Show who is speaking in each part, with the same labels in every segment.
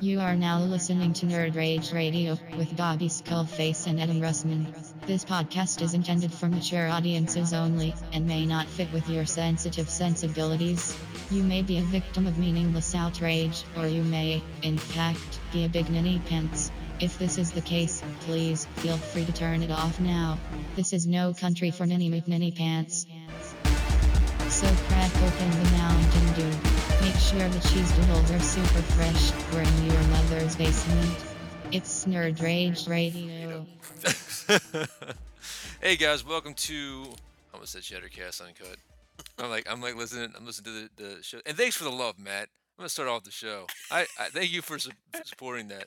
Speaker 1: You are now listening to Nerd Rage Radio with Bobby Skullface and Adam Russman. This podcast is intended for mature audiences only and may not fit with your sensitive sensibilities. You may be a victim of meaningless outrage, or you may, in fact, be a big ninny pants. If this is the case, please feel free to turn it off now. This is no country for ninny McNinny pants. So crack open the Mountain Dew. Make sure the cheese doodles are super fresh. We're in your mother's basement. It's Nerd Rage Radio.
Speaker 2: hey guys, welcome to I almost said Shattercast Uncut. I'm like I'm like listening. I'm listening to the, the show, and thanks for the love, Matt. I'm gonna start off the show. I, I thank you for su- for supporting that.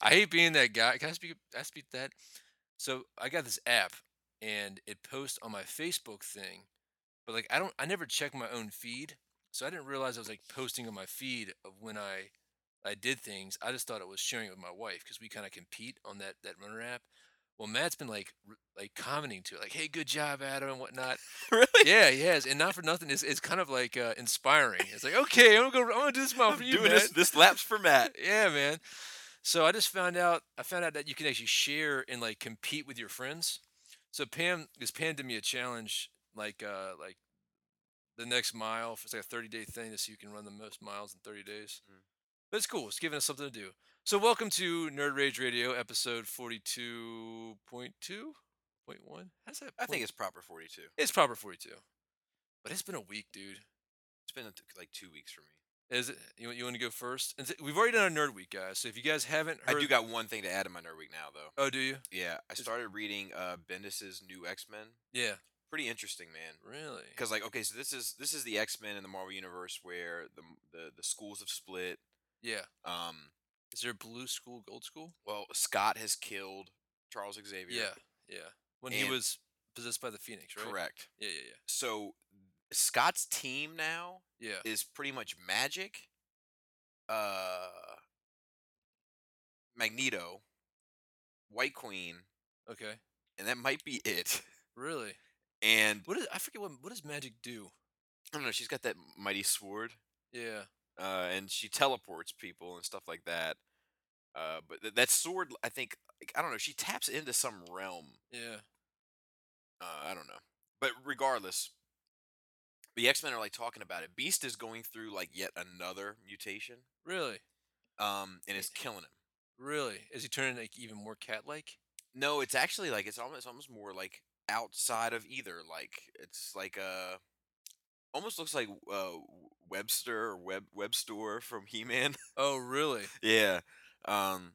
Speaker 2: I hate being that guy. Can I speak? I speak that. So I got this app, and it posts on my Facebook thing, but like I don't. I never check my own feed, so I didn't realize I was like posting on my feed of when I I did things. I just thought it was sharing it with my wife because we kind of compete on that that runner app. Well, Matt's been like r- like commenting to it, like, "Hey, good job, Adam," and whatnot.
Speaker 3: really?
Speaker 2: Yeah, he has, and not for nothing, it's, it's kind of like uh, inspiring. It's like, okay, I'm gonna go, I'm gonna do this mile
Speaker 3: I'm
Speaker 2: for you,
Speaker 3: doing
Speaker 2: Matt.
Speaker 3: this. This laps for Matt.
Speaker 2: Yeah, man. So I just found out I found out that you can actually share and like compete with your friends. So Pam is Pam did me a challenge like uh like the next mile. It's like a 30 day thing to see who can run the most miles in 30 days.
Speaker 3: Mm.
Speaker 2: But it's cool. It's giving us something to do. So welcome to Nerd Rage Radio, episode 42.2, point one. How's that?
Speaker 3: I think
Speaker 2: point-
Speaker 3: it's proper 42.
Speaker 2: it's proper 42. But it's been a week, dude.
Speaker 3: It's been like two weeks for me.
Speaker 2: Is it you, you want to go first? And s- We've already done our nerd week, guys. So if you guys haven't heard,
Speaker 3: I do got one thing to add in my nerd week now, though.
Speaker 2: Oh, do you?
Speaker 3: Yeah, I
Speaker 2: Is-
Speaker 3: started reading uh, Bendis's new X Men.
Speaker 2: Yeah.
Speaker 3: Pretty interesting, man.
Speaker 2: Really?
Speaker 3: Because like, okay, so this is this is the X Men in the Marvel universe where the the, the schools have split.
Speaker 2: Yeah.
Speaker 3: Um,
Speaker 2: Is there blue school, gold school?
Speaker 3: well, Scott has killed Charles Xavier.
Speaker 2: Yeah. Yeah. When he
Speaker 3: And-
Speaker 2: was possessed by the phoenix, right?
Speaker 3: correct.
Speaker 2: Yeah,
Speaker 3: So Scott's team now
Speaker 2: yeah, yeah. Yeah.
Speaker 3: is pretty much Magic, uh, Magneto, White Queen,
Speaker 2: Okay.
Speaker 3: and that might be it.
Speaker 2: Really?
Speaker 3: And
Speaker 2: What is? I forget what. What does magic do?
Speaker 3: I don't know, she's got that mighty sword,
Speaker 2: Yeah.
Speaker 3: uh, and she teleports people and stuff like that. Uh, but th- that sword, I think, like, I don't know, she taps into some realm.
Speaker 2: Yeah.
Speaker 3: Uh, I don't know. But regardless, the X Men are like talking about it. Beast is going through like yet another mutation,
Speaker 2: Really?
Speaker 3: um, and it's killing him.
Speaker 2: Really? Is he turning like even more cat-like?
Speaker 3: No, it's actually like it's almost almost more like outside of either. Like it's like uh almost looks like uh Webster or Web Web Store from He Man.
Speaker 2: Oh, really?
Speaker 3: yeah. Um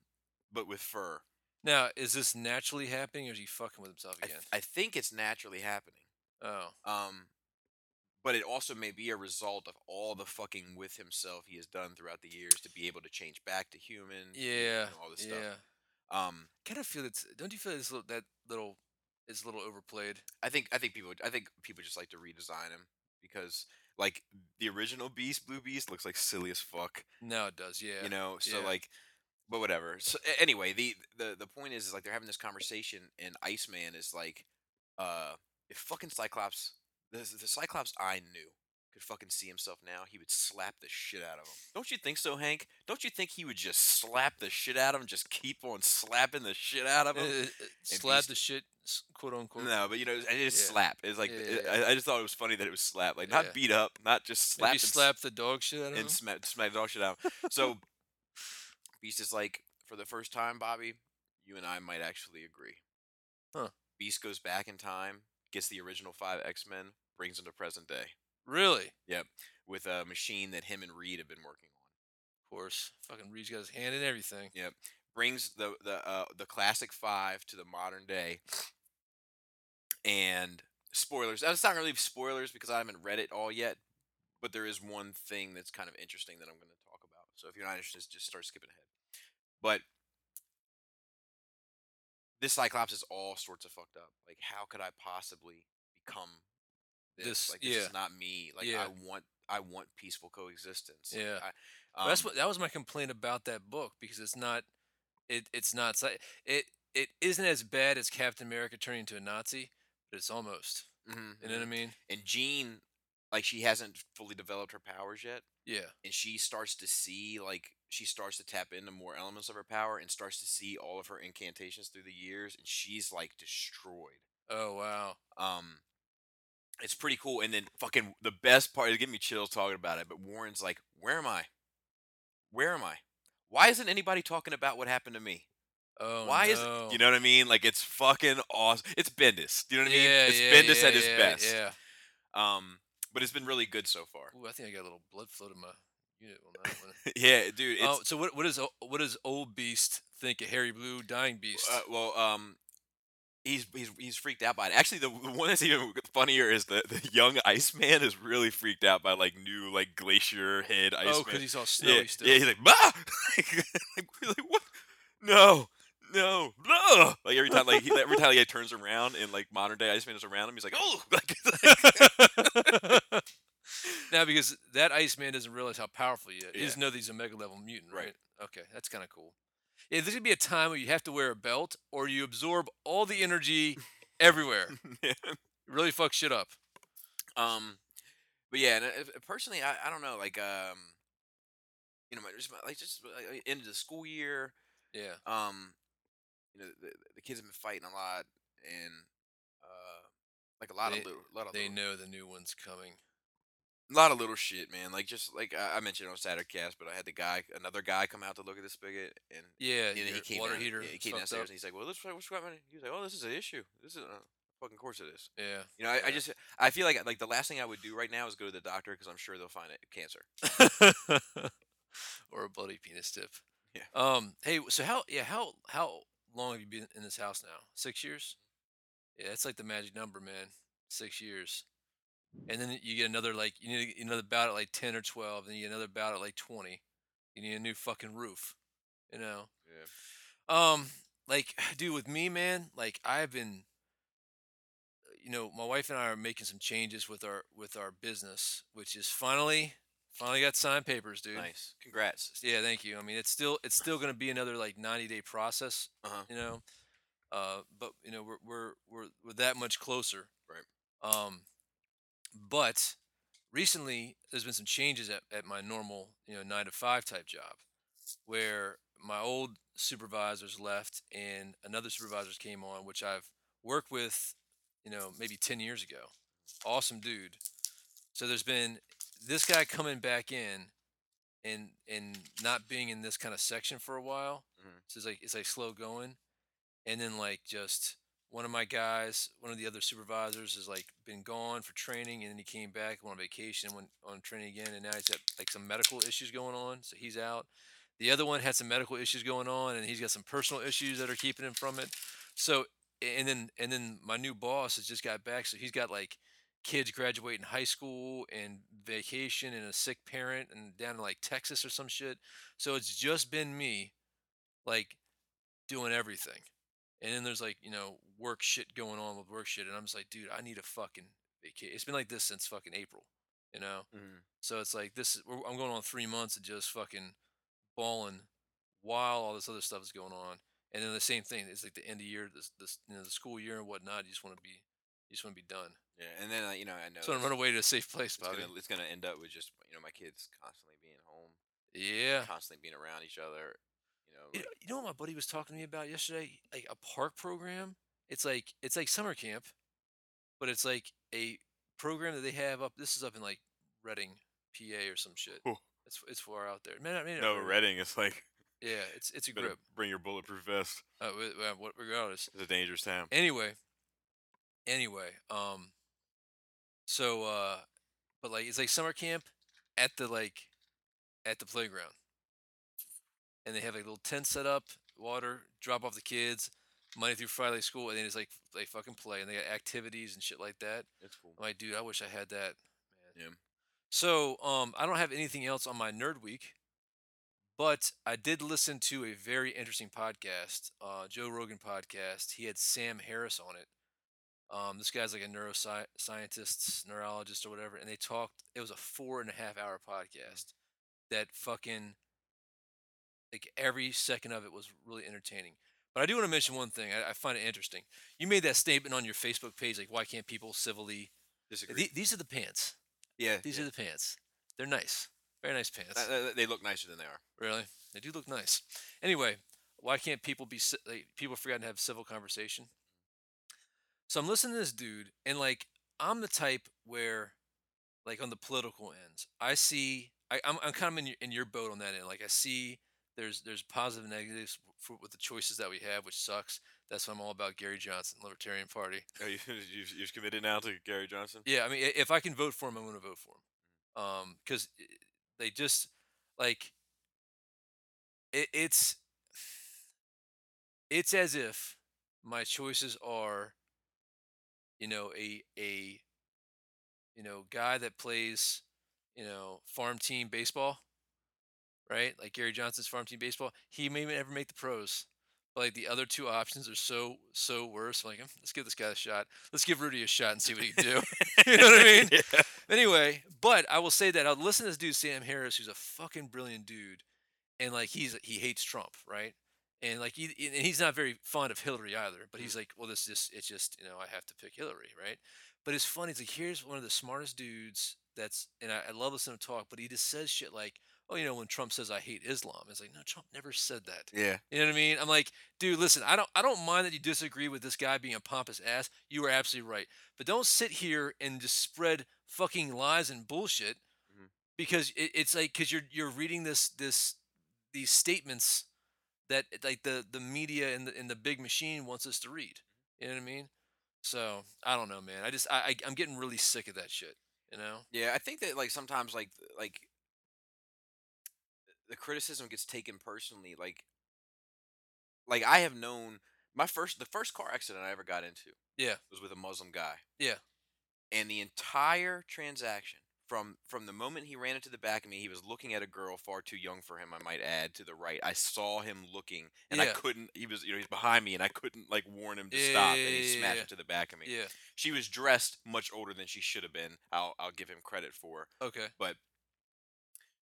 Speaker 3: but with fur.
Speaker 2: Now, is this naturally happening, or is he fucking with himself
Speaker 3: I,
Speaker 2: again?
Speaker 3: th- I think it's naturally happening.
Speaker 2: oh,
Speaker 3: Um but it also may be a result of all the fucking with himself he has done throughout the years to be able to change back to human. and
Speaker 2: yeah.
Speaker 3: all this
Speaker 2: yeah.
Speaker 3: stuff. Um
Speaker 2: Kind of feel it's. Don't you feel it's little, that little? It's a little overplayed.
Speaker 3: I think I think people I think people just like to redesign him because like the original Beast, Blue Beast, looks like silly as fuck,
Speaker 2: No, it does. Yeah.
Speaker 3: you know. So
Speaker 2: yeah.
Speaker 3: like, but whatever. So a- anyway, the, the the point is, is like they're having this conversation, and Iceman is like, uh, if fucking Cyclops, the the Cyclops I knew could fucking see himself now, he would slap the shit out of him. Don't you think so, Hank? Don't you think he would just slap the shit out of him, just keep on slapping the shit out of him?
Speaker 2: Uh, uh, slap
Speaker 3: he's-
Speaker 2: the shit, s- quote unquote.
Speaker 3: No, but you know, I just
Speaker 2: Yeah.
Speaker 3: slap. It's like
Speaker 2: Yeah,
Speaker 3: th-
Speaker 2: yeah,
Speaker 3: I, I just thought it was funny that it was slap, like
Speaker 2: Yeah.
Speaker 3: not beat up, not just
Speaker 2: Slap,
Speaker 3: slap and, s-
Speaker 2: slap the dog shit out of him.
Speaker 3: and smack smack the dog shit out. So Beast is like, for the first time, Bobby, you and I might actually agree.
Speaker 2: Huh.
Speaker 3: Beast goes back in time, gets the original five X Men, brings them to present day
Speaker 2: Really? Of
Speaker 3: with a machine that him and Reed have been working on.
Speaker 2: course. Fucking Reed's got his hand in everything.
Speaker 3: brings the the uh, the classic five to the modern day. And spoilers. That's not really spoilers because I haven't read it all yet, but there is one thing that's kind of interesting that I'm going to talk about. So if you're not interested, just start skipping ahead. But this Cyclops is all sorts of fucked up. Like, how could I possibly become this?
Speaker 2: This-
Speaker 3: like, this
Speaker 2: yeah.
Speaker 3: is not me. Like,
Speaker 2: Yeah.
Speaker 3: I want, I want peaceful coexistence. Like,
Speaker 2: Yeah.
Speaker 3: I-
Speaker 2: But that's
Speaker 3: um,
Speaker 2: what that was my complaint about that book because it's not, it it's not sci- it it isn't as bad as Captain America turning into a Nazi, but it's almost.
Speaker 3: mhm,
Speaker 2: You know
Speaker 3: mhm.
Speaker 2: what I mean?
Speaker 3: and Jean like she hasn't fully developed her powers yet,
Speaker 2: Yeah.
Speaker 3: and she starts to see like she starts to tap into more elements of her power and starts to see all of her incantations through the years, and she's like destroyed.
Speaker 2: Oh wow.
Speaker 3: Um, it's pretty cool. And then fucking the best part is getting me chills talking about it. But Warren's like, "Where am I? Where am I? Why isn't anybody talking about what happened to me?
Speaker 2: Oh
Speaker 3: Why is
Speaker 2: no.
Speaker 3: you know what I mean? Like it's fucking awesome. It's Bendis. Do you know what I mean?
Speaker 2: Yeah,
Speaker 3: it's
Speaker 2: yeah,
Speaker 3: Bendis
Speaker 2: yeah,
Speaker 3: at his
Speaker 2: yeah,
Speaker 3: best.
Speaker 2: Yeah.
Speaker 3: Um, but it's been really good so far.
Speaker 2: Ooh, I think I got a little blood flow to my unit on that one.
Speaker 3: yeah, dude. It's,
Speaker 2: oh, so what? What does o- what does old beast think of Harry Blue dying beast?
Speaker 3: Uh, well, um, he's he's he's freaked out by it. Actually, the, the one that's even funnier is the the young Iceman is really freaked out by like new like glacier head Iceman.
Speaker 2: oh, because he's all snowy
Speaker 3: yeah,
Speaker 2: still.
Speaker 3: yeah, he's like, bah! like, we're like, what? No, no, blah! Like every time, like he, every time, like, he turns around and like modern day Iceman is around him, he's like, oh, like,
Speaker 2: now because that Iceman doesn't realize how powerful he is. He
Speaker 3: Yeah.
Speaker 2: doesn't know that he's a mega level mutant, right?
Speaker 3: Right.
Speaker 2: Okay, that's kind of cool. Yeah, there's gonna be a time where you have to wear a belt or you absorb all the energy everywhere.
Speaker 3: Yeah.
Speaker 2: really fuck shit up.
Speaker 3: Um, but yeah, and uh, personally, I, I don't know, like, um, you know, my, just my, like just uh, like, end of the school year,
Speaker 2: Yeah.
Speaker 3: um, you know, the, the kids have been fighting a lot, and uh, like a lot
Speaker 2: They-
Speaker 3: of little, lot of
Speaker 2: They
Speaker 3: little,
Speaker 2: know the new one's coming.
Speaker 3: lot of little shit, man. Like just like I, I mentioned on Sattercast, but I had the guy, another guy, come out to look at the spigot, and
Speaker 2: Yeah.
Speaker 3: and then he
Speaker 2: your
Speaker 3: came
Speaker 2: water
Speaker 3: down,
Speaker 2: heater.
Speaker 3: yeah, he came
Speaker 2: fucked
Speaker 3: downstairs,
Speaker 2: up.
Speaker 3: and he's like, "Well, this what's going on?" He was like, "Oh, this is an issue. This is uh fucking course it is."
Speaker 2: Yeah.
Speaker 3: You know, I, I
Speaker 2: Yeah.
Speaker 3: just I feel like like the last thing I would do right now is go to the doctor because I'm sure they'll find it cancer.
Speaker 2: or a bloody penis tip.
Speaker 3: Yeah.
Speaker 2: Um. Hey. So how? Yeah. How? How long have you been in this house now? Six years. Yeah. That's like the magic number, man. Six years. And then you get another like you need another bout at like ten or twelve, and you get another bout at like twenty. You need a new fucking roof. You know.
Speaker 3: Yeah.
Speaker 2: Um, like, dude, with me, man, like I've been, uh, you know, my wife and I are making some changes with our with our business, which is finally, finally got signed papers, dude.
Speaker 3: Nice. Congrats.
Speaker 2: Yeah, thank you. I mean, it's still it's still gonna be another like ninety day process,
Speaker 3: Uh-huh.
Speaker 2: you know, uh, but you know we're we're we're we're that much closer.
Speaker 3: Right.
Speaker 2: Um, but recently there's been some changes at at my normal you know nine to five type job, where my old supervisors left and another supervisors came on, which I've worked with, you know, maybe ten years ago. Awesome dude. So there's been this guy coming back in and and not being in this kind of section for a while.
Speaker 3: Mhm.
Speaker 2: So it's like it's like slow going, and then like just one of my guys, one of the other supervisors, has like been gone for training, and then he came back, went on vacation, went on training again, and now he's got like some medical issues going on, so he's out. The other one had some medical issues going on, and he's got some personal issues that are keeping him from it. So a- and then and then my new boss has just got back, so he's got like kids graduating high school and vacation and a sick parent and down in like Texas or some shit. So it's just been me like doing everything. And then there's like, you know, work shit going on with work shit. And I'm just like, dude, I need a fucking vacation. It's been like this since fucking April, you know?
Speaker 3: Mm-hmm.
Speaker 2: So it's like, this is, we're- I'm going on three months of just fucking balling while all this other stuff is going on. And then the same thing, it's like the end of year, this, this, you know, the school year and whatnot. You just want to be, you just want to be done.
Speaker 3: Yeah, and then uh, you know I know
Speaker 2: So I'm
Speaker 3: it's-
Speaker 2: run away to a safe place,
Speaker 3: it's
Speaker 2: Bobby.
Speaker 3: gonna, it's gonna end up with just you know my kids constantly being home,
Speaker 2: Yeah.
Speaker 3: constantly being around each other. You know,
Speaker 2: You know, you know what my buddy was talking to me about yesterday? Like a park program. It's like it's like summer camp, but it's like a program that they have up. This is up in like Reading, PA, or some shit.
Speaker 3: Oh.
Speaker 2: It's it's far out there. Man, I mean,
Speaker 3: Reading is like
Speaker 2: Yeah, it's it's a grip.
Speaker 3: bring your bulletproof vest.
Speaker 2: Uh, wi- uh, what- regardless,
Speaker 3: It's a dangerous town.
Speaker 2: anyway anyway um so uh but like it's like summer camp at the like at the playground and they have like little tent set up water drop off the kids monday through friday school and then it's like they fucking play and they got activities and shit like that
Speaker 3: That's cool.
Speaker 2: I'm like dude i wish i had that man
Speaker 3: Yeah.
Speaker 2: so um i don't have anything else on my nerd week but I did listen to a very interesting podcast, uh, Joe Rogan podcast. He had Sam Harris on it. Um, this guy's like a neuroscientist, neurologist, or whatever, and they talked. It was a four and a half hour podcast that fucking like every second of it was really entertaining. But I do want to mention one thing. I, I find it interesting. You made that statement on your Facebook page, like why can't people civilly?
Speaker 3: Disagree.
Speaker 2: Th- these are the pants.
Speaker 3: Yeah.
Speaker 2: These
Speaker 3: yeah.
Speaker 2: are the pants. They're nice. Very nice pants.
Speaker 3: Uh, uh, they look nicer than they are.
Speaker 2: Really? They do look nice. Anyway, why can't people be ci- like people forgot to have civil conversation? So I'm listening to this dude, and like I'm the type where, like on the political ends, I see I, I'm I'm kind of in your, in your boat on that end. Like I see there's there's positive and negatives for, with the choices that we have, which sucks. That's why I'm all about Gary Johnson, Libertarian Party.
Speaker 3: Oh, you, you've, you've committed now to Gary Johnson.
Speaker 2: Yeah, I mean, i- if I can vote for him, I'm going to vote for him. Um, because they just like it, it's it's as if my choices are, you know, a a you know guy that plays you know farm team baseball, right? Like Gary Johnson's farm team baseball. He may never make the pros. But like the other two options are so so worse. I'm like, "Mm, let's give this guy a shot. Let's give Rudy a shot and see what he can do. you know what I mean?
Speaker 3: Yeah.
Speaker 2: Anyway, but I will say that I'll listen to this dude Sam Harris, who's a fucking brilliant dude, and like he's he hates Trump, right? And like he and he's not very fond of Hillary either. But he's like, well, this just it's just you know I have to pick Hillary, right? But it's funny. It's like here's one of the smartest dudes that's and I, I love listening to him talk, but he just says shit like, oh, you know, when Trump says I hate Islam, it's like no, Trump never said that.
Speaker 3: Yeah.
Speaker 2: You know what I mean? I'm like, dude, listen, I don't I don't mind that you disagree with this guy being a pompous ass. You are absolutely right. But don't sit here and just spread fucking lies and bullshit
Speaker 3: Mhm.
Speaker 2: because it, it's like cuz you're you're reading this this these statements that like the the media and the and the big machine wants us to read.
Speaker 3: Mm-hmm.
Speaker 2: You know what I mean? So, I don't know, man. I just I, I I'm getting really sick of that shit, you know?
Speaker 3: Yeah, I think that like sometimes like th- like the criticism gets taken personally. Like like I have known my first the first car accident I ever got into.
Speaker 2: Yeah.
Speaker 3: was with a Muslim guy.
Speaker 2: Yeah.
Speaker 3: and the entire transaction from from the moment he ran into the back of me, he was looking at a girl far too young for him. I might add to the right. I saw him looking, and I
Speaker 2: Yeah.
Speaker 3: couldn't. He was you know he's behind me, and I couldn't like warn him to
Speaker 2: Yeah,
Speaker 3: stop,
Speaker 2: yeah,
Speaker 3: and he
Speaker 2: yeah,
Speaker 3: smashed
Speaker 2: yeah.
Speaker 3: into the back of me.
Speaker 2: Yeah.
Speaker 3: She was dressed much older than she should have been. I'll I'll give him credit for
Speaker 2: Okay.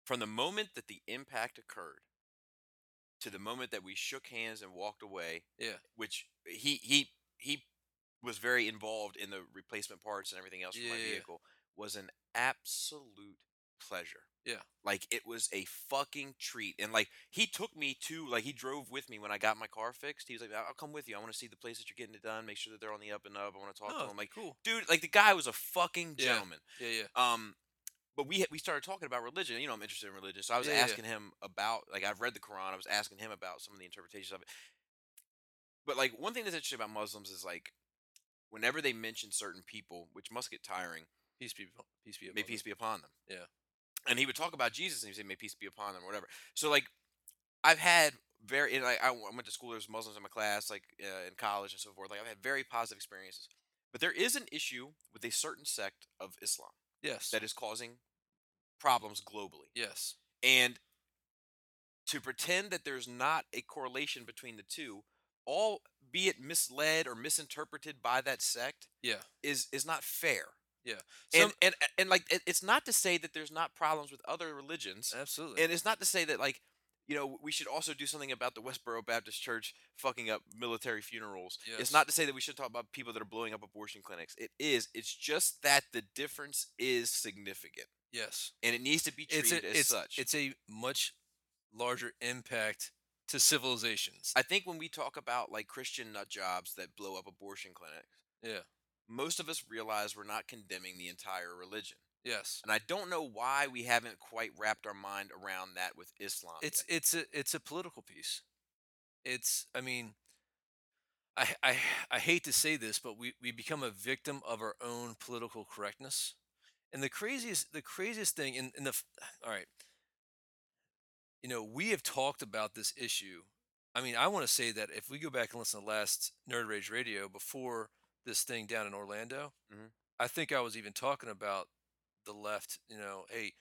Speaker 3: from the moment that the impact occurred to the moment that we shook hands and walked away
Speaker 2: Yeah.
Speaker 3: which he he he was very involved in the replacement parts and everything else for my
Speaker 2: Yeah.
Speaker 3: vehicle was an absolute pleasure
Speaker 2: Yeah.
Speaker 3: like it was a fucking treat and like he took me to like he drove with me when i got my car fixed he was like i'll I'll come with you i want to see the place that you're getting it done make sure that they're on the up and up i want to talk to
Speaker 2: Oh,
Speaker 3: him like
Speaker 2: cool.
Speaker 3: dude like the guy was a fucking
Speaker 2: Yeah.
Speaker 3: gentleman
Speaker 2: Yeah, yeah.
Speaker 3: um, but we we started talking about religion. You know, I'm interested in religion, so I was
Speaker 2: Yeah, yeah, yeah.
Speaker 3: asking him about like I've read the Quran. I was asking him about some of the interpretations of it. But like one thing that's interesting about Muslims is like whenever they mention certain people, which must get tiring,
Speaker 2: Peace be upon- peace be upon
Speaker 3: may
Speaker 2: them.
Speaker 3: peace be upon them.
Speaker 2: Yeah.
Speaker 3: And he would talk about Jesus and he'd say, may peace be upon them or whatever. So, like, I've had very, and I, I w- I went to school, there's Muslims in my class, like uh, in college and so forth. Like, I've had very positive experiences. But there is an issue with a certain sect of Islam
Speaker 2: Yes.
Speaker 3: that is causing problems globally.
Speaker 2: Yes.
Speaker 3: And to pretend that there's not a correlation between the two, all be it misled or misinterpreted by that sect,
Speaker 2: Yeah.
Speaker 3: is is not fair.
Speaker 2: Some,
Speaker 3: and, and and like it- it's not to say that there's not problems with other religions,
Speaker 2: absolutely.
Speaker 3: and it's not to say that like you know we should also do something about the Westboro Baptist Church fucking up military funerals.
Speaker 2: Yes.
Speaker 3: It's not to say that we should talk about people that are blowing up abortion clinics. It is. It's just that the difference is significant.
Speaker 2: yes.
Speaker 3: and it needs to be
Speaker 2: It's
Speaker 3: treated
Speaker 2: a,
Speaker 3: as
Speaker 2: it's,
Speaker 3: such.
Speaker 2: it's a much larger impact to civilizations.
Speaker 3: I think when we talk about like Christian nut jobs that blow up abortion clinics,
Speaker 2: Yeah.
Speaker 3: most of us realize we're not condemning the entire religion,
Speaker 2: yes.
Speaker 3: and I don't know why we haven't quite wrapped our mind around that with Islam.
Speaker 2: It's
Speaker 3: yet.
Speaker 2: it's a it's a political piece. It's I mean I I I hate to say this, but we, we become a victim of our own political correctness. And the craziest the craziest thing in, in the f- all right. You know, we have talked about this issue. I mean, I want to say that if we go back and listen to last Nerd Rage Radio before this thing down in Orlando,
Speaker 3: Mhm.
Speaker 2: I think I was even talking about the left, you know, hey,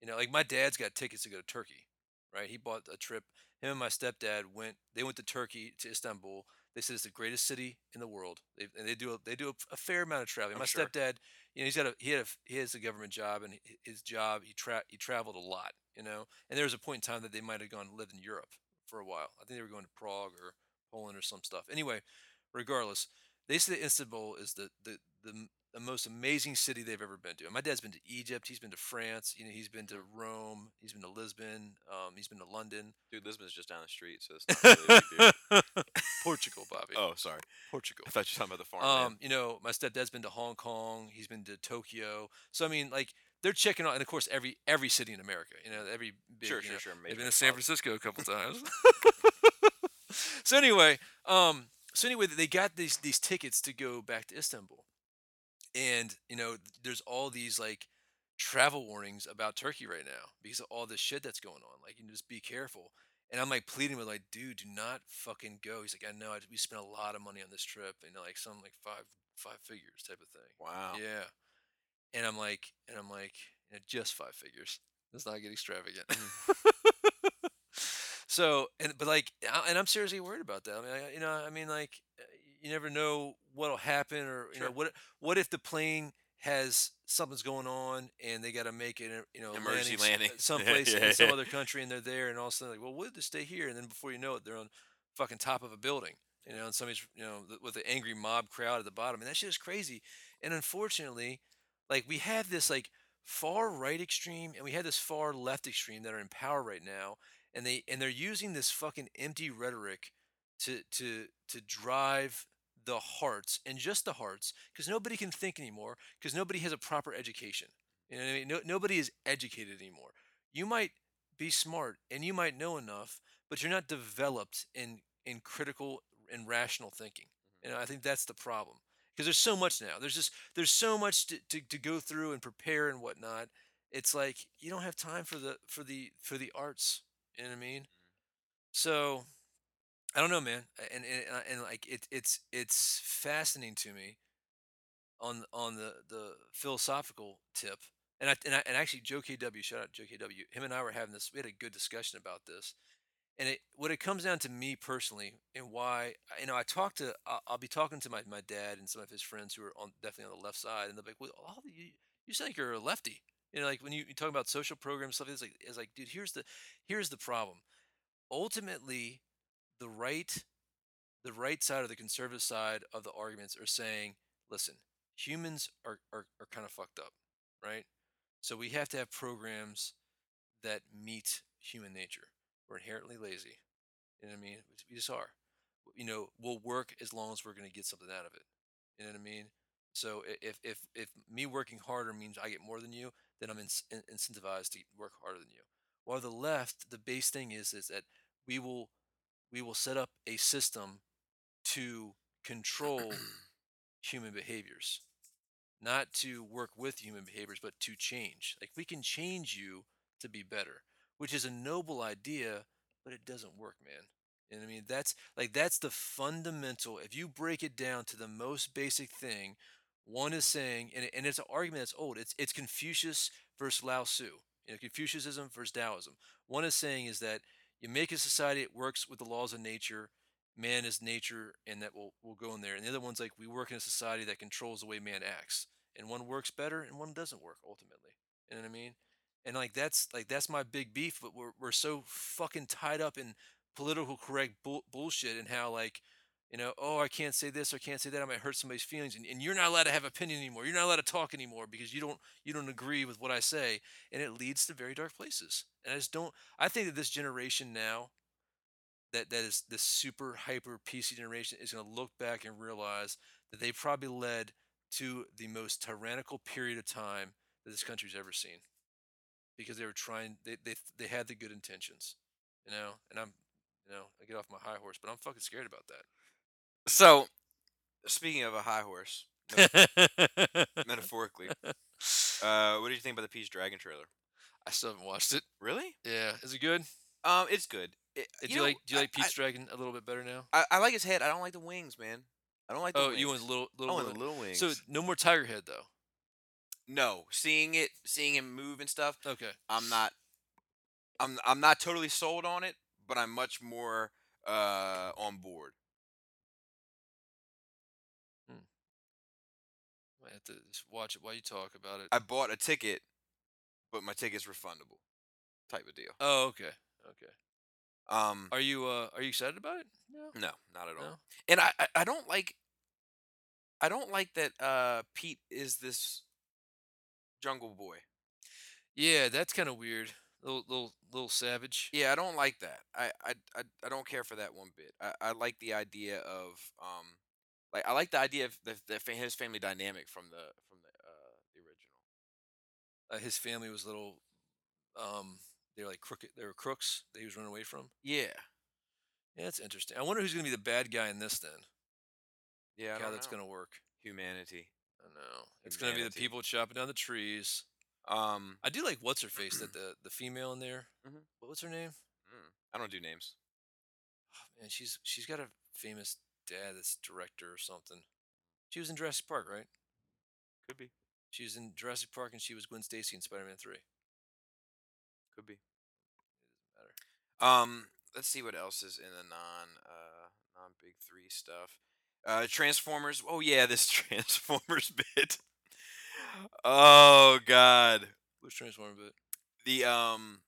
Speaker 2: you know, like my dad's got tickets to go to Turkey right? He bought a trip. Him and my stepdad went. They went to Turkey to Istanbul. They said it's the greatest city in the world. They and they do a, they do a, a fair amount of traveling.
Speaker 3: I'm
Speaker 2: my
Speaker 3: sure.
Speaker 2: stepdad, you know, he's got a he had a, f- he has a government job and hi- his job he tra- he traveled a lot, you know. And there was a point in time that they might have gone and lived in Europe for a while. I think they were going to Prague or Poland or some stuff. Anyway, regardless, they say Istanbul is the the the m- the most amazing city they've ever been to. And my dad's been to Egypt. He's been to France. You know, he's been to Rome. He's been to Lisbon. Um, he's been to London,
Speaker 3: Dude, Lisbon's just down the street, so that's not really a big deal.
Speaker 2: Portugal, Bobby.
Speaker 3: Oh, sorry.
Speaker 2: Portugal.
Speaker 3: I thought you were talking about the farm.
Speaker 2: Um, you know, my stepdad's been to Hong Kong. He's been to Tokyo. So I mean, like they're checking out, and of course, every every city in America. You know, every big,
Speaker 3: sure,
Speaker 2: you
Speaker 3: sure,
Speaker 2: know,
Speaker 3: sure.
Speaker 2: They've
Speaker 3: major
Speaker 2: been to San
Speaker 3: metropolitan.
Speaker 2: Francisco a couple times. so anyway, um, so anyway, they got these these tickets to go back to Istanbul, and you know, there's all these like travel warnings about Turkey right now because of all this shit that's going on. Like, you know, just be careful. And I'm like pleading with like, dude, do not fucking go. He's like, I know, I, we spent a lot of money on this trip, and like some like five five figures type of thing.
Speaker 3: Wow.
Speaker 2: Yeah. And I'm like, and I'm like, you know, just five figures. Let's not get extravagant.
Speaker 3: Mm.
Speaker 2: so, and but like, I- and I'm seriously worried about that. I mean, I, you know, I mean, like, uh, you never know what'll happen, or you
Speaker 3: Sure.
Speaker 2: know, what what if the plane has something's going on and they got to make it, you know, landing
Speaker 3: Emergency
Speaker 2: s-
Speaker 3: landing.
Speaker 2: someplace
Speaker 3: Yeah,
Speaker 2: in some
Speaker 3: yeah.
Speaker 2: other country, and they're there, and all of a sudden, like, well, we'll just stay here, and then before you know it, they're on fucking top of a building, you know, and somebody's, you know, th- with an angry mob crowd at the bottom, and that shit is crazy. And unfortunately, like we have this like far right extreme and we have this far left extreme that are in power right now, and they and they're using this fucking empty rhetoric to to to drive the hearts and just the hearts because nobody can think anymore because nobody has a proper education. You know what I mean? No, nobody is educated anymore. You might be smart and you might know enough, but you're not developed in in critical and rational thinking. And I think that's the problem because there's so much now. There's just there's so much to, to, to go through and prepare and whatnot. It's like you don't have time for the for the for the arts. You know what I mean? So I don't know, man. A- And and, and I- and like it, it's it's fascinating to me on on the the philosophical tip. And I, and I and actually Joe KW, shout out Joe KW. Him and I were having this. We had a good discussion about this. And it what it comes down to me personally and why you know I talk to I'll, I'll be talking to my, my dad and some of his friends who are on definitely on the left side and they're like, well, all the, you you sound like you're a lefty. You know, like when you, you talk about social programs stuff, it's like it's like, dude, here's the here's the problem. Ultimately, the right the right side or the conservative side of the arguments are saying, listen, humans are, are, are kind of fucked up, right? So we have to have programs that meet human nature. We're inherently lazy. You know what I mean? We just are. You know, we'll work as long as we're going to get something out of it. You know what I mean? So i- if, if, if me working harder means I get more than you, then I'm in, incentivized to work harder than you. While the left, the base thing is, is that we will, we will set up a system to control human behaviors not to work with human behaviors but to change like we can change you to be better which is a noble idea but it doesn't work man and i mean that's like that's the fundamental if you break it down to the most basic thing one is saying and, it- and it's an argument that's old it's it's confucius versus lao tzu you know confucianism versus taoism one is saying is that you make a society it works with the laws of nature man is nature and that will will go in there. And the other one's like we work in a society that controls the way man acts. And one works better and one doesn't work ultimately. You know what I mean? And like that's like that's my big beef, but we're we're so fucking tied up in political correct bull- bullshit and how like you know, oh, I can't say this or I can't say that. I might hurt somebody's feelings, and, and you're not allowed to have opinion anymore. You're not allowed to talk anymore because you don't you don't agree with what I say, and it leads to very dark places. And I just don't. I think that this generation now, that that is this super hyper PC generation is going to look back and realize that they probably led to the most tyrannical period of time that this country's ever seen because they were trying they they they had the good intentions you know and i'm you know i get off my high horse but i'm fucking scared about
Speaker 3: So, speaking of a high horse, no,
Speaker 2: that
Speaker 3: metaphorically, uh, what did you think about the Peach Dragon trailer?
Speaker 2: i still haven't watched it
Speaker 3: Really?
Speaker 2: yeah is it good
Speaker 3: Um, it's good. It,
Speaker 2: do you,
Speaker 3: know,
Speaker 2: like do you
Speaker 3: I-
Speaker 2: like
Speaker 3: I-
Speaker 2: peach dragon a little bit better now
Speaker 3: I, I like his head. I don't like the wings, man. I don't like. The
Speaker 2: oh
Speaker 3: wings.
Speaker 2: you want little
Speaker 3: I
Speaker 2: little,
Speaker 3: want
Speaker 2: Women.
Speaker 3: the little wings.
Speaker 2: so no more tiger head though
Speaker 3: no, seeing it, seeing him move and stuff,
Speaker 2: okay
Speaker 3: I'm not. I'm I'm not totally sold on it, but I'm much more uh on board.
Speaker 2: i have to just watch it while you talk about it
Speaker 3: I bought a ticket, but my ticket's refundable, type of deal.
Speaker 2: oh okay okay
Speaker 3: Um,
Speaker 2: Are you uh are you excited about it?
Speaker 3: no, not at all.
Speaker 2: No?
Speaker 3: And I, I I don't like I don't like that uh Pete is this jungle boy.
Speaker 2: Yeah, that's kind of weird. Little little little savage.
Speaker 3: Yeah, I don't like that. I I I, I don't care for that one bit. I, I like the idea of um like I like the idea of the, the fa- his family dynamic from the from the uh the original.
Speaker 2: Uh, his family was little. Um, they were like crooked. They were crooks. That he was running away from.
Speaker 3: Yeah.
Speaker 2: Yeah, that's interesting. I wonder who's gonna be the bad guy in this then.
Speaker 3: Yeah, I
Speaker 2: How
Speaker 3: don't
Speaker 2: that's
Speaker 3: know.
Speaker 2: gonna work.
Speaker 3: humanity.
Speaker 2: I know. It's gonna be the
Speaker 3: Humanity.
Speaker 2: people chopping down the trees.
Speaker 3: Um
Speaker 2: I do like what's her face that the the female in there.
Speaker 3: Mhm.
Speaker 2: What was her name?
Speaker 3: mm, I don't do names.
Speaker 2: Oh, man, she's she's got a famous dad that's director or something. She was in Jurassic Park, right?
Speaker 3: Could be.
Speaker 2: She was in Jurassic Park and she was Gwen Stacy in Spider-Man Three.
Speaker 3: Could be.
Speaker 2: matter.
Speaker 3: Um, let's see what else is in the non uh non big three stuff. Uh, Transformers. Oh yeah, this Transformers bit. oh God,
Speaker 2: Which Transformer bit?
Speaker 3: the um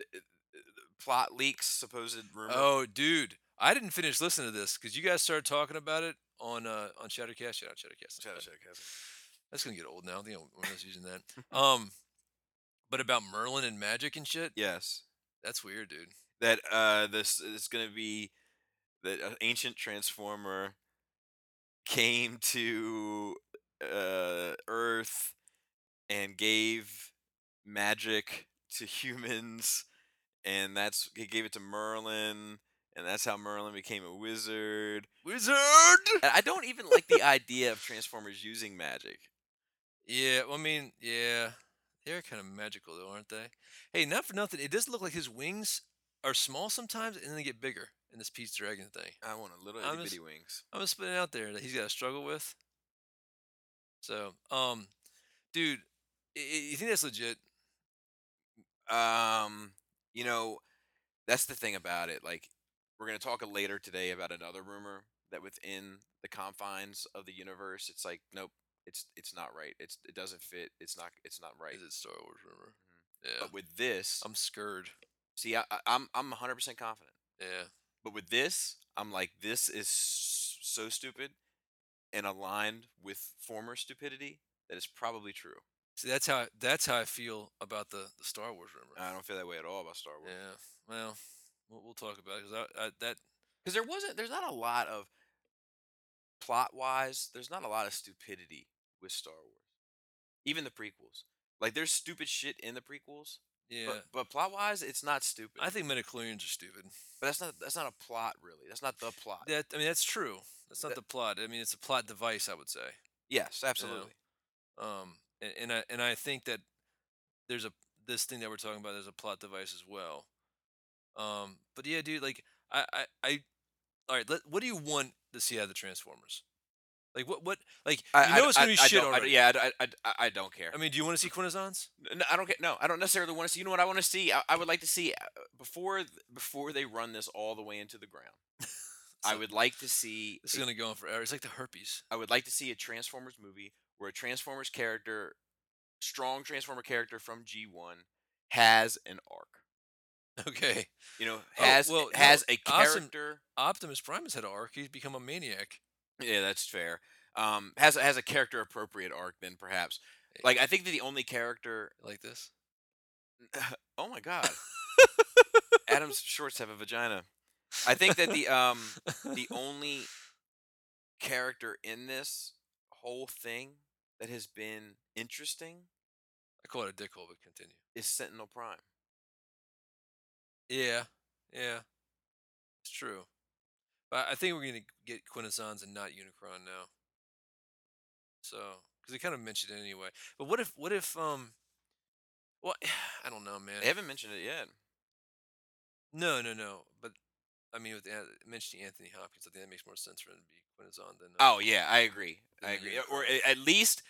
Speaker 3: uh, th- th- th- plot leaks, supposed rumor.
Speaker 2: Oh, dude, I didn't finish listening to this because you guys started talking about it on uh on Shattercast. Shout out Shattercast.
Speaker 3: Shout out
Speaker 2: Shattercast.
Speaker 3: Shattercast.
Speaker 2: That's gonna get old now. I think I'm- we're just using that. Um, but about Merlin and magic and shit.
Speaker 3: Yes,
Speaker 2: That's weird, dude.
Speaker 3: that uh this is gonna be that an ancient Transformer came to uh Earth and gave magic to humans, and that's he gave it to Merlin, and that's how Merlin became a wizard.
Speaker 2: Wizard.
Speaker 3: And I don't even like the idea of Transformers using magic.
Speaker 2: Yeah, well, I mean, yeah, they're kind of magical though, aren't they? Hey, not for nothing. It does look like his wings are small sometimes, and then they get bigger in this Pete's Dragon thing.
Speaker 3: I want a little
Speaker 2: I'm
Speaker 3: itty
Speaker 2: just-
Speaker 3: bitty wings.
Speaker 2: I'm gonna spit it out there that he's got to struggle with. So, um, dude, i- i- you think that's legit?
Speaker 3: Um, you know, that's the thing about it. Like, we're gonna talk later today about another rumor that within the confines of the universe, it's like, nope, it's it's not right. It's it doesn't fit. It's not it's not right.
Speaker 2: Is it Star Wars rumor?
Speaker 3: Mhm.
Speaker 2: Yeah,
Speaker 3: But with this,
Speaker 2: I'm scared.
Speaker 3: see, I, I- I'm I'm 100 percent confident.
Speaker 2: Yeah,
Speaker 3: But with this, I'm like, this is s- so stupid and aligned with former stupidity that it's probably true.
Speaker 2: see, that's how that's how I feel about the, the Star Wars rumor.
Speaker 3: I don't feel that way at all about Star Wars.
Speaker 2: yeah, well, we'll, we'll talk about it because I, I, that
Speaker 3: because there wasn't there's not a lot of plot wise there's not a lot of stupidity with star wars even the prequels like there's stupid shit in the prequels
Speaker 2: yeah.
Speaker 3: but, but plot wise it's not stupid
Speaker 2: I think midichlorians are stupid.
Speaker 3: but that's not that's not a plot really that's not the plot
Speaker 2: That I mean, that's true. That's not
Speaker 3: That-
Speaker 2: the plot. I mean, it's a plot device, I would say.
Speaker 3: yes absolutely
Speaker 2: Um, and, and I and I think that there's a this thing that we're talking about. There's a plot device as well. Um, but yeah, dude, like I I, I all right. Let, what do you want to see out of the Transformers? Like what what like you know it's gonna be
Speaker 3: I
Speaker 2: shit
Speaker 3: don't- I,
Speaker 2: already.
Speaker 3: yeah I, I, I, I don't care
Speaker 2: I mean, do you want to see Quintessons?
Speaker 3: N- No, I don't get. No, I don't necessarily want to see. You know what I want to see? I, I would like to see uh, before th- before they run this all the way into the ground. I
Speaker 2: So-
Speaker 3: would like to see.
Speaker 2: This
Speaker 3: a
Speaker 2: is gonna go on forever. It's like the herpes.
Speaker 3: I would like to see a Transformers movie where a Transformers character, strong Transformer character from G1, has an arc.
Speaker 2: Okay.
Speaker 3: You know,
Speaker 2: Oh,
Speaker 3: has
Speaker 2: well, no,
Speaker 3: has a
Speaker 2: awesome.
Speaker 3: character.
Speaker 2: Optimus Prime has had an arc. He's become a maniac.
Speaker 3: Yeah, that's fair. Um, has a- has a character appropriate arc then perhaps. Like I think that the only character.
Speaker 2: Like this.
Speaker 3: Oh my God. Adam's shorts have a vagina. I think that the um the only character in this whole thing that has been interesting
Speaker 2: I call it a dickhole, but continue.
Speaker 3: is Sentinel Prime.
Speaker 2: Yeah, yeah, it's true. But I think we're gonna get Quintessons and not Unicron now. So, because they kind of mentioned it anyway. But what if, what if, um, well, I don't know, man.
Speaker 3: They haven't mentioned it yet.
Speaker 2: no, no, no. But I mean, with An- mentioning Anthony Hopkins, I think that makes more sense for him to be Quintesson than. uh,
Speaker 3: Oh yeah, I agree. I
Speaker 2: Yeah,
Speaker 3: agree.
Speaker 2: yeah.
Speaker 3: Or a- at least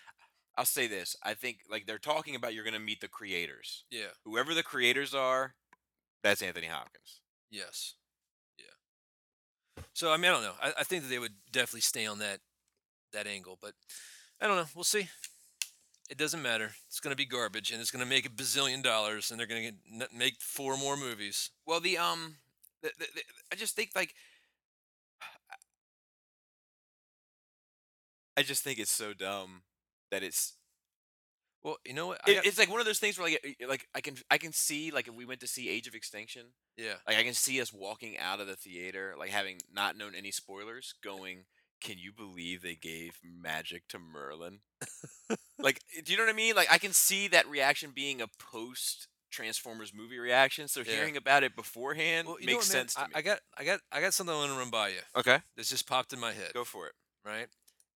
Speaker 3: I'll say this. I think like they're talking about you're going to meet the creators.
Speaker 2: Yeah.
Speaker 3: Whoever the creators are, that's Anthony Hopkins.
Speaker 2: Yes. Yeah. So I mean, I don't know. I, I think that they would definitely stay on that that angle, but I don't know. We'll see. It doesn't matter. It's going to be garbage, and it's going to make a bazillion dollars, and they're going to n- make four more movies.
Speaker 3: Well, the um the, the, the, I just think like I just think it's so dumb that it's
Speaker 2: Well, you know what? I
Speaker 3: it,
Speaker 2: got-
Speaker 3: it's like one of those things where like y- y- like I can I can see like if we went to see Age of Extinction,
Speaker 2: yeah.
Speaker 3: like I can see us walking out of the theater like having not known any spoilers, going, "Can you believe they gave magic to Merlin?" like, eh, do you know what I mean? Like I can see that reaction being a post Transformers movie reaction. So
Speaker 2: Yeah.
Speaker 3: hearing about it beforehand
Speaker 2: Well, you know
Speaker 3: makes
Speaker 2: what, man?
Speaker 3: sense to
Speaker 2: I,
Speaker 3: me.
Speaker 2: I got, I got, I got something I want to run by you.
Speaker 3: okay,
Speaker 2: This just popped in my head,
Speaker 3: go for it.
Speaker 2: right?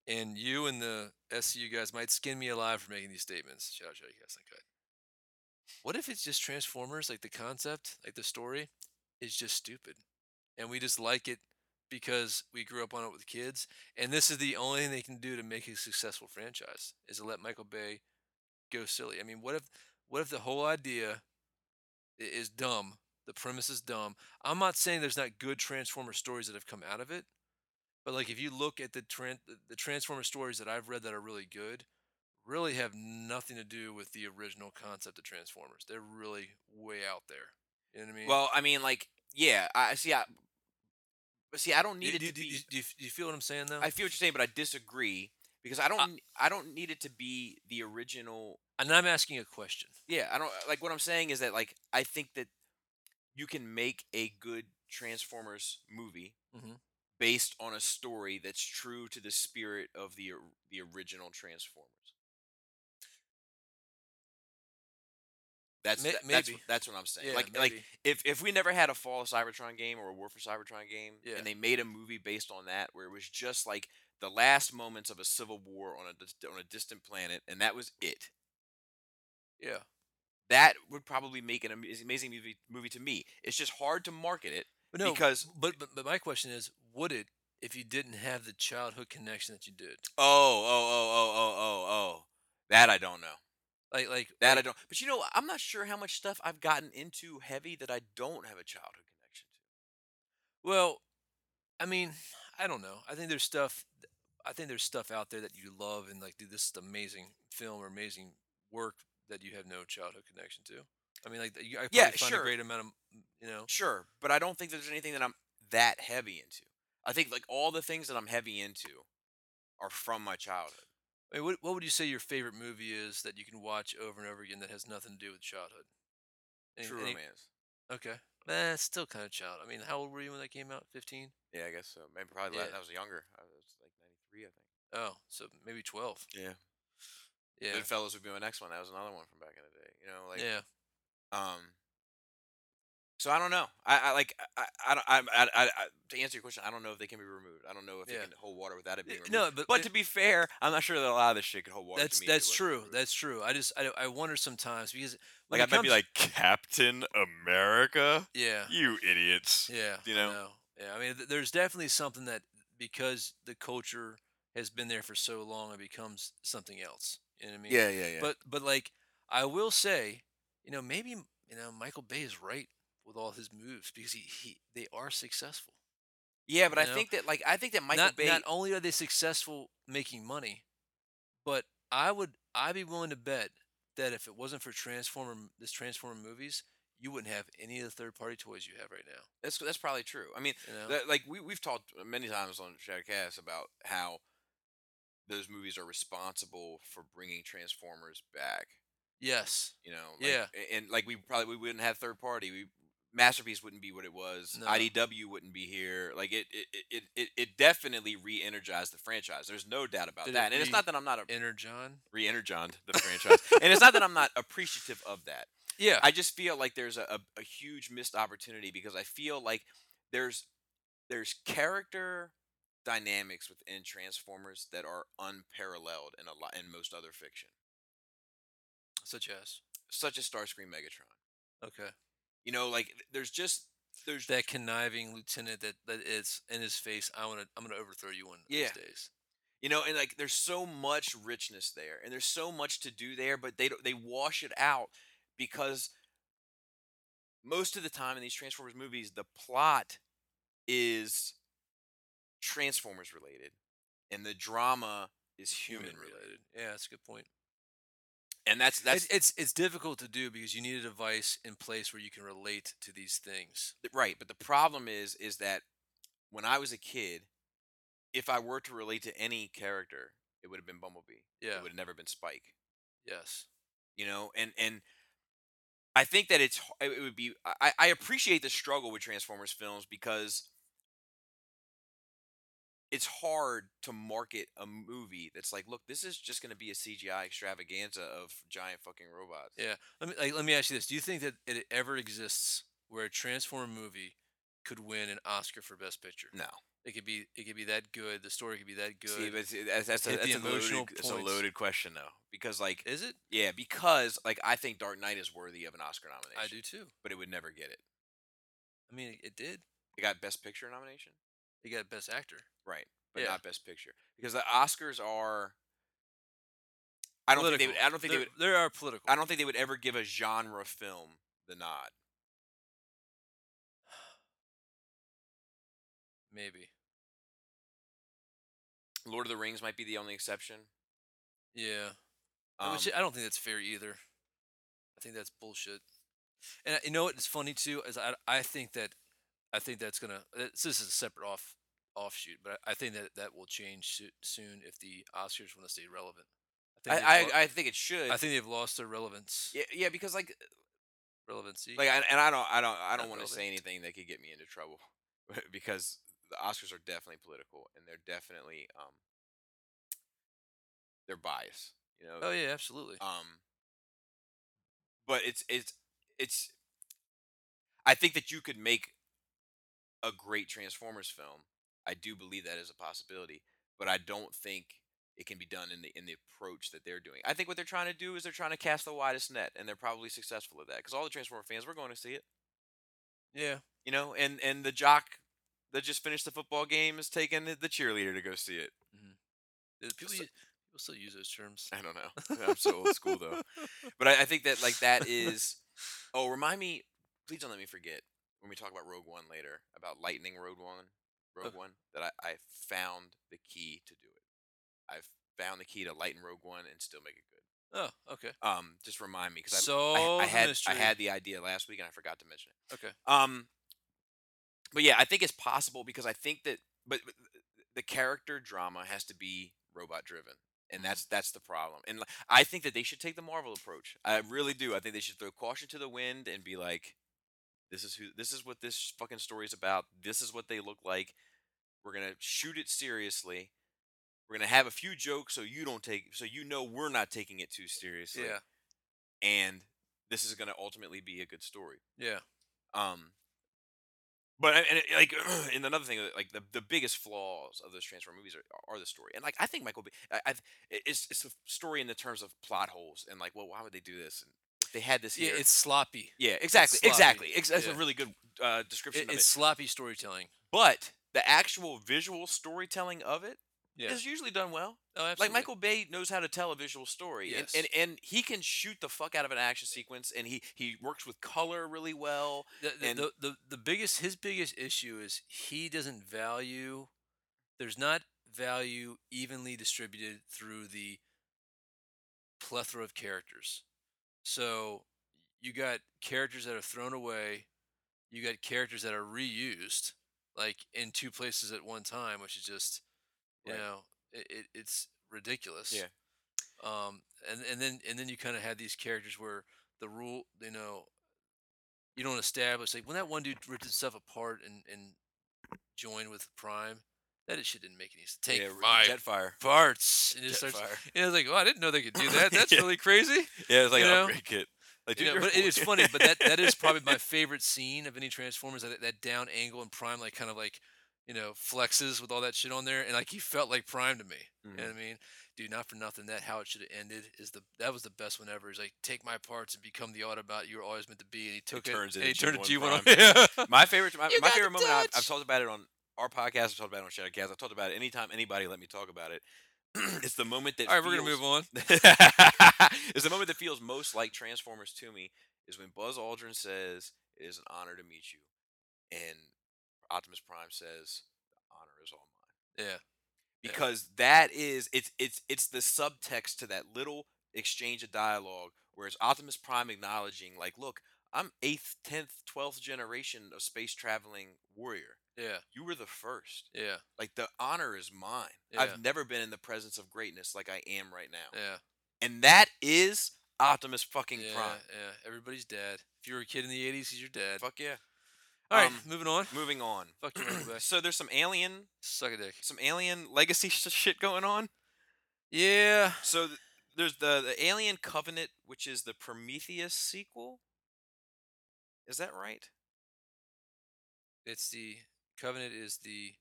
Speaker 2: And you and the SU guys might skin me alive for making these statements. Shout out, shout out, yes, I could. What if it's just Transformers? Like the concept, like the story, is just stupid, and we just like it because we grew up on it with kids. And this is the only thing they can do to make a successful franchise is to let Michael Bay go silly. I mean, what if, what if the whole idea i- is dumb? The premise is dumb. I'm not saying there's not good Transformer stories that have come out of it. But like if you look at the tran the- the Transformer stories that I've read that are really good, really have nothing to do with the original concept of Transformers. They're really way out there. You know what I mean?
Speaker 3: Well, I mean, like, yeah, I I see. I but see. I don't
Speaker 2: do,
Speaker 3: need it
Speaker 2: do,
Speaker 3: to
Speaker 2: do,
Speaker 3: be.
Speaker 2: you- do you, do you feel what I'm saying though?
Speaker 3: I feel what you're saying, but I disagree because I don't. n- I don't need it to be the original.
Speaker 2: and I'm asking a question.
Speaker 3: Yeah, I don't uh, like what I'm saying is that like I think that you can make a good Transformers movie
Speaker 2: Mhm.
Speaker 3: based on a story that's true to the spirit of the or- the original Transformers. That's
Speaker 2: May-
Speaker 3: tha- that's
Speaker 2: maybe.
Speaker 3: wh- that's what I'm saying.
Speaker 2: Yeah,
Speaker 3: like like
Speaker 2: maybe.
Speaker 3: if if we never had a Fall of Cybertron game or a War for Cybertron game,
Speaker 2: Yeah.
Speaker 3: and they made a movie based on that, where it was just like the last moments of a civil war on a dis- on a distant planet, and that was it.
Speaker 2: yeah.
Speaker 3: That would probably make an am- is- amazing movie movie to me. It's just hard to market it
Speaker 2: But no,
Speaker 3: because
Speaker 2: but, but but my question is, would it if you didn't have the childhood connection that you did?
Speaker 3: oh oh oh oh oh oh oh that I don't know
Speaker 2: Like like
Speaker 3: that I don't. But you know I'm not sure how much stuff I've gotten into heavy that I don't have a childhood connection to.
Speaker 2: Well, I mean, I don't know. I think there's stuff. I think there's stuff out there that you love and like, dude, this is amazing film or amazing work that you have no childhood connection to. I mean, like, you, I probably
Speaker 3: Yeah,
Speaker 2: find
Speaker 3: sure.
Speaker 2: a great amount of, you know,
Speaker 3: Sure, but I don't think there's anything that I'm that heavy into. I think like all the things that I'm heavy into are from my childhood.
Speaker 2: I mean, what what would you say your favorite movie is that you can watch over and over again that has nothing to do with childhood? Any-
Speaker 3: True
Speaker 2: any-
Speaker 3: romance.
Speaker 2: Okay, that's still kind of child. I mean, how old were you when that came out? Fifteen.
Speaker 3: Yeah, I guess so. Maybe probably la-
Speaker 2: Yeah.
Speaker 3: I was younger. I was like 93, I think.
Speaker 2: Oh, so maybe twelve.
Speaker 3: Yeah.
Speaker 2: Yeah.
Speaker 3: Goodfellas would be my next one. That was another one from back in the day. You know, like
Speaker 2: yeah.
Speaker 3: um. So I don't know. I, I like I I, don't- I, I, I I to answer your question. I don't know if they can be removed. I don't know if
Speaker 2: Yeah.
Speaker 3: they can hold water without it being
Speaker 2: Yeah,
Speaker 3: removed.
Speaker 2: Eh, no, but-
Speaker 3: Eh, but
Speaker 2: it-
Speaker 3: to be fair, I'm not sure that a lot of this shit could hold water. to
Speaker 2: That's
Speaker 3: me if it
Speaker 2: that's
Speaker 3: wasn't
Speaker 2: true.
Speaker 3: removed.
Speaker 2: That's true. I just I, I wonder sometimes because when
Speaker 3: like
Speaker 2: it
Speaker 3: I might be
Speaker 2: comes-
Speaker 3: like Captain America.
Speaker 2: yeah
Speaker 3: You idiots.
Speaker 2: Yeah.
Speaker 3: you
Speaker 2: I
Speaker 3: know?
Speaker 2: Yeah. I mean, th- there's definitely something that because the culture has been there for so long, it becomes something else. You know what I mean?
Speaker 3: yeah, yeah.
Speaker 2: But but like I will say, you know, maybe you know Michael Bay is right with all his moves because he, he they are successful.
Speaker 3: yeah, but I
Speaker 2: you know,
Speaker 3: think that like I think that Michael
Speaker 2: not,
Speaker 3: Bay.
Speaker 2: not only are they successful making money, but I would I'd be willing to bet that if it wasn't for Transformer m- this Transformer movies, you wouldn't have any of the third party toys you have right now.
Speaker 3: that's that's probably true. I mean,
Speaker 2: You know?
Speaker 3: that- like we we've talked many times on Shadowcast about how those movies are responsible for bringing Transformers back.
Speaker 2: yes.
Speaker 3: You know, like,
Speaker 2: Yeah.
Speaker 3: a- and, like we probably we wouldn't have third party. We masterpiece wouldn't be what it was.
Speaker 2: No.
Speaker 3: IDW wouldn't be here. Like it it it it, it definitely re-energized the franchise. There's no doubt about
Speaker 2: Did it
Speaker 3: that. And it's
Speaker 2: re-
Speaker 3: not that I'm not a,
Speaker 2: Energon.
Speaker 3: re-energized the franchise, and it's not that I'm not appreciative of that.
Speaker 2: Yeah.
Speaker 3: I just feel like there's a, a, a huge missed opportunity because I feel like there's there's character dynamics within Transformers that are unparalleled in a lot in most other fiction,
Speaker 2: Such as.
Speaker 3: such as Starscream Megatron.
Speaker 2: Okay.
Speaker 3: You know, like th- there's just there's
Speaker 2: That conniving lieutenant that, that is in his face. I want to. I'm going to overthrow you one of
Speaker 3: Yeah.
Speaker 2: these days.
Speaker 3: you know, and like there's so much richness there, and there's so much to do there, but they don't- they wash it out because most of the time in these Transformers movies, the plot is Transformers related, and the drama is human, related.
Speaker 2: Yeah, that's a good point.
Speaker 3: and that's that's
Speaker 2: That's it's it's difficult to do because you need a device in place where you can relate to these things.
Speaker 3: th- right. But the problem is, is that when I was a kid, if I were to relate to any character, it would have been Bumblebee.
Speaker 2: Yeah.
Speaker 3: It would have never been Spike.
Speaker 2: Yes.
Speaker 3: You know, and and I think that it's h- it would be I, I appreciate the struggle with Transformers films because it's hard to market a movie that's like, look, this is just going to be a CGI extravaganza of giant fucking robots.
Speaker 2: Yeah. Let me like, let me ask you this: Do you think that it ever exists where a Transform movie could win an Oscar for Best Picture?
Speaker 3: No.
Speaker 2: It could be it could be that good. The story could be that good.
Speaker 3: See, but see, that's, that's, a,
Speaker 2: Hit the
Speaker 3: that's, a
Speaker 2: emotional
Speaker 3: loaded, that's a
Speaker 2: points.
Speaker 3: loaded question though, because like,
Speaker 2: Is it?
Speaker 3: yeah, because like I think Dark Knight is worthy of an Oscar
Speaker 2: I
Speaker 3: nomination.
Speaker 2: do too.
Speaker 3: but it would never get it.
Speaker 2: I mean, it did.
Speaker 3: It got Best Picture nomination,
Speaker 2: It got Best Actor.
Speaker 3: right? But
Speaker 2: Yeah.
Speaker 3: not Best Picture because the Oscars are. I don't think they. Would, I don't think
Speaker 2: there,
Speaker 3: they would.
Speaker 2: There are political.
Speaker 3: I don't think they would ever give a genre film the nod.
Speaker 2: Maybe.
Speaker 3: Lord of the Rings might be the only exception.
Speaker 2: Yeah.
Speaker 3: Um,
Speaker 2: Which I don't think that's fair either. I think that's bullshit. And I- you know what? It's funny too is I I think that I think that's gonna that's- this is a separate off offshoot, but I I think that that will change soo- soon if the Oscars want to stay relevant.
Speaker 3: I,
Speaker 2: they've
Speaker 3: I,
Speaker 2: lo-
Speaker 3: I think it should.
Speaker 2: I think they've lost their relevance.
Speaker 3: yeah, yeah, because like,
Speaker 2: Relevancy.
Speaker 3: like, I, and I don't, I don't, I don't want to
Speaker 2: relevant.
Speaker 3: say anything that could get me into trouble, because the Oscars are definitely political and they're definitely, um, they're biased. You know,
Speaker 2: oh yeah, absolutely.
Speaker 3: Um, but it's it's it's. I think that you could make a great Transformers film. I do believe that is a possibility, but I don't think it can be done in the in the approach that they're doing. I think what they're trying to do is they're trying to cast the widest net, and they're probably successful at that because all the Transformer fans we're going to see it,
Speaker 2: yeah.
Speaker 3: you know. And and the jock that just finished the football game is taking the the cheerleader to go see it.
Speaker 2: Uh, People,
Speaker 3: so-
Speaker 2: use, people still use those terms.
Speaker 3: I don't know. I'm so old school though. But I, I think that like that is. Oh, remind me, please don't let me forget when we talk about Rogue One later about Lightning Rogue One, Rogue
Speaker 2: Okay.
Speaker 3: One that I, I found the key to do it. I've found the key to lighten Rogue One and still make it good.
Speaker 2: Oh, okay.
Speaker 3: Um, just remind me because I,
Speaker 2: so
Speaker 3: I, I
Speaker 2: Oh, the
Speaker 3: had
Speaker 2: mystery.
Speaker 3: I had the idea last week and I forgot to mention it.
Speaker 2: okay.
Speaker 3: Um, but yeah, I think it's possible because I think that, but but th- the character drama has to be robot driven, and that's that's the problem. And like, I think that they should take the Marvel approach. I really do. I think they should throw caution to the wind and be like, "This is who. This is what this fucking story is about. This is what they look like. We're gonna shoot it seriously." We're gonna have a few jokes so you don't take so you know we're not taking it too seriously.
Speaker 2: Yeah.
Speaker 3: And this is gonna ultimately be a good story.
Speaker 2: Yeah.
Speaker 3: Um, but I- and it, like, and another thing, that, like the, the biggest flaws of those Transformer movies are, are the story, and like I think Michael, B, I, I, it's it's the story in the terms of plot holes, and like, well, why would they do this? And they had this
Speaker 2: Yeah.
Speaker 3: here.
Speaker 2: It's sloppy.
Speaker 3: yeah, exactly,
Speaker 2: sloppy.
Speaker 3: exactly. Ex- that's
Speaker 2: Yeah.
Speaker 3: a really good uh,
Speaker 2: It-
Speaker 3: description of
Speaker 2: it's
Speaker 3: it.
Speaker 2: sloppy storytelling.
Speaker 3: But the actual visual storytelling of it is
Speaker 2: Yeah.
Speaker 3: usually done well.
Speaker 2: Oh, absolutely.
Speaker 3: Like Michael Bay knows how to tell a visual story,
Speaker 2: Yes.
Speaker 3: and, and and he can shoot the fuck out of an action sequence, and he he works with color really well.
Speaker 2: the, the,
Speaker 3: and-
Speaker 2: the, the, the biggest his biggest issue is he doesn't value there's not value evenly distributed through the plethora of characters so you got characters that are thrown away you got characters that are reused like in two places at one time which is just you
Speaker 3: Right.
Speaker 2: know it, it, it's ridiculous
Speaker 3: Yeah.
Speaker 2: um and and then and then you kind of had these characters where the rule you know you don't establish like when that one dude ripped himself apart and and joined with Prime, that shit didn't make any sense. Take
Speaker 3: Yeah,
Speaker 2: my
Speaker 3: Jetfire.
Speaker 2: parts and it starts. And I was like, oh, I didn't know they could do that. That's
Speaker 3: Yeah.
Speaker 2: really crazy.
Speaker 3: Yeah, it's like
Speaker 2: You
Speaker 3: an
Speaker 2: know?
Speaker 3: upgrade kit. Like,
Speaker 2: You
Speaker 3: dude,
Speaker 2: know,
Speaker 3: you're
Speaker 2: but it
Speaker 3: cool.
Speaker 2: is funny. But that that is probably my favorite scene of any Transformers. That that down angle and Prime like kind of like you know flexes with all that shit on there, and like he felt like Prime to me. You know
Speaker 3: Mhm.
Speaker 2: what I mean, dude? Not for nothing. That how it should have ended is the that was the best one ever. Is like take my parts and become the Autobot you were always meant to be. And he took it,
Speaker 3: turns it
Speaker 2: and he
Speaker 3: into
Speaker 2: turned it G one.
Speaker 3: G1
Speaker 2: On, yeah.
Speaker 3: My favorite, my,
Speaker 2: You
Speaker 3: my
Speaker 2: got
Speaker 3: favorite
Speaker 2: the
Speaker 3: moment. I've, I've
Speaker 2: touch.
Speaker 3: talked about it on our podcast. I've talked about it on Shadowcast. I've talked about it anytime anybody let me talk about it. it's the moment that.
Speaker 2: All right, we're gonna move on.
Speaker 3: it's the moment that feels most like Transformers to me is when Buzz Aldrin says, "It is an honor to meet you," and Optimus Prime says, "The honor is all mine."
Speaker 2: Yeah. Yeah.
Speaker 3: because that is it's it's it's the subtext to that little exchange of dialogue whereas optimus prime acknowledging like look I'm eighth, tenth, twelfth generation of space traveling warrior.
Speaker 2: Yeah.
Speaker 3: You were the first.
Speaker 2: Yeah.
Speaker 3: Like the honor is mine.
Speaker 2: Yeah.
Speaker 3: I've never been in the presence of greatness like I am right now.
Speaker 2: Yeah.
Speaker 3: And that is Optimus fucking
Speaker 2: yeah,
Speaker 3: Prime.
Speaker 2: Yeah. Everybody's dad. If you were a kid in the '80s, he's your dad.
Speaker 3: Fuck yeah.
Speaker 2: All right.
Speaker 3: um,
Speaker 2: moving on.
Speaker 3: Moving on.
Speaker 2: Fuck you, Michael Bay.
Speaker 3: so there's some alien
Speaker 2: Suck a dick.
Speaker 3: some alien legacy sh- shit going on.
Speaker 2: Yeah.
Speaker 3: So th- there's the the Alien Covenant, which is the Prometheus sequel. Is that right?
Speaker 2: It's the Covenant is the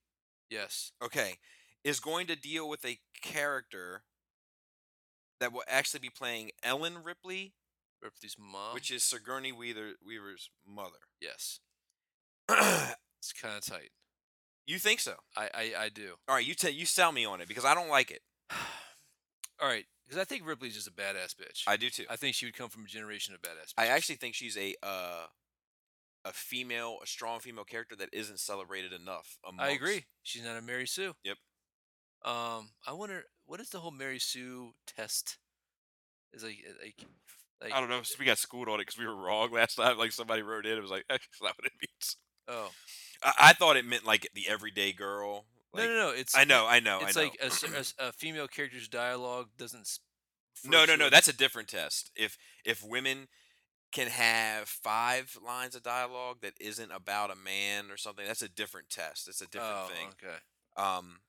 Speaker 2: yes.
Speaker 3: Okay, is going to deal with a character that will actually be playing Ellen Ripley,
Speaker 2: Ripley's mom.
Speaker 3: which is Sigourney Weaver, Weaver's mother.
Speaker 2: yes. It's kind of tight.
Speaker 3: you think so?
Speaker 2: I I, I do.
Speaker 3: All right, you tell you sell me on it because I don't like it.
Speaker 2: All right, because I think Ripley's just a badass bitch.
Speaker 3: I do too.
Speaker 2: I think she would come from a generation of badass. Bitches.
Speaker 3: I actually think she's a uh, a female, a strong female character that isn't celebrated enough.
Speaker 2: I
Speaker 3: amongst-
Speaker 2: agree. She's not a Mary Sue.
Speaker 3: Yep.
Speaker 2: Um, I wonder what is the whole Mary Sue test? Is like uh, like like
Speaker 3: I don't know. We got schooled on it because we were wrong last time. Like somebody wrote in, it was like that's not what it means.
Speaker 2: oh
Speaker 3: I, I thought it meant like the everyday girl. Like,
Speaker 2: no no no it's
Speaker 3: I know, I know,
Speaker 2: it's
Speaker 3: I know.
Speaker 2: like a s- a, s- a female character's dialogue doesn't. s-
Speaker 3: no,
Speaker 2: refer
Speaker 3: no,
Speaker 2: to
Speaker 3: no.
Speaker 2: it-
Speaker 3: That's a different test. If if women can have five lines of dialogue that isn't about a man or something, that's a different test. That's a different
Speaker 2: oh,
Speaker 3: thing.
Speaker 2: Okay.
Speaker 3: Um,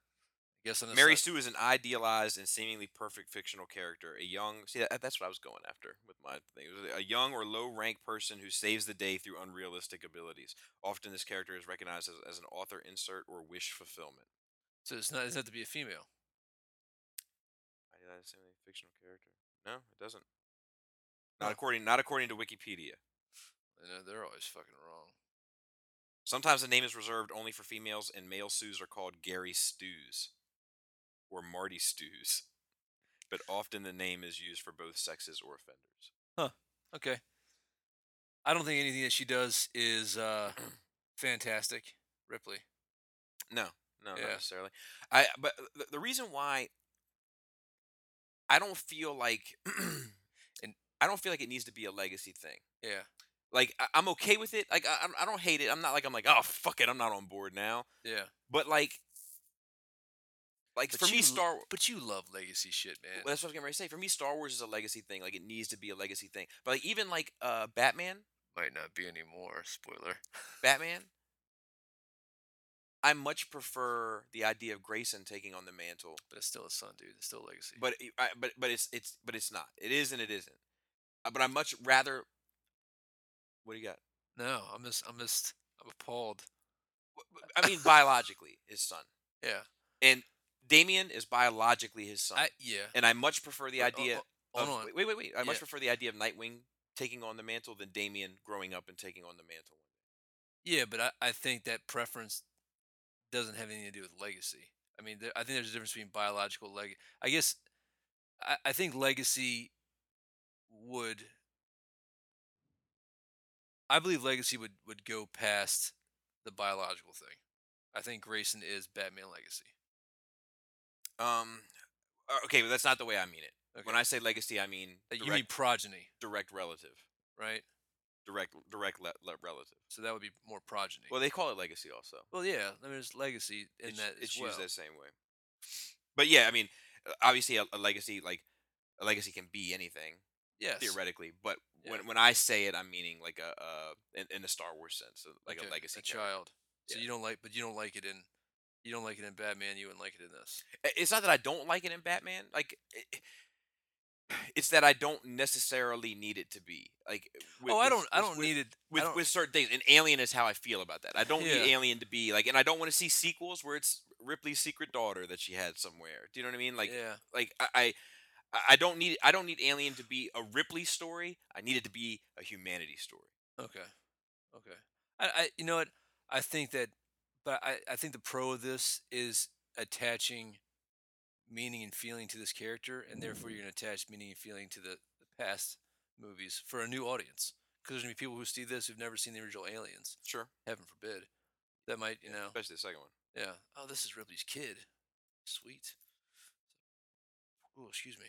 Speaker 2: Guess on the
Speaker 3: Mary
Speaker 2: side-
Speaker 3: Sue is an idealized and seemingly perfect fictional character. A young, see, that, that's what I was going after with my thing. It was a young or low rank person who saves the day through unrealistic abilities. Often, this character is recognized as, as an author insert or wish fulfillment.
Speaker 2: So it's not. It doesn't have to be a female.
Speaker 3: Idealized, seemingly fictional character. No, it doesn't. Not according, not according to Wikipedia.
Speaker 2: I know they're always fucking wrong.
Speaker 3: Sometimes the name is reserved only for females, and male Sues are called Gary Stews or Marty Stews. But often the name is used for both sexes or offenders.
Speaker 2: Okay. I don't think anything that she does is uh fantastic. Ripley.
Speaker 3: No, no,
Speaker 2: Yeah.
Speaker 3: not necessarily. I but the, the reason why I don't feel like and I don't feel like it needs to be a legacy thing.
Speaker 2: Yeah.
Speaker 3: Like I, I'm okay with it. Like I I'm- I don't hate it. I'm not like I'm like oh fuck it. I'm not on board now.
Speaker 2: Yeah.
Speaker 3: But like like
Speaker 2: But
Speaker 3: for me
Speaker 2: you-
Speaker 3: Star Wars.
Speaker 2: But you love legacy shit, man.
Speaker 3: Well, that's what I was getting ready to say. For me, Star Wars is a legacy thing. Like it needs to be a legacy thing. But like even like uh Batman,
Speaker 2: Might not be anymore. Spoiler.
Speaker 3: Batman. I much prefer the idea of Grayson taking on the mantle
Speaker 2: But it's still a son, dude. It's still a legacy.
Speaker 3: but it- I, but but it's it's but it's not. It is and it isn't. Uh, But I much rather. What do you got?
Speaker 2: no, I'm just, I'm just, I'm appalled.
Speaker 3: W- w-
Speaker 2: Uh,
Speaker 3: I mean, biologically, his son.
Speaker 2: Yeah.
Speaker 3: And Damien is biologically his son.
Speaker 2: I yeah.
Speaker 3: and I much prefer the
Speaker 2: But, uh,
Speaker 3: idea.
Speaker 2: uh, hold
Speaker 3: of,
Speaker 2: on.
Speaker 3: Wait, wait, wait. I much
Speaker 2: Yeah.
Speaker 3: prefer the idea of Nightwing taking on the mantle than Damien growing up and taking on the mantle.
Speaker 2: Yeah, but I, I think that preference doesn't have anything to do with legacy. I mean, there, I think there's a difference between biological leg. I guess I, I think legacy would. I believe legacy would would go past the biological thing. I think Grayson is Batman legacy.
Speaker 3: Um. uh, Okay, but that's not the way I mean it. When
Speaker 2: Okay.
Speaker 3: I say legacy, I mean
Speaker 2: Uh,
Speaker 3: direct,
Speaker 2: you mean progeny,
Speaker 3: direct relative,
Speaker 2: right?
Speaker 3: direct direct le- le- relative.
Speaker 2: So that would be more progeny.
Speaker 3: Well, they call it legacy also.
Speaker 2: Well, yeah. I mean, there's legacy in
Speaker 3: it's,
Speaker 2: that
Speaker 3: it's
Speaker 2: as well.
Speaker 3: used that same way. But yeah, I mean, uh, obviously a, a legacy like a legacy can be anything
Speaker 2: yes.
Speaker 3: theoretically, but
Speaker 2: Yeah.
Speaker 3: when when I say it, I'm meaning like a uh in, in the Star Wars sense, so like
Speaker 2: Okay,
Speaker 3: a legacy
Speaker 2: a
Speaker 3: character.
Speaker 2: child. So
Speaker 3: Yeah.
Speaker 2: you don't like, but you don't like it in, you don't like it in Batman. You wouldn't like it in this.
Speaker 3: I- It's not that I don't like it in Batman, like. It, it's that I don't necessarily need it to be like. With,
Speaker 2: oh, I
Speaker 3: with-
Speaker 2: don't. I
Speaker 3: with-
Speaker 2: don't need it.
Speaker 3: with,
Speaker 2: I
Speaker 3: with,
Speaker 2: don't-
Speaker 3: with certain things. And Alien is how I feel about that. I don't
Speaker 2: Yeah.
Speaker 3: need Alien to be like, and I don't want to see sequels where it's Ripley's secret daughter that she had somewhere. Do you know what I mean? Like,
Speaker 2: yeah,
Speaker 3: like I, I I- I don't need I don't need Alien to be a Ripley story. I need it to be a humanity story.
Speaker 2: okay, okay. I, I, you know what? I think that, but I, I think the pro of this is attaching meaning and feeling to this character, and therefore you're going to attach meaning and feeling to the, the past movies for a new audience. Because there's going to be people who see this who've never seen the original Aliens.
Speaker 3: Sure.
Speaker 2: Heaven forbid. That might, you know,
Speaker 3: Especially the second one.
Speaker 2: Yeah. Oh, this is Ripley's kid. Sweet. Oh, excuse me.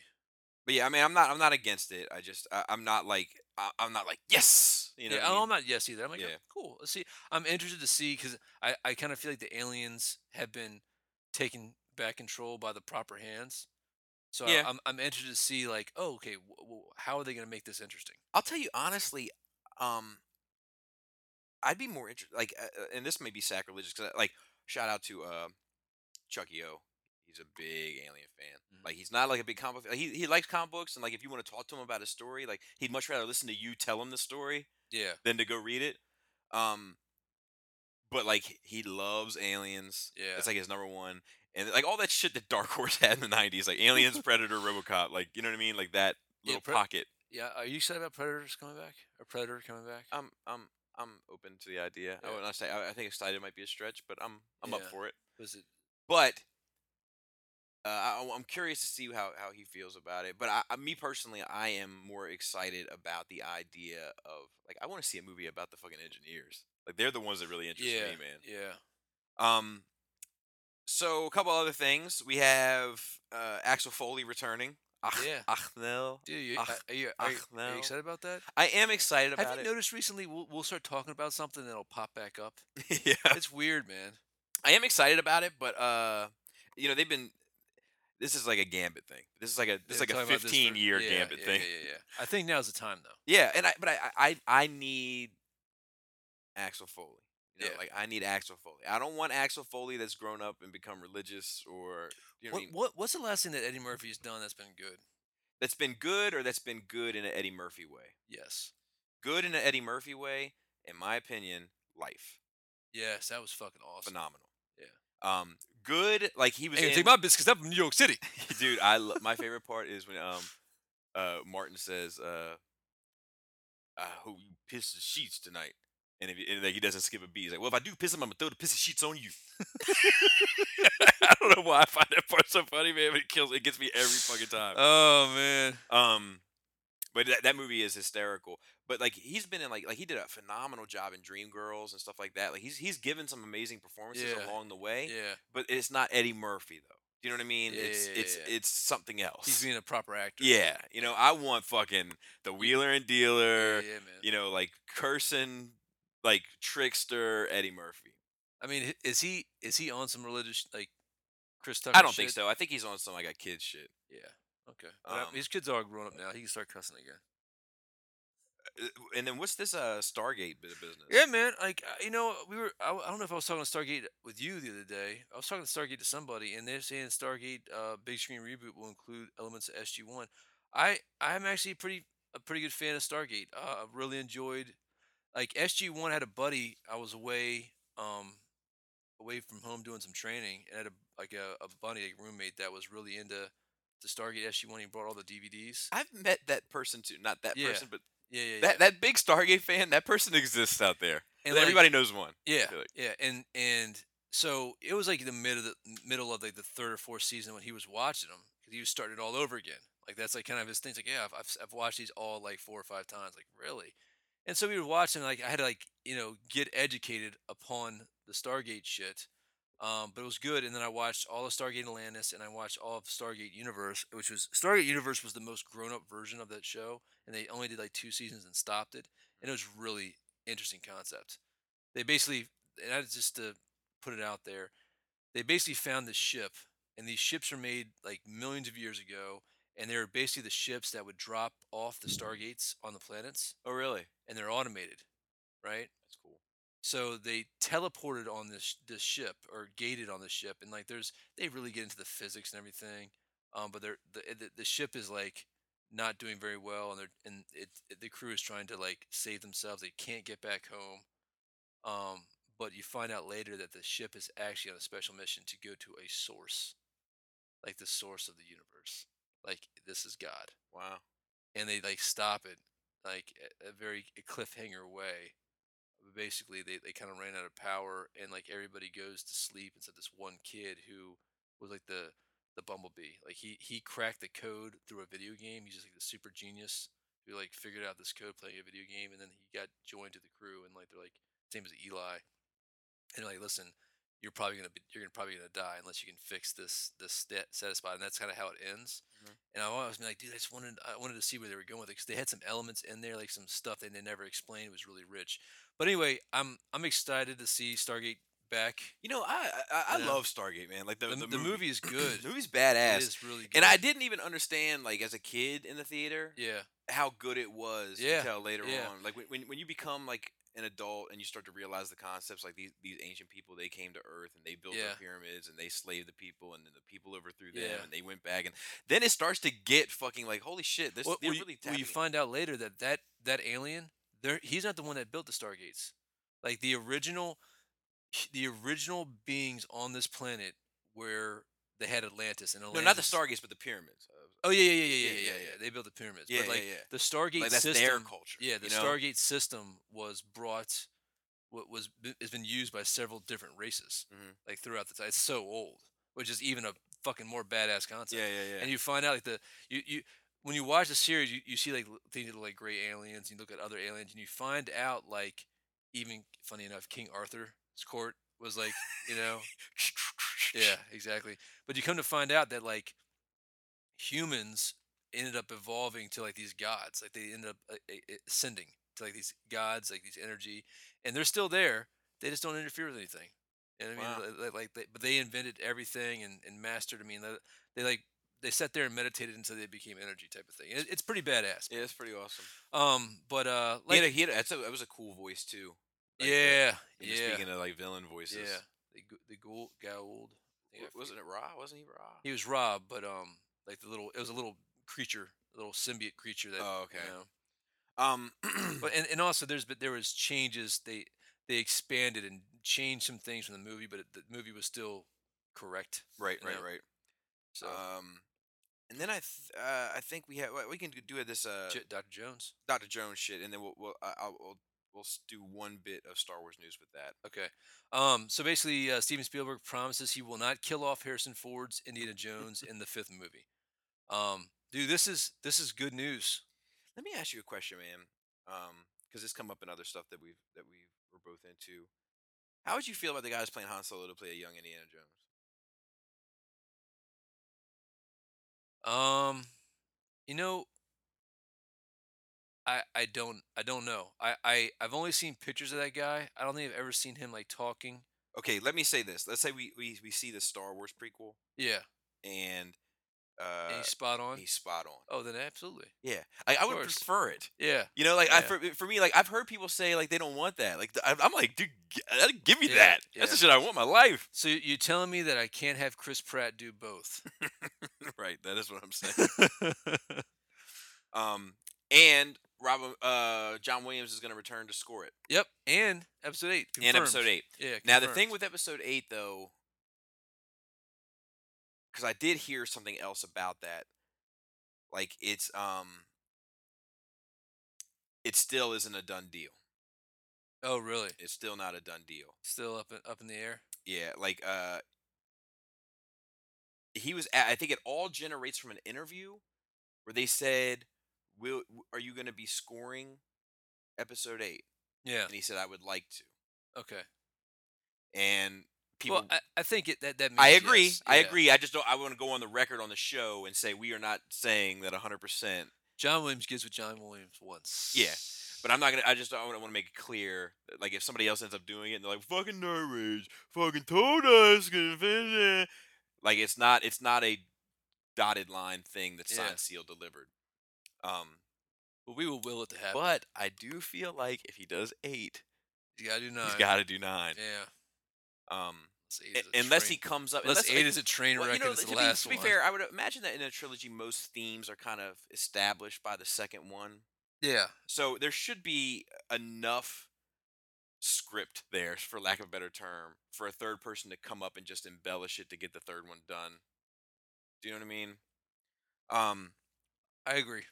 Speaker 3: But yeah, I mean, I'm not, I'm not against it. I just, I, I'm not like, I, I'm not like yes, you know.
Speaker 2: yeah,
Speaker 3: what I
Speaker 2: oh,
Speaker 3: mean?
Speaker 2: I'm not yes either. I'm like,
Speaker 3: Yeah.
Speaker 2: "Oh, cool. Let's see. I'm interested to see because I, I kind of feel like the aliens have been taken back control by the proper hands. So
Speaker 3: Yeah.
Speaker 2: I, am I'm interested to see like, oh, okay, w- w- how are they going to make this interesting?
Speaker 3: I'll tell you honestly, um, I'd be more interested. Like, uh, uh, and this may be sacrilegious because, like, shout out to uh, Chucky O. He's a big alien fan.
Speaker 2: Mhm.
Speaker 3: Like, he's not like a big comic. Book, he he likes comic books, and like, if you want to talk to him about his story, like, he'd much rather listen to you tell him the story
Speaker 2: Yeah,
Speaker 3: than to go read it. Um, but like, he- he loves aliens.
Speaker 2: Yeah.
Speaker 3: it's like his number one. And like all that shit that Dark Horse had in the '90s, like Aliens, Predator, RoboCop, like you know what I mean, like that
Speaker 2: Yeah,
Speaker 3: little
Speaker 2: Pre-
Speaker 3: pocket.
Speaker 2: yeah. Are you excited about Predators coming back? Or Predator coming back?
Speaker 3: I'm I'm I'm open to the idea.
Speaker 2: Yeah.
Speaker 3: I would not say I, I think excited might be a stretch, but I'm I'm up
Speaker 2: Yeah.
Speaker 3: for it.
Speaker 2: Was it?
Speaker 3: But uh, I, I'm curious to see how, how he feels about it. But I, I, me personally, I am more excited about the idea of like I want to see a movie about the fucking engineers. Like they're the ones that really interest
Speaker 2: Yeah,
Speaker 3: me, man.
Speaker 2: yeah.
Speaker 3: Um, so a couple other things we have uh, Axel Foley returning. Ach,
Speaker 2: Yeah.
Speaker 3: Achnel.
Speaker 2: Dude, you, uh,
Speaker 3: Ach-
Speaker 2: are, you, are, you,
Speaker 3: ach,
Speaker 2: are you
Speaker 3: no.
Speaker 2: excited about that?
Speaker 3: I am excited about
Speaker 2: Have you
Speaker 3: it.
Speaker 2: noticed recently we'll, we'll start talking about something that'll pop back up?
Speaker 3: yeah.
Speaker 2: It's weird, man.
Speaker 3: I am excited about it, but uh, you know they've been. This is like a gambit thing. This is like a this
Speaker 2: They're
Speaker 3: is like a
Speaker 2: talking about this for-
Speaker 3: 15 year
Speaker 2: yeah,
Speaker 3: gambit
Speaker 2: yeah,
Speaker 3: thing.
Speaker 2: Yeah, yeah, yeah. I think now's the time, though.
Speaker 3: Yeah. and I but I I I need Axel Foley. You know,
Speaker 2: Yeah.
Speaker 3: like I need Axel Foley. I don't want Axel Foley that's grown up and become religious or you know what I
Speaker 2: What,
Speaker 3: mean?
Speaker 2: what What's the last thing that Eddie Murphy's done that's been good?
Speaker 3: that's been good or that's been good in an Eddie Murphy way.
Speaker 2: Yes.
Speaker 3: Good in an Eddie Murphy way, in my opinion, life
Speaker 2: Yes, that was fucking awesome.
Speaker 3: phenomenal.
Speaker 2: Yeah.
Speaker 3: Um, good like he was.
Speaker 2: Hey,
Speaker 3: in-
Speaker 2: take my biscuits up from New York City.
Speaker 3: dude i lo- my favorite part is when um uh martin says uh i hope you piss the sheets tonight and if you, and like he doesn't skip a beat he's like well if i do piss them i'm gonna throw the pissy sheets on you i don't know why i find that part so funny man but it kills it gets me every fucking time
Speaker 2: Oh man.
Speaker 3: um but that, that movie is hysterical but like he's been in like like he did a phenomenal job in dreamgirls and stuff like that like he's he's given some amazing performances
Speaker 2: Yeah.
Speaker 3: along the way
Speaker 2: Yeah,
Speaker 3: but it's not Eddie Murphy though. Do you know what I mean?
Speaker 2: Yeah,
Speaker 3: it's
Speaker 2: yeah,
Speaker 3: it's
Speaker 2: yeah.
Speaker 3: it's something else.
Speaker 2: he's being a proper actor.
Speaker 3: yeah, you know, I want fucking the Wheeler and Dealer,
Speaker 2: Yeah, yeah, man.
Speaker 3: you know, like cursing, like trickster Eddie Murphy.
Speaker 2: I mean, h- is he is he on some religious like Chris Tucker?
Speaker 3: I don't think
Speaker 2: shit?
Speaker 3: so. I think he's on some like a kid shit.
Speaker 2: Yeah. Okay. But I-
Speaker 3: Um,
Speaker 2: his kids are grown up now. He can start cussing again.
Speaker 3: Uh, And then what's this uh Stargate bit of business?
Speaker 2: Yeah, man. Like uh, you know, we were. I, I don't know if I was talking to Stargate with you the other day. I was talking to Stargate to somebody, and they're saying Stargate uh, big screen reboot will include elements of SG One. I I'm actually pretty a pretty good fan of Stargate. Uh, I really enjoyed. Like SG One had a buddy. I was away um away from home doing some training, and had a like a, a buddy, like roommate that was really into the Stargate SG One. He brought all the DVDs.
Speaker 3: I've met that person too. Not that
Speaker 2: Yeah,
Speaker 3: person, but
Speaker 2: Yeah, yeah, yeah.
Speaker 3: that that big Stargate fan, that person exists out there.
Speaker 2: and like-
Speaker 3: Everybody knows one.
Speaker 2: Yeah,
Speaker 3: feel like.
Speaker 2: yeah, and and so it was like the mid of the middle of like the third or fourth season when he was watching them because he was starting it all over again. Like that's like kind of his thing. It's like yeah, I've, I've I've watched these all like four or five times. Like really, and so we were watching. Like I had to like you know get educated upon the Stargate shit. Um, but it was good, and then I watched all of Stargate Atlantis, and I watched all of Stargate Universe, which was Stargate Universe was the most grown-up version of that show, and they only did like two seasons and stopped it, and it was really interesting concept they basically and I just to put it out there, they basically found this ship, and these ships are made like millions of years ago, and they're basically the ships that would drop off the stargates on the planets,
Speaker 3: Oh really?
Speaker 2: and they're automated, right?
Speaker 3: That's cool.
Speaker 2: So they teleported on this this ship or gated on the ship, and like there's they really get into the physics and everything, um, but they're the the, the ship is like not doing very well, and they're and it, it the crew is trying to like save themselves. They can't get back home, um, but you find out later that the ship is actually on a special mission to go to a source, like the source of the universe, like this is God
Speaker 3: Wow.
Speaker 2: and they like stop it like a, a very cliffhanger way basically they, they kind of ran out of power and like everybody goes to sleep except this one kid who was like the the bumblebee like he he cracked the code through a video game he's just like the super genius who like figured out this code playing a video game and then he got joined to the crew and like they're like his name is eli and like listen you're probably gonna be you're gonna probably gonna die unless you can fix this this stat, satisfied, and that's kind of how it ends.
Speaker 3: Mhm.
Speaker 2: And I always been like, dude, I just wanted I wanted to see where they were going with it because they had some elements in there, like some stuff that they never explained. It was really rich. But anyway, I'm I'm excited to see Stargate back.
Speaker 3: You know, I I, I
Speaker 2: Yeah.
Speaker 3: love Stargate, man. Like the
Speaker 2: The,
Speaker 3: the,
Speaker 2: the movie is good.
Speaker 3: the movie's
Speaker 2: It
Speaker 3: badass.
Speaker 2: is really good.
Speaker 3: And I didn't even understand, like as a kid in the theater,
Speaker 2: Yeah.
Speaker 3: how good it was
Speaker 2: Yeah,
Speaker 3: until later
Speaker 2: yeah.
Speaker 3: on. Like when- when when you become like an adult and you start to realize the concepts, like these these ancient people, they came to Earth and they built
Speaker 2: Yeah.
Speaker 3: the pyramids and they slaved the people and then the people overthrew them
Speaker 2: Yeah.
Speaker 3: and they went back and then it starts to get fucking like holy shit, this
Speaker 2: Well,
Speaker 3: they're
Speaker 2: will you,
Speaker 3: really
Speaker 2: will you
Speaker 3: tapping-
Speaker 2: find out later that that that alien, there, he's not the one that built the stargates. Like the original, h- the original beings on this planet where they had Atlantis and
Speaker 3: no,
Speaker 2: Atlantis.
Speaker 3: not the Stargates, but the pyramids. Uh,
Speaker 2: Oh yeah, yeah, yeah, yeah,
Speaker 3: Yeah,
Speaker 2: yeah, yeah.
Speaker 3: yeah,
Speaker 2: yeah. They built the pyramids.
Speaker 3: Yeah,
Speaker 2: but like
Speaker 3: yeah, yeah.
Speaker 2: the Stargate
Speaker 3: Like that's
Speaker 2: system.
Speaker 3: their culture.
Speaker 2: yeah, the
Speaker 3: you know?
Speaker 2: Stargate system was brought. What was b- has been used by several different races,
Speaker 3: Mhm.
Speaker 2: like throughout the time. It's so old, which is even a fucking more badass concept
Speaker 3: Yeah, yeah, yeah.
Speaker 2: and you find out like the you you when you watch the series you, you see like l- things that are like gray aliens you look at other aliens and you find out like even funny enough king arthur's court was like you know yeah exactly but you come to find out that like humans ended up evolving to like these gods like they ended up uh, uh, ascending to like these gods like these energy and they're still there they just don't interfere with anything and i mean
Speaker 3: Wow.
Speaker 2: li- li- like, they, but they invented everything and, and mastered i mean they, they like they sat there and meditated until they became energy type of thing it, it's pretty badass
Speaker 3: Yeah, it's pretty awesome.
Speaker 2: um but uh
Speaker 3: He
Speaker 2: like
Speaker 3: had a, he had a, that's a, that was a cool voice too. Like, uh,
Speaker 2: yeah
Speaker 3: and
Speaker 2: yeah
Speaker 3: just Speaking of like villain voices.
Speaker 2: yeah the, Gu- the Gould, Gould, I think I
Speaker 3: W- Wasn't it Ra? Wasn't he Ra?
Speaker 2: He was Rob, but um, like the little, it was a little creature, a little symbiote creature that.
Speaker 3: Oh,
Speaker 2: you
Speaker 3: okay.
Speaker 2: know.
Speaker 3: Um,
Speaker 2: But and, and also there's but there was changes they they expanded and changed some things from the movie, but it, the movie was still correct.
Speaker 3: right,
Speaker 2: you
Speaker 3: right,
Speaker 2: know,
Speaker 3: right.
Speaker 2: So
Speaker 3: Um, and then I th- uh, I think we have we can do this uh
Speaker 2: J- Dr. Jones.
Speaker 3: Doctor Jones shit, and then we'll we'll I- I'll, we'll we'll s- do one bit of Star Wars news with that.
Speaker 2: Okay. Um. So basically, uh, Steven Spielberg promises he will not kill off Harrison Ford's Indiana Jones in the fifth movie. Um. Dude, this is this is good news.
Speaker 3: Let me ask you a question, man. Um, because it's come up in other stuff that we've that we were both into. How would you feel about the guys playing Han Solo to play a young Indiana Jones?
Speaker 2: Um, you know, I I don't I don't know. I I I've only seen pictures of that guy. I don't think I've ever seen him like talking.
Speaker 3: Okay, let me say this. Let's say we we, we see the Star Wars prequel,
Speaker 2: Yeah,
Speaker 3: and
Speaker 2: and
Speaker 3: uh,
Speaker 2: he's spot on.
Speaker 3: he's spot on.
Speaker 2: Oh, then absolutely.
Speaker 3: Yeah, I, I would
Speaker 2: course.
Speaker 3: prefer it.
Speaker 2: Yeah,
Speaker 3: You know, like I
Speaker 2: Yeah.
Speaker 3: for, for me, like I've heard people say like they don't want that. Like th- I'm I'm like, dude, g- uh, give me
Speaker 2: Yeah,
Speaker 3: that. That's the
Speaker 2: yeah.
Speaker 3: shit I want in my life.
Speaker 2: so y- you're telling me that I can't have Chris Pratt do both?
Speaker 3: right. That is what I'm saying. um, and Robin, uh, John Williams is going to return to score it
Speaker 2: yep, and episode eight.
Speaker 3: in episode
Speaker 2: confirmed.
Speaker 3: eight.
Speaker 2: Yeah.
Speaker 3: Now the thing
Speaker 2: confirmed.
Speaker 3: with episode eight though, because I did hear something else about that. Like it's um, it still isn't a done deal.
Speaker 2: oh really?
Speaker 3: It's still not a done deal.
Speaker 2: Still up in, up in the air.
Speaker 3: Yeah, like uh he was at, I think it all generates from an interview where they said, "Will w- are you going to be scoring episode 8?"
Speaker 2: Yeah.
Speaker 3: And he said, "I would like to."
Speaker 2: Okay.
Speaker 3: And people
Speaker 2: well, I, I think it that that means
Speaker 3: I agree.
Speaker 2: yes,
Speaker 3: I
Speaker 2: yeah.
Speaker 3: agree. I just don't I want to go on the record on the show and say we are not saying that 100%,
Speaker 2: John Williams gives what John Williams wants.
Speaker 3: but I'm not going to I just I want to make it clear that, like if somebody else ends up doing it and they're like fucking nerds, fucking told us gonna finish it." like it's not it's not a dotted line thing that's
Speaker 2: Yeah.
Speaker 3: signed sealed delivered um
Speaker 2: But we will will it to happen.
Speaker 3: but i do feel like if he does eight
Speaker 2: you gotta do nine.
Speaker 3: he's got to do nine
Speaker 2: Yeah.
Speaker 3: um
Speaker 2: Let's
Speaker 3: a-
Speaker 2: eat as a
Speaker 3: unless he
Speaker 2: train.
Speaker 3: comes up
Speaker 2: unless,
Speaker 3: unless
Speaker 2: eight
Speaker 3: like,
Speaker 2: is a train
Speaker 3: well,
Speaker 2: wreck
Speaker 3: you know,
Speaker 2: and it's
Speaker 3: to
Speaker 2: the
Speaker 3: be,
Speaker 2: last
Speaker 3: to be
Speaker 2: one.
Speaker 3: fair i would imagine that in a trilogy most themes are kind of established by the second one
Speaker 2: yeah,
Speaker 3: so there should be enough script there for lack of a better term for a third person to come up and just embellish it to get the third one done do you know what i mean um
Speaker 2: I agree.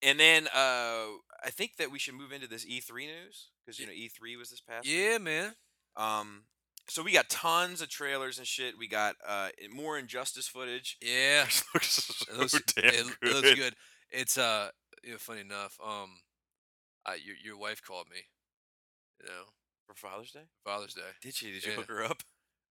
Speaker 3: And then uh, I think that we should move into this E3 news because you know E3 was this past. week.
Speaker 2: Yeah, man.
Speaker 3: Um. So we got tons of trailers and shit. We got uh i- more Injustice footage.
Speaker 2: Yeah,
Speaker 3: Which looks so
Speaker 2: it looks,
Speaker 3: damn
Speaker 2: it, l- it looks good. It's uh, you know, funny enough, um, I, your your wife called me, you know,
Speaker 3: for Father's Day.
Speaker 2: Father's Day.
Speaker 3: Did you? Did you
Speaker 2: Yeah.
Speaker 3: hook her up?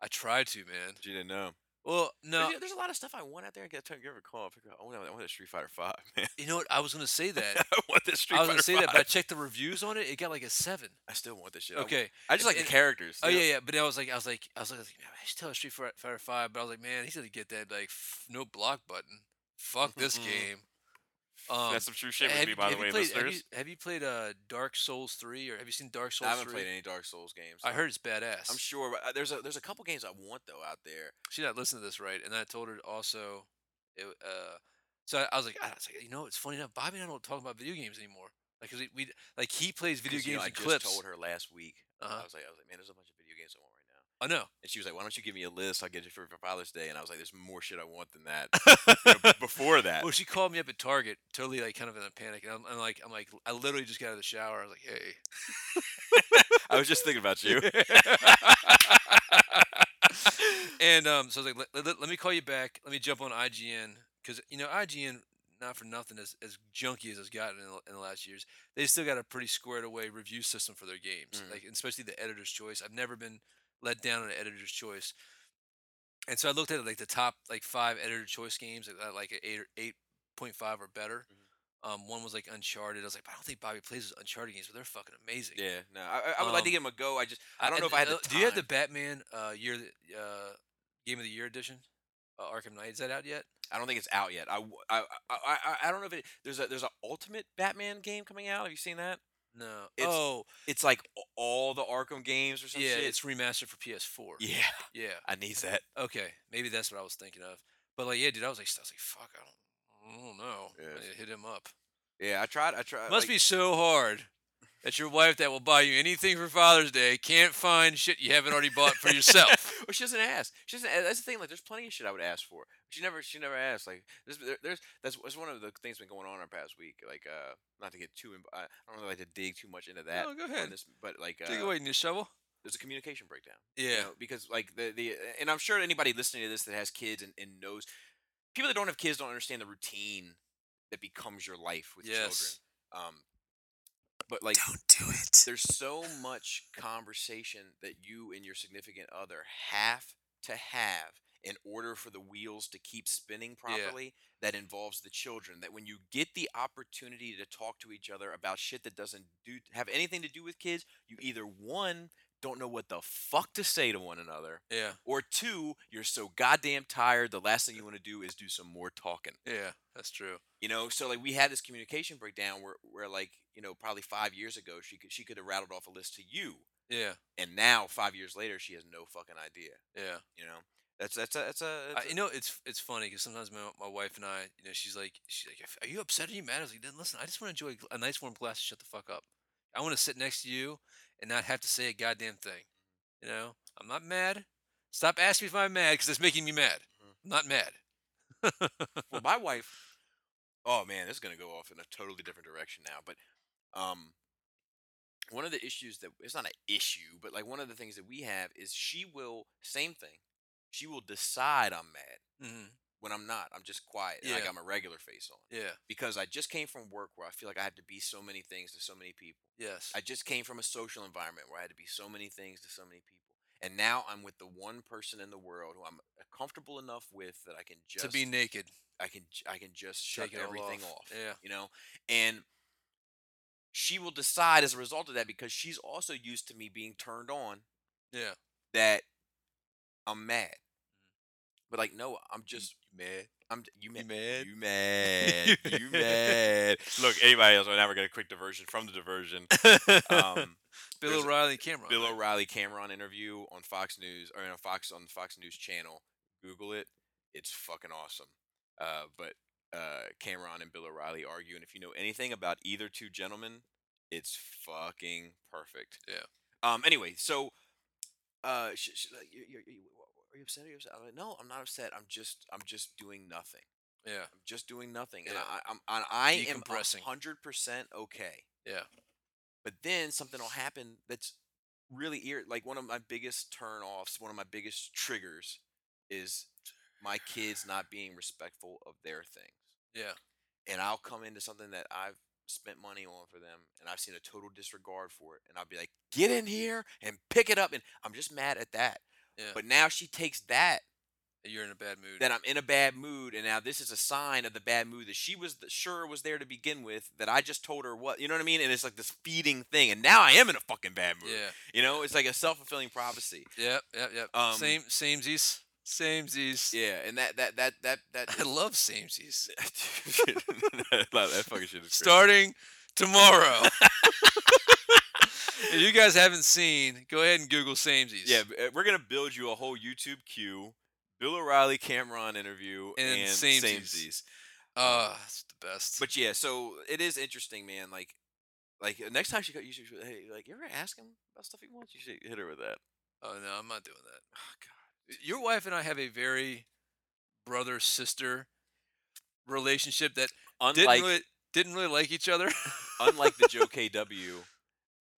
Speaker 2: I try to, man.
Speaker 3: You didn't know.
Speaker 2: Well,
Speaker 3: No,
Speaker 2: no,
Speaker 3: there's, there's a lot of stuff I want out there. I get to give a call. I figure, oh, no, I want a Street Fighter Five, man.
Speaker 2: you know what? I was gonna say that.
Speaker 3: Eh, I want this Street
Speaker 2: I was
Speaker 3: Fighter
Speaker 2: gonna say that, but I
Speaker 3: Five.
Speaker 2: checked the reviews on it. It got like a seven.
Speaker 3: I still want this shit. I want-
Speaker 2: Okay.
Speaker 3: I just
Speaker 2: and-
Speaker 3: like the
Speaker 2: and-
Speaker 3: characters.
Speaker 2: Oh
Speaker 3: you know?
Speaker 2: yeah, yeah. But I was like, I was like, I was like, I, was like, "Man, I should tell Street Fi- Fighter Five, but I was like, man, he's gonna get that like f- no block button. Fuck this
Speaker 3: Mhm.
Speaker 2: game. Um,
Speaker 4: That's some true shit with
Speaker 2: have
Speaker 4: me,
Speaker 2: you-
Speaker 4: by the
Speaker 2: have you
Speaker 4: way,
Speaker 2: played, Have
Speaker 4: listeners.
Speaker 2: you, have you played uh, Dark Souls Three or have you seen Dark Souls
Speaker 3: I haven't
Speaker 2: 3?
Speaker 3: played any Dark Souls games.
Speaker 2: I heard it's badass.
Speaker 3: I'm sure but, uh, there's a there's a couple games I want though out there.
Speaker 2: she not listening to this right, and I told her also. It, w- uh, so I, I was like, I was like, you know, it's funny enough. Bobby and I don't talk about video games anymore. Like, 'cause we, we like he plays video
Speaker 3: 'Cause, you
Speaker 2: games
Speaker 3: know, I
Speaker 2: and
Speaker 3: just
Speaker 2: clips.
Speaker 3: told her last week. I
Speaker 2: Uh-huh.
Speaker 3: was like, I was like, man, there's a bunch of video games I want right now.
Speaker 2: I know.
Speaker 3: And she was like, why don't you give me a list? I'll get it for for Father's Day. And I was like, there's more shit I want than that. You know, before that,
Speaker 2: Well, she called me up at Target, totally like kind of in a panic, and I'm, I'm like, I'm like, I literally just got out of the shower. I was like, hey.
Speaker 3: I was just thinking about you.
Speaker 2: and um, so I was like, let, let- let me call you back. Let me jump on IGN because you know IGN, not for nothing, as as junky as it's gotten in the, in the last years, they still got a pretty squared away review system for their games,
Speaker 3: Mhm.
Speaker 2: like especially the editor's choice. I've never been let down on an editor's choice. And so I looked at like the top like five editor choice games that got, like a eight or eight point five or better. Um, one was like Uncharted. I was like, I don't think Bobby plays those Uncharted games, but they're fucking amazing.
Speaker 3: Yeah, no, I, I- I would like to
Speaker 2: Um,
Speaker 3: give him a go. I just I don't know if
Speaker 2: uh,
Speaker 3: I had the
Speaker 2: uh, Do you have the
Speaker 3: time.
Speaker 2: Batman uh, year of the- uh, game of the year edition? Uh, Arkham Knight is that out yet?
Speaker 3: I don't think it's out yet. I, w- I, I, I- I don't know if it there's a there's a Ultimate Batman game coming out. Have you seen that?
Speaker 2: No.
Speaker 3: It's
Speaker 2: oh,
Speaker 3: It's like a- all the Arkham games or some
Speaker 2: yeah,
Speaker 3: shit.
Speaker 2: it's remastered for PS4.
Speaker 3: yeah,
Speaker 2: Yeah.
Speaker 3: I need that.
Speaker 2: Okay, maybe that's what I was thinking of. But like, yeah, dude, I was like, I was like, fuck, I don't, I don't know.
Speaker 3: Yeah,
Speaker 2: I
Speaker 3: it's-
Speaker 2: need to hit him up.
Speaker 3: Yeah, I tried. I tried.
Speaker 2: Must be so hard that your wife that will buy you anything for Father's Day can't find shit you haven't already bought for yourself.
Speaker 3: well, she doesn't ask. She doesn't. That's the thing. Like, there's plenty of shit I would ask for. She never. She never asked. Like, there's. There, there's that's, that's one of the things been going on our past week. Like, uh, not to get too. In, I I don't really like to dig too much into that.
Speaker 2: no, Oh, go
Speaker 3: on
Speaker 2: ahead.
Speaker 3: this, but like,
Speaker 2: Take
Speaker 3: uh,
Speaker 2: away your shovel.
Speaker 3: there's a communication breakdown. you
Speaker 2: Yeah.
Speaker 3: know, because like the the and i'm sure anybody listening to this that has kids and, and knows people that don't have kids don't understand the routine that becomes your life with
Speaker 2: Yes.
Speaker 3: children um but like
Speaker 2: do it.
Speaker 3: there's so much conversation that you and your significant other have to have in order for the wheels to keep spinning
Speaker 2: Yeah.
Speaker 3: properly that involves the children that when you get the opportunity to talk to each other about shit that doesn't do have anything to do with kids you either one don't know what the fuck to say to one another
Speaker 2: Yeah.
Speaker 3: or two you're so goddamn tired the last thing you want to do is do some more talking
Speaker 2: Yeah. That's true.
Speaker 3: you know, so like we had this communication breakdown where, where like you know, probably five years ago, she could she could have rattled off a list to you,
Speaker 2: Yeah.
Speaker 3: and now five years later, she has no fucking idea. eh,
Speaker 2: Yeah.
Speaker 3: You know, that's that's a that's a,
Speaker 2: I,
Speaker 3: that's a-
Speaker 2: you know, it's it's funny because sometimes my, my wife and I, you know, she's like, she's like, "If- are you upset? Are you mad? I was like, then listen, I just want to enjoy a nice warm glass. and Shut the fuck up. I want to sit next to you and not have to say a goddamn thing. You know, I'm not mad. Stop asking me if I'm mad because it's making me mad.
Speaker 3: Mhm.
Speaker 2: I'm not mad.
Speaker 3: well, my wife. Oh man, this is gonna go off in a totally different direction now. But um, one of the issues that it's not an issue, but like one of the things that we have is she will same thing. She will decide I'm mad
Speaker 2: hmm
Speaker 3: when I'm not. I'm just quiet. and I
Speaker 2: Yeah.
Speaker 3: got my regular face on.
Speaker 2: Yeah.
Speaker 3: because I just came from work where I feel like I had to be so many things to so many people.
Speaker 2: Yes.
Speaker 3: I just came from a social environment where I had to be so many things to so many people. And now I'm with the one person in the world who I'm comfortable enough with that I can just
Speaker 2: to be naked.
Speaker 3: I can j- I can just shut
Speaker 2: Take it all
Speaker 3: everything
Speaker 2: off.
Speaker 3: off.
Speaker 2: Yeah.
Speaker 3: You know? And she will decide as a result of that because she's also used to me being turned on
Speaker 2: Yeah.
Speaker 3: that I'm mad.
Speaker 4: Mm.
Speaker 3: But like no, I'm just
Speaker 2: mad.
Speaker 3: I'm you mad.
Speaker 2: mad?
Speaker 3: You mad. You mad.
Speaker 4: Look, anybody else? Right now, we're gonna quick diversion from the diversion.
Speaker 3: Um,
Speaker 2: Bill
Speaker 3: there's a-
Speaker 2: O'Reilly camera.
Speaker 3: Bill O'Reilly Cameron interview on Fox News or on Fox on the Fox News channel. Google it. It's fucking awesome. Uh, but uh, Cameron and Bill O'Reilly argue, and if you know anything about either two gentlemen, it's fucking perfect.
Speaker 2: Yeah.
Speaker 3: Um. Anyway, so, uh, sh- sh- like, you, you, you, are you upset? Are you upset? I'm like, no, I'm not upset. I'm just, I'm just doing nothing.
Speaker 2: Yeah.
Speaker 3: I'm just doing nothing, and
Speaker 2: Yeah.
Speaker 3: I, I'm, and I am
Speaker 2: Decompressing.
Speaker 3: hundred percent okay.
Speaker 2: Yeah.
Speaker 3: But then something will happen that's really ir- like one of my biggest turn offs, one of my biggest triggers is my kids not being respectful of their things.
Speaker 2: Yeah.
Speaker 3: And I'll come into something that I've spent money on for them and I've seen a total disregard for it and I'll be like, "Get in here and pick it up." And I'm just mad at that.
Speaker 2: Yeah.
Speaker 3: But now she takes that
Speaker 2: You're in a bad mood.
Speaker 3: that I'm in a bad mood, and now this is a sign of the bad mood that she was sure was there to begin with. That I just told her what you know what I mean, and it's like this feeding thing, and now I am in a fucking bad mood.
Speaker 2: yeah.
Speaker 3: You know, it's like a self fulfilling prophecy.
Speaker 2: Yep. Yep. Yep.
Speaker 3: Um,
Speaker 2: Same. Samesies. Samesies.
Speaker 3: Yeah, and that that that that that.
Speaker 2: I love samesies.
Speaker 4: that fucking shit is crazy.
Speaker 2: starting tomorrow. if you guys haven't seen, go ahead and Google samesies.
Speaker 4: Yeah,
Speaker 2: and,
Speaker 4: b- uh, we're gonna build you a whole YouTube queue, Bill O'Reilly Cameron interview,
Speaker 2: And
Speaker 4: and,
Speaker 2: samesies.
Speaker 4: samesies. um,
Speaker 2: uh, it's the best.
Speaker 3: But yeah, so it is interesting, man. Like, like uh, next time she goes, you should hey, like you ever ask him about stuff he wants, you should hit her with that.
Speaker 2: oh no, I'm not doing that.
Speaker 4: Oh,
Speaker 2: Y- Your wife and I have a very brother sister relationship that didn't
Speaker 4: Unlike
Speaker 2: really didn't really like each other.
Speaker 4: unlike the Joe KW.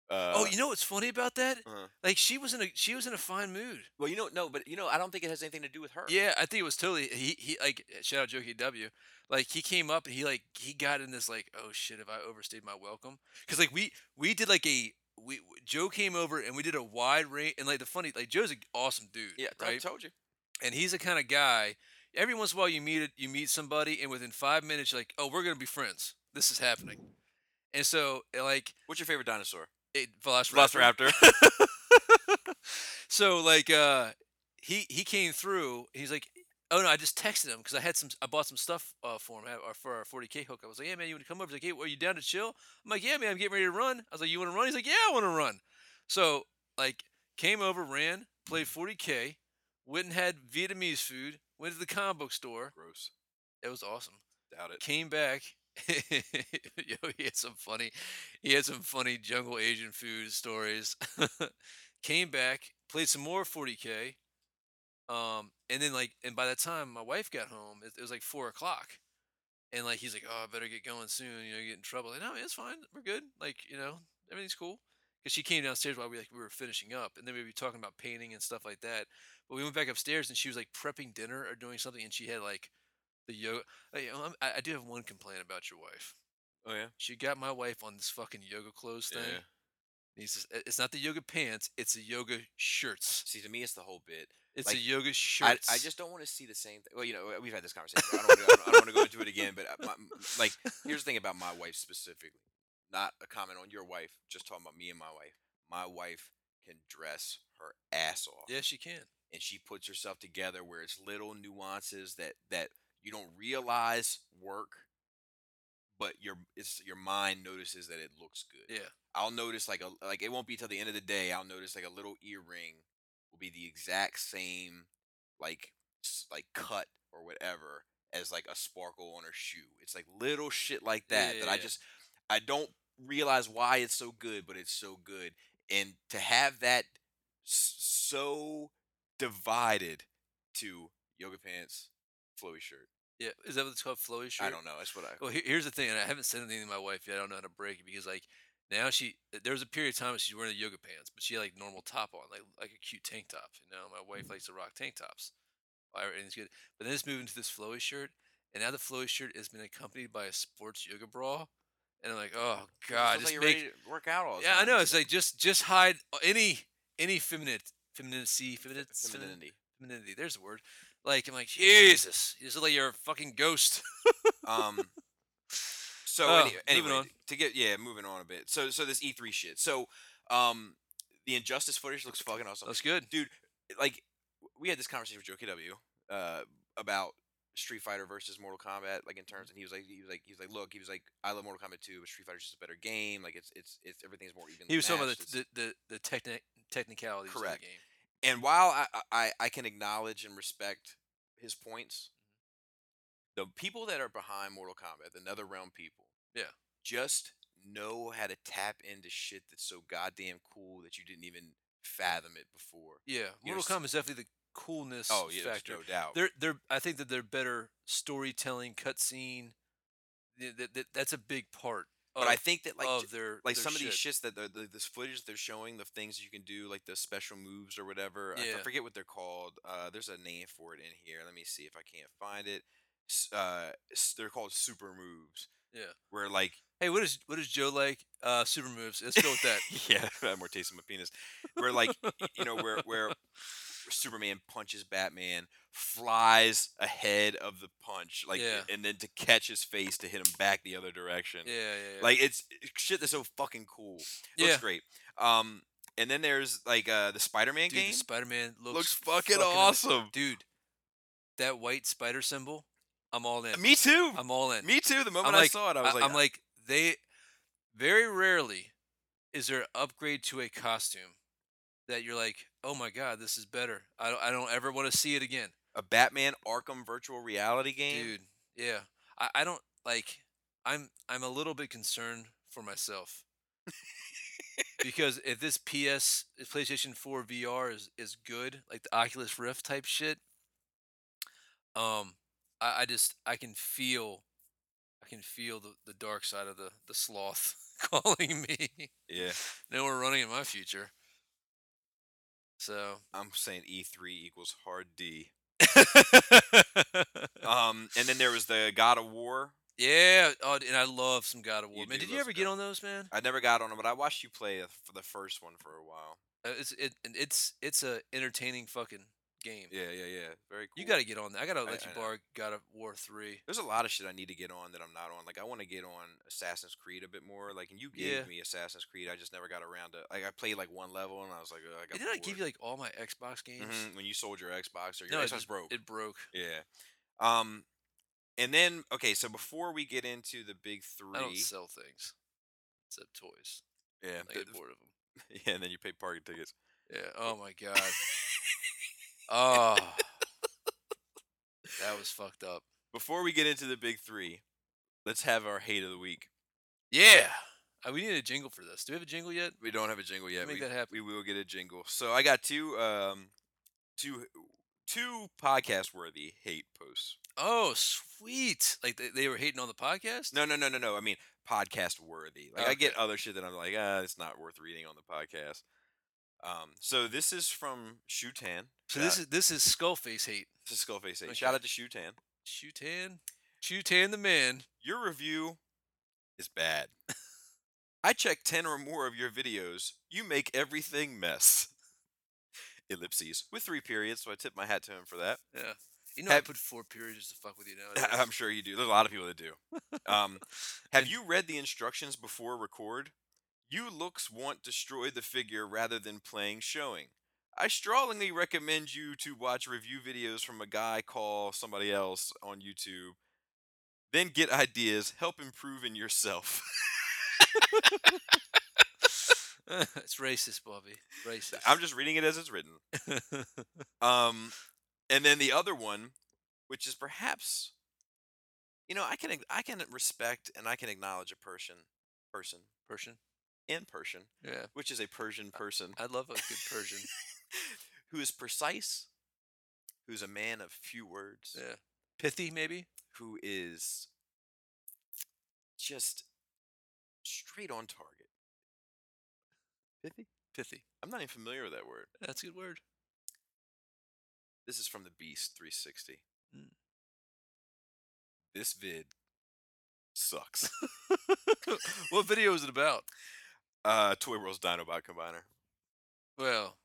Speaker 4: Uh,
Speaker 2: oh, you know what's funny about that?
Speaker 3: Uh-huh.
Speaker 2: Like she was in a she was in a fine mood.
Speaker 3: Well, you know, no, but you know, I don't think it has anything to do with her.
Speaker 2: Yeah, I think it was totally he he like eh, shout out Jokey W. Like he came up and he like he got in this like oh shit have I overstayed my welcome because like we we did like a we Joe came over and we did a wide range and like the funny like Joe's an awesome dude
Speaker 3: yeah, I
Speaker 2: right
Speaker 3: told you.
Speaker 2: and he's the kind of guy every once in a while you meet it you meet somebody and within five minutes you're like oh we're gonna be friends this is happening and so eh, like
Speaker 3: What's your favorite dinosaur?
Speaker 2: it
Speaker 4: Velociraptor.
Speaker 2: so like uh he he came through he's like oh no i just texted him because i had some i bought some stuff uh, for him uh, for our 40k hook i was like yeah man you want to come over he's like hey are you down to chill i'm like yeah man i'm getting ready to run i was like you want to run he's like yeah i want to run so like came over ran played 40k went and had vietnamese food went to the comic book store
Speaker 4: Gross.
Speaker 2: it was awesome
Speaker 4: Doubt it.
Speaker 2: came back. Yo, he had some funny, he had some funny jungle Asian food stories. came back, played some more 40k, um, and then like, and by that time my wife got home, it, it was like four o'clock, and like he's like, oh, I better get going soon, you know, get in trouble. Like, no, it's fine, we're good. Like, you know, everything's cool. Because she came downstairs while we like we were finishing up, and then we were talking about painting and stuff like that. But we went back upstairs, and she was like prepping dinner or doing something, and she had like the yoga. Hey, um, I, I do have one complaint about your wife.
Speaker 4: Oh yeah.
Speaker 2: She got my wife on this fucking yoga clothes thing.
Speaker 4: Yeah.
Speaker 2: He says, "I- it's not the yoga pants, it's the yoga shirts.
Speaker 3: See, to me, it's the whole bit.
Speaker 2: It's
Speaker 3: Like,
Speaker 2: the yoga
Speaker 3: I,
Speaker 2: shirts.
Speaker 3: I just don't want to see the same thing. Well, you know, we've had this conversation. But I don't wanna- I don't want to go into it again. But uh, my, m- like, here's the thing about my wife specifically. Not a comment on your wife. Just talking about me and my wife. My wife can dress her ass off,
Speaker 2: Yes, she can.
Speaker 3: and she puts herself together where it's little nuances that that you don't realize work, but your it's your mind notices that it looks good.
Speaker 2: Yeah.
Speaker 3: I'll notice like a like it won't be till the end of the day. I'll notice like a little earring will be the exact same like s- like cut or whatever as like a sparkle on her shoe. It's like little shit like
Speaker 2: Yeah,
Speaker 3: that
Speaker 2: yeah,
Speaker 3: that I
Speaker 2: yeah.
Speaker 3: just I don't realize why it's so good, but it's so good. And to have that s- so divided to yoga pants, flowy shirt.
Speaker 2: Yeah. Is that what it's called? Flowy shirt?
Speaker 3: I don't know. That's what I.
Speaker 2: Well, here- here's the thing, and I haven't said anything to my wife yet. I don't know how to break it because, like, now she there was a period of time when she's wearing the yoga pants, but she had like normal top on, like like a cute tank top. You know, my
Speaker 3: Mm-hmm.
Speaker 2: wife likes to rock tank tops. All right, Everything's good, but then it's moving to this flowy shirt, and now the flowy shirt has been accompanied by a sports yoga bra, and I'm like, oh god,
Speaker 3: Sounds like
Speaker 2: just
Speaker 3: you're
Speaker 2: make
Speaker 3: ready to work out all. the
Speaker 2: yeah, I
Speaker 3: time.
Speaker 2: know. It's like just just hide uh, any any feminine femininity feminine feminine
Speaker 3: femininity.
Speaker 2: femininity. There's the word. Like I'm like Jesus, you just look like you're a fucking ghost.
Speaker 3: Um. So
Speaker 2: Oh,
Speaker 3: any-
Speaker 2: moving
Speaker 3: anyway,
Speaker 2: on.
Speaker 3: to get yeah, moving on a bit. So so this E3 shit. So um, the Injustice footage looks fucking awesome.
Speaker 2: That's good.
Speaker 3: Dude, like we had this conversation with Joe KW uh about Street Fighter versus Mortal Kombat, like in terms, and he was like, he was like, he was like, look, he was like, I love Mortal Kombat 2, but Street Fighter's just a better game. Like it's it's it's everything's more even.
Speaker 2: He was talking about
Speaker 3: matched. It's-
Speaker 2: the the the, the techni- technicalities
Speaker 3: Correct.
Speaker 2: of the game.
Speaker 3: and while I, I- I I can acknowledge and respect his points,
Speaker 2: Mm-hmm.
Speaker 3: the people that are behind Mortal Kombat, the NetherRealm people,
Speaker 2: Yeah.
Speaker 3: just know how to tap into shit that's so goddamn cool that you didn't even fathom it before.
Speaker 2: Yeah,
Speaker 3: You know,
Speaker 2: Mortal
Speaker 3: s-
Speaker 2: Kombat is definitely the coolness
Speaker 3: Oh yeah, there's
Speaker 2: factor.
Speaker 3: no doubt.
Speaker 2: They're they're I think that they're better storytelling cutscene. th- th- th- that's a big part.
Speaker 3: but I
Speaker 2: of-
Speaker 3: think that like
Speaker 2: of
Speaker 3: j-
Speaker 2: their
Speaker 3: like
Speaker 2: their
Speaker 3: some of
Speaker 2: shit.
Speaker 3: these shits that the, the this footage they're showing, the things you can do, like the special moves or whatever. I f- I,
Speaker 2: Yeah.
Speaker 3: forget what they're called. Uh, there's a name for it in here. Let me see if I can't find it. S- Uh, s- they're called super moves.
Speaker 2: Yeah.
Speaker 3: Where like
Speaker 2: Hey, what is what is Joe like? Uh, super moves. Let's go with that.
Speaker 4: yeah, I have more taste in my penis.
Speaker 3: where like y- you know where where Superman punches Batman, flies ahead of the punch, like,
Speaker 2: Yeah.
Speaker 3: and then to catch his face to hit him back the other direction.
Speaker 2: Yeah, yeah, yeah.
Speaker 3: Like it's it's shit that's so fucking cool. Looks
Speaker 2: yeah.
Speaker 3: great. Um, and then there's like uh the Spider-Man
Speaker 2: Dude,
Speaker 3: game.
Speaker 2: the Spider-Man looks,
Speaker 3: looks fucking
Speaker 2: ama-
Speaker 3: awesome.
Speaker 2: dude. That white spider symbol, I'm all in.
Speaker 3: Me too.
Speaker 2: I'm all in.
Speaker 3: Me too. The moment I
Speaker 2: like-
Speaker 3: saw it, I was like,
Speaker 2: am like they. Very rarely is there an upgrade to a costume that you're like, oh my god, this is better. I don't, I don't ever want to see it again,
Speaker 3: a Batman Arkham virtual reality game.
Speaker 2: dude. Yeah, I, I don't like. I'm I'm a little bit concerned for myself because if this PS if PlayStation 4 VR is is good, like the Oculus Rift type shit, um, I, I just I can feel. I can feel the, the dark side of the, the sloth calling me.
Speaker 3: Yeah,
Speaker 2: Nowhere running in my future. So
Speaker 3: I'm saying E3 equals hard D.
Speaker 2: yeah,
Speaker 3: Um, and then there was the God of War.
Speaker 2: oh, and I love some God of War.
Speaker 3: You
Speaker 2: man,
Speaker 3: do
Speaker 2: did you
Speaker 3: love
Speaker 2: ever
Speaker 3: some
Speaker 2: get
Speaker 3: God
Speaker 2: on those, man?
Speaker 3: I never got on it, but I watched you play the- for the first one for a while.
Speaker 2: Uh, It's it and it's it's a entertaining fucking game.
Speaker 3: Yeah, yeah, yeah. Very cool.
Speaker 2: You got to get on that. I gotta
Speaker 3: I-
Speaker 2: let you
Speaker 3: I know.
Speaker 2: borrow God of War three.
Speaker 3: There's a lot of shit I need to get on that I'm not on. Like I want to get on Assassin's Creed a bit more. Like and you gave
Speaker 2: Yeah.
Speaker 3: me Assassin's Creed. I just never got around to. Like I played like one level and I was like, Ugh, I got.
Speaker 2: Didn't I give you like all my Xbox games?
Speaker 3: hmm when you sold your Xbox or your
Speaker 2: No, it
Speaker 3: Xbox
Speaker 2: just-
Speaker 3: broke?
Speaker 2: It broke.
Speaker 3: yeah. Um, and then okay, so before we get into the big three,
Speaker 2: I don't sell things except toys.
Speaker 3: yeah,
Speaker 2: I
Speaker 3: th-
Speaker 2: get bored of them.
Speaker 3: yeah, and then you pay parking tickets.
Speaker 2: Yeah. Oh my god. oh, that was fucked up.
Speaker 3: Before we get into the big three, let's have our hate of the week.
Speaker 2: Yeah. Uh, we need a jingle for this. Do we have a jingle yet?
Speaker 3: We don't have a jingle yet.
Speaker 2: Make
Speaker 3: we,
Speaker 2: that happen.
Speaker 3: we will get a jingle. So I got two um two two podcast worthy hate posts.
Speaker 2: Oh, sweet! Like they, they were hating on the podcast.
Speaker 3: No, no, no, no, no. I mean podcast worthy. Like I get
Speaker 2: Okay.
Speaker 3: other shit that I'm like, ah, it's not worth reading on the podcast. Um so this is from Shutan.
Speaker 2: So this is this is Skullface hate.
Speaker 3: this is Skullface 8.
Speaker 2: okay.
Speaker 3: Shout out to Shutan.
Speaker 2: Shutan, Shutan the man.
Speaker 3: Your review is bad. I check 10 or more of your videos. You make everything mess. Ellipses with three periods, so I tip my hat to him for that.
Speaker 2: Yeah. You know I
Speaker 3: Have-
Speaker 2: put four periods just to fuck with you now.
Speaker 3: I'm sure you do. There's a lot of people that do. Um, have you read the instructions before record? You looks want destroy the figure rather than playing showing. I strongly recommend you to watch review videos from a guy call somebody else on YouTube. Then get ideas, help improve in yourself.
Speaker 2: it's racist, Bobby. Racist.
Speaker 3: I'm just reading it as it's written. Um, and then the other one, which is perhaps, you know, I can ag- I can respect and I can acknowledge a person, person
Speaker 2: Persian.
Speaker 3: in person,
Speaker 2: Yeah.
Speaker 3: which is a Persian person
Speaker 2: I love a good Persian.
Speaker 3: who is precise, who's a man of few words,
Speaker 2: Yeah. Pithy, maybe.
Speaker 3: who is just straight on target. Pithy?
Speaker 2: Pithy.
Speaker 3: I'm not even familiar with that word.
Speaker 2: That's a good word.
Speaker 3: This is from the Beast 360.
Speaker 2: Mm.
Speaker 3: This vid sucks.
Speaker 2: what video is it about?
Speaker 3: uh, Toy World's Dinobot Combiner.
Speaker 2: Well,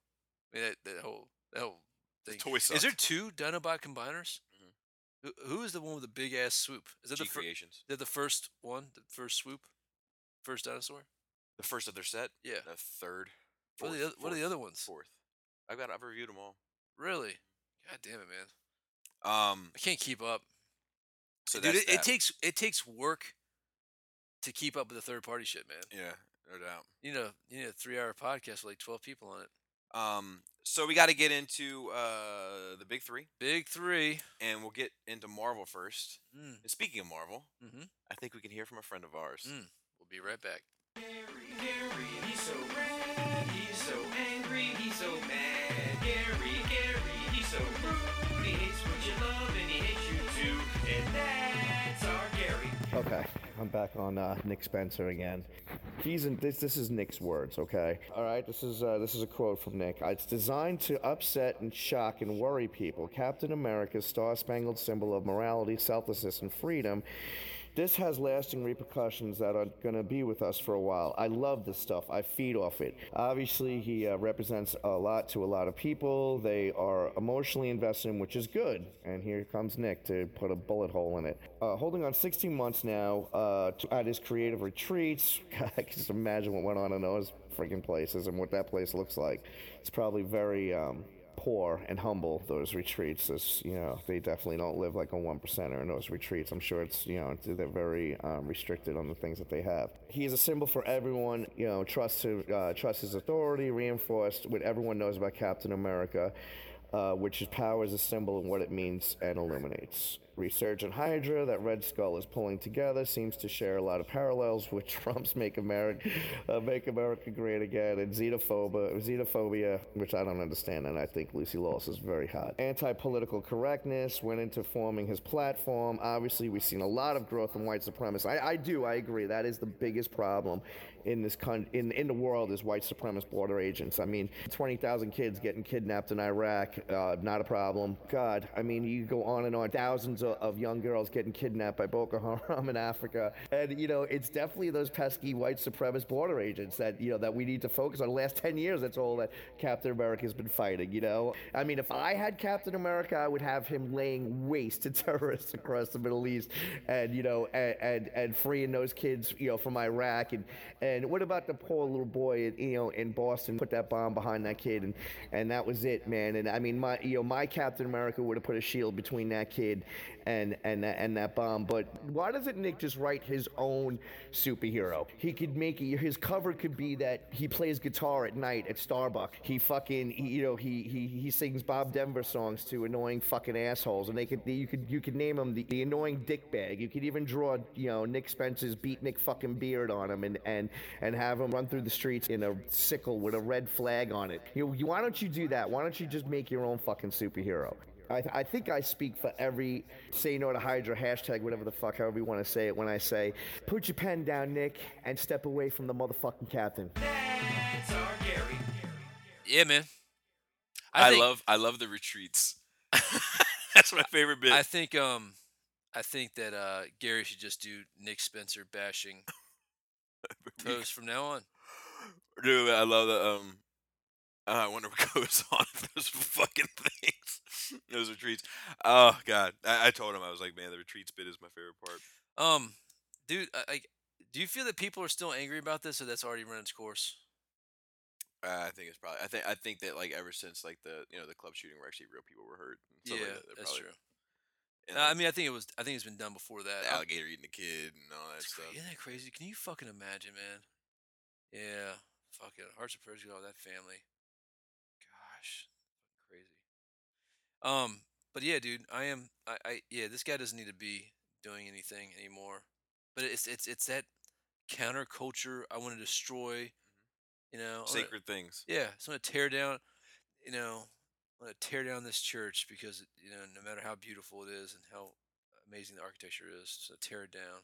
Speaker 2: I mean, that, that whole that whole
Speaker 3: The
Speaker 2: thing.
Speaker 3: toy
Speaker 2: Is there
Speaker 3: sucked.
Speaker 2: two Dinobot combiners?
Speaker 3: Mhm.
Speaker 2: Who, who is the one with the big ass swoop? Is that
Speaker 3: G
Speaker 2: the fir-
Speaker 3: Creations.
Speaker 2: They're the first one, the first swoop, first dinosaur.
Speaker 3: The first of their set.
Speaker 2: Yeah.
Speaker 3: The third.
Speaker 2: what are the
Speaker 3: fourth-
Speaker 2: other, What are the
Speaker 3: fourth-
Speaker 2: other ones?
Speaker 3: Fourth. I've got. I've reviewed them all.
Speaker 2: Really?
Speaker 3: Mm-hmm.
Speaker 2: God damn it, man!
Speaker 3: Um.
Speaker 2: I can't keep up.
Speaker 3: So
Speaker 2: Dude,
Speaker 3: that's
Speaker 2: it, it
Speaker 3: that.
Speaker 2: takes it takes work to keep up with the third party shit, man.
Speaker 3: Yeah, no doubt.
Speaker 2: You know, you need a three hour podcast with like twelve people on it.
Speaker 3: Um. So we got to get into uh the big three,
Speaker 2: Big three.
Speaker 3: and we'll get into Marvel first.
Speaker 2: Mm.
Speaker 3: And speaking of Marvel,
Speaker 2: Mm-hmm.
Speaker 3: I think we can hear from a friend of ours.
Speaker 2: Mm. We'll be right back.
Speaker 5: Gary, Gary, he's so red, he's so angry, he's so mad. Gary, Gary, he's so rude. He hates what you love and he hates you too. And that's our Gary.
Speaker 6: Okay, I'm back on uh, Nick Spencer again. He's in this. This is Nick's words. Okay. All right. This is uh, this is a quote from Nick. It's designed to upset and shock and worry people. Captain America's star-spangled symbol of morality, selflessness, and freedom This has lasting repercussions that are going to be with us for a while. I love this stuff. I feed off it. Obviously, he uh, represents a lot to a lot of people. They are emotionally invested in, him, which is good. And here comes Nick to put a bullet hole in it. Uh, holding on 16 months now uh, to, at his creative retreats. God, I can just imagine what went on in those freaking places and what that place looks like. It's probably very um, poor and humble. Those retreats, It's, you know, they definitely don't live like a one percenter in those retreats. I'm sure it's you know they're very um, restricted on the things that they have. He is a symbol for everyone. You know, trust to uh, trust his authority, reinforced what everyone knows about Captain America. Uh, which his power is a symbol and what it means and illuminates. Resurgent Hydra that Red Skull is pulling together seems to share a lot of parallels with Trump's "Make America, uh, Make America Great Again" and xenophobia, xenophobia, which I don't understand, and I think Lucy Lawless is very hot. Anti-political correctness went into forming his platform. Obviously, we've seen a lot of growth in white supremacy. I, I do, I agree. That is the biggest problem in this con- in in the world is white supremacist border agents. I mean, twenty thousand kids getting kidnapped in Iraq, uh, not a problem. God, I mean, you go on and on. Thousands of, of young girls getting kidnapped by Boko Haram in Africa, and you know, it's definitely those pesky white supremacist border agents that you know that we need to focus on. The last ten years, that's all that Captain America's been fighting. You know, I mean, if I had Captain America, I would have him laying waste to terrorists across the Middle East, and you know, and and, and freeing those kids, you know, from Iraq, and and what about the poor little boy, in, you know, in Boston, put that bomb behind that kid, and and that was it, man. And I mean, my you know, my Captain America would have put a shield between that kid, and and that- and that bomb. But why doesn't Nick just write his own superhero? He could make it. His cover could be that he plays guitar at night at Starbucks. He fucking he, you know he, he he sings Bob Denver songs to annoying fucking assholes, and they could you could you could name him the, the annoying dickbag. You could even draw you know Nick Spencer's beat Nick fucking beard on him, and and and have him run through the streets in a sickle with a red flag on it. You, you why don't you do that? Why don't you just make your own fucking superhero? I, th- I think I speak for every say no to Hydra hashtag, whatever the fuck, however you want to say it, when I say, put your pen down, Nick, and step away from the motherfucking captain.
Speaker 7: That's our Gary.
Speaker 2: Yeah, man.
Speaker 3: I,
Speaker 2: think-
Speaker 3: love I love the retreats. That's my favorite bit.
Speaker 2: I think um, I think that uh, Gary should just do Nick Spencer bashing toast from now on.
Speaker 3: Dude, I love the um. oh, I wonder what goes on with those fucking things, those retreats. Oh god, I, I told him I was like, man, the retreats bit is my favorite part.
Speaker 2: Um, dude, I, I, do you feel that people are still angry about this, or that's already run its course?
Speaker 3: Uh, I think it's probably. I think I think that like ever since like the you know the club shooting where actually real people were hurt. and stuff
Speaker 2: yeah,
Speaker 3: like that, they're
Speaker 2: that's
Speaker 3: probably-
Speaker 2: true.
Speaker 3: and,
Speaker 2: Uh, I
Speaker 3: like,
Speaker 2: mean, I think it was. I think it's been done before that.
Speaker 3: the
Speaker 2: I'm-
Speaker 3: alligator eating the kid and all that
Speaker 2: it's
Speaker 3: stuff.
Speaker 2: cra- Isn't that crazy? Can you fucking imagine, man? Yeah, fuck it. Hearts of Persia, all that family. Gosh, crazy. Um, but yeah, dude, I am. I, I yeah, this guy doesn't need to be doing anything anymore. But it's it's it's that counterculture. I want to destroy. You know, I wanna-
Speaker 3: Mm-hmm. Sacred things.
Speaker 2: yeah, so I'm gonna tear down, you know, I'm gonna tear down this church because you know, no matter how beautiful it is and how amazing the architecture is, so tear it down.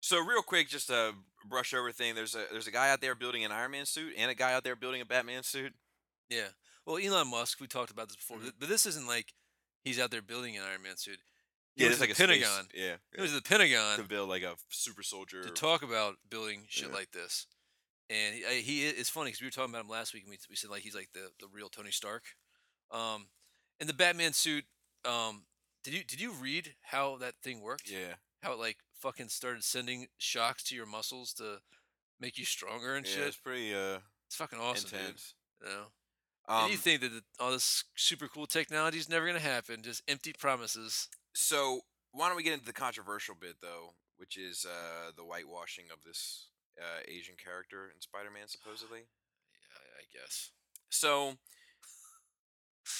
Speaker 3: So real quick, just a brush over thing. There's a there's a guy out there building an Iron Man suit and a guy out there building a Batman suit.
Speaker 2: Yeah. Well, Elon Musk, we talked about this before,
Speaker 3: Mm-hmm.
Speaker 2: but- but this isn't like he's out there building an Iron Man suit. He
Speaker 3: Yeah,
Speaker 2: went
Speaker 3: there's
Speaker 2: to
Speaker 3: like
Speaker 2: the
Speaker 3: a space-
Speaker 2: Pentagon.
Speaker 3: yeah,
Speaker 2: He was
Speaker 3: yeah.
Speaker 2: at the
Speaker 3: to
Speaker 2: Pentagon
Speaker 3: build like a super soldier.
Speaker 2: to
Speaker 3: or-
Speaker 2: talk about building shit
Speaker 3: Yeah.
Speaker 2: like this. And he, I- he i- it's funny because we were talking about him last week, and we, we said like he's like the, the real Tony Stark. Um, and the Batman suit. Um, did you did you read how that thing worked?
Speaker 3: yeah,
Speaker 2: how it like fucking started sending shocks to your muscles to make you stronger and
Speaker 3: yeah,
Speaker 2: shit.
Speaker 3: it's pretty uh
Speaker 2: It's fucking awesome,
Speaker 3: intense.
Speaker 2: dude. You know?
Speaker 3: Um,
Speaker 2: and you think that the, all this super cool technology is never gonna happen? Just empty promises.
Speaker 3: so why don't we get into the controversial bit though, which is uh, the whitewashing of this uh, Asian character in Spider-Man, supposedly.
Speaker 2: Yeah, I- I guess.
Speaker 3: So,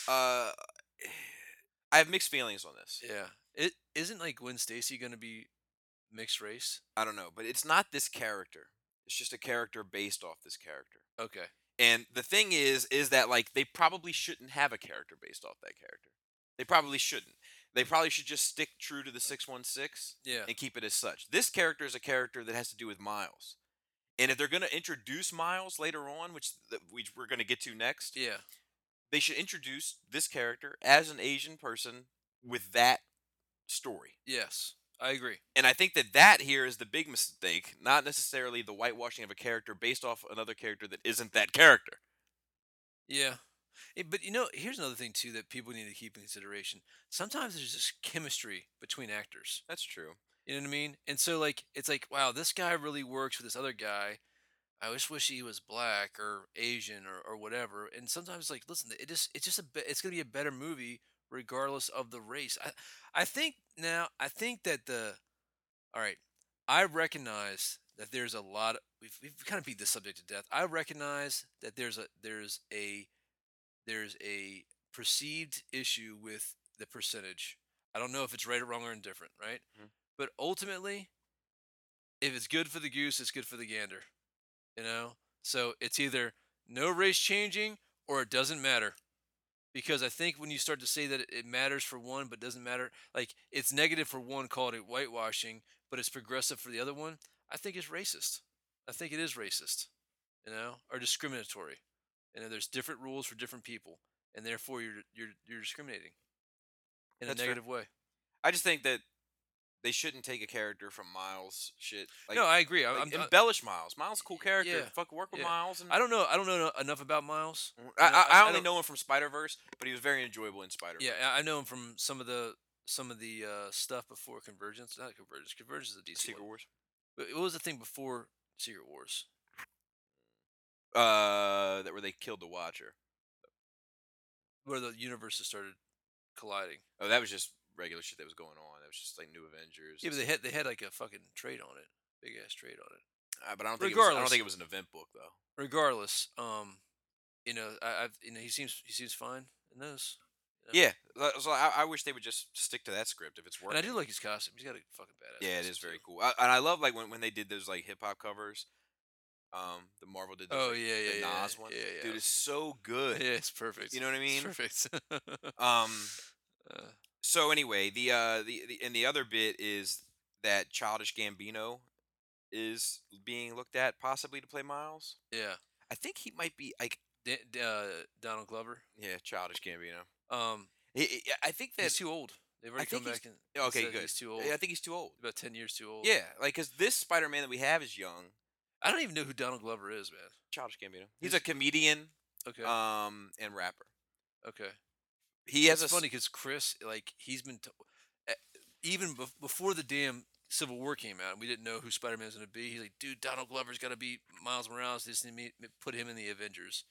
Speaker 3: uh, I have mixed feelings on this.
Speaker 2: Yeah. It isn't like Gwen Stacy gonna be mixed race.
Speaker 3: I don't know, but it's not this character. It's just a character based off this character.
Speaker 2: Okay.
Speaker 3: And the thing is, is that like they probably shouldn't have a character based off that character. They probably shouldn't. They probably should just stick true to the six one six.
Speaker 2: Yeah.
Speaker 3: and keep it as such. This character is a character that has to do with Miles. And if they're going to introduce Miles later on, which th- which we're going to get to next,
Speaker 2: Yeah.
Speaker 3: they should introduce this character as an Asian person with that story.
Speaker 2: Yes. I agree.
Speaker 3: And I think that that here is the big mistake, not necessarily the whitewashing of a character based off another character that isn't that character.
Speaker 2: Yeah. Eh, but you know, here's another thing too that people need to keep in consideration. Sometimes there's just chemistry between actors.
Speaker 3: That's true.
Speaker 2: You know what I mean? And so like it's like, wow, this guy really works with this other guy. I just wish he was black or Asian or, or whatever. And sometimes like, listen, it just it's just a be- it's gonna be a better movie regardless of the race. I I think now I think that the all right, I recognize that there's a lot of, we've we've kind of beat this subject to death. I recognize that there's a there's a there's a perceived issue with the percentage. I don't know if it's right or wrong or indifferent, right? But ultimately, if it's good for the goose, it's good for the gander. You know? So it's either no race changing or it doesn't matter. Because I think when you start to say that it- it matters for one but doesn't matter, like it's negative for one, called it whitewashing, but it's progressive for the other one, I think it's racist. I think it is racist, you know, or discriminatory. You know, there's different rules for different people, and therefore you're you're you're discriminating in
Speaker 3: That's
Speaker 2: a
Speaker 3: fair.
Speaker 2: negative way.
Speaker 3: I just think that they shouldn't take a character from Miles shit. Like,
Speaker 2: no, I agree. I,
Speaker 3: like,
Speaker 2: I'm, I-
Speaker 3: embellish Miles. Miles cool character.
Speaker 2: Yeah,
Speaker 3: Fuck work with
Speaker 2: yeah.
Speaker 3: Miles. And
Speaker 2: I don't know. I don't know enough about Miles.
Speaker 3: I,
Speaker 2: no, I-
Speaker 3: I,
Speaker 2: I
Speaker 3: I only
Speaker 2: don't-
Speaker 3: know him from Spider Verse, but he was very enjoyable in Spider Verse.
Speaker 2: Yeah, I I know him from some of the some of the uh, stuff before Convergence. Not Convergence. Convergence is a DC.
Speaker 3: Secret
Speaker 2: one.
Speaker 3: Wars.
Speaker 2: But What was the thing before Secret Wars?
Speaker 3: Uh, that where they killed the Watcher.
Speaker 2: Where the universes started colliding.
Speaker 3: Oh, that was just regular shit that was going on. That was just like New Avengers.
Speaker 2: Yeah, but
Speaker 3: and
Speaker 2: they had they had like a fucking trade on it, big ass trade on it.
Speaker 3: Uh, but I don't think it was, I don't
Speaker 2: Regardless.
Speaker 3: think it was an event book though.
Speaker 2: Regardless, um, you know, I, I've you know he seems he seems fine in those.
Speaker 3: Yeah, so- so I, I wish they would just stick to that script if it's
Speaker 2: And
Speaker 3: working.
Speaker 2: I do like his costume. He's got a fucking badass.
Speaker 3: Yeah, it
Speaker 2: costume,
Speaker 3: is very
Speaker 2: too.
Speaker 3: cool, I, and I love like when, when they did those like hip hop covers. Um, the Marvel did. Those,
Speaker 2: Oh
Speaker 3: like,
Speaker 2: yeah, yeah,
Speaker 3: the
Speaker 2: yeah,
Speaker 3: Nas one.
Speaker 2: Yeah, yeah.
Speaker 3: Dude, it's so good.
Speaker 2: yeah, it's perfect.
Speaker 3: You know what I
Speaker 2: It's
Speaker 3: mean?
Speaker 2: perfect.
Speaker 3: Um.
Speaker 2: Uh,
Speaker 3: So anyway, the uh the, the and the other bit is that childish Gambino is being looked at possibly to play Miles.
Speaker 2: yeah,
Speaker 3: I think he might be like
Speaker 2: Dan, D- uh, Donald Glover.
Speaker 3: yeah, childish Gambino.
Speaker 2: Um,
Speaker 3: He- he- I think that
Speaker 2: he's too old. They've already
Speaker 3: think
Speaker 2: come
Speaker 3: he's-
Speaker 2: back and and
Speaker 3: okay,
Speaker 2: said
Speaker 3: good.
Speaker 2: He's too old.
Speaker 3: I think he's too old.
Speaker 2: about ten years too old.
Speaker 3: Yeah, like because this Spider-Man that we have is young.
Speaker 2: I don't even know who Donald Glover is, man.
Speaker 3: Childish Gambino. He's a comedian,
Speaker 2: Okay,
Speaker 3: um, and rapper.
Speaker 2: okay.
Speaker 3: He has
Speaker 2: it's
Speaker 3: a s-
Speaker 2: funny because Chris, like, he's been t- e- even bef- before the damn Civil War came out, and we didn't know who Spider Man's gonna be. He's like, dude, Donald Glover's gotta be Miles Morales. This and me put him in the Avengers.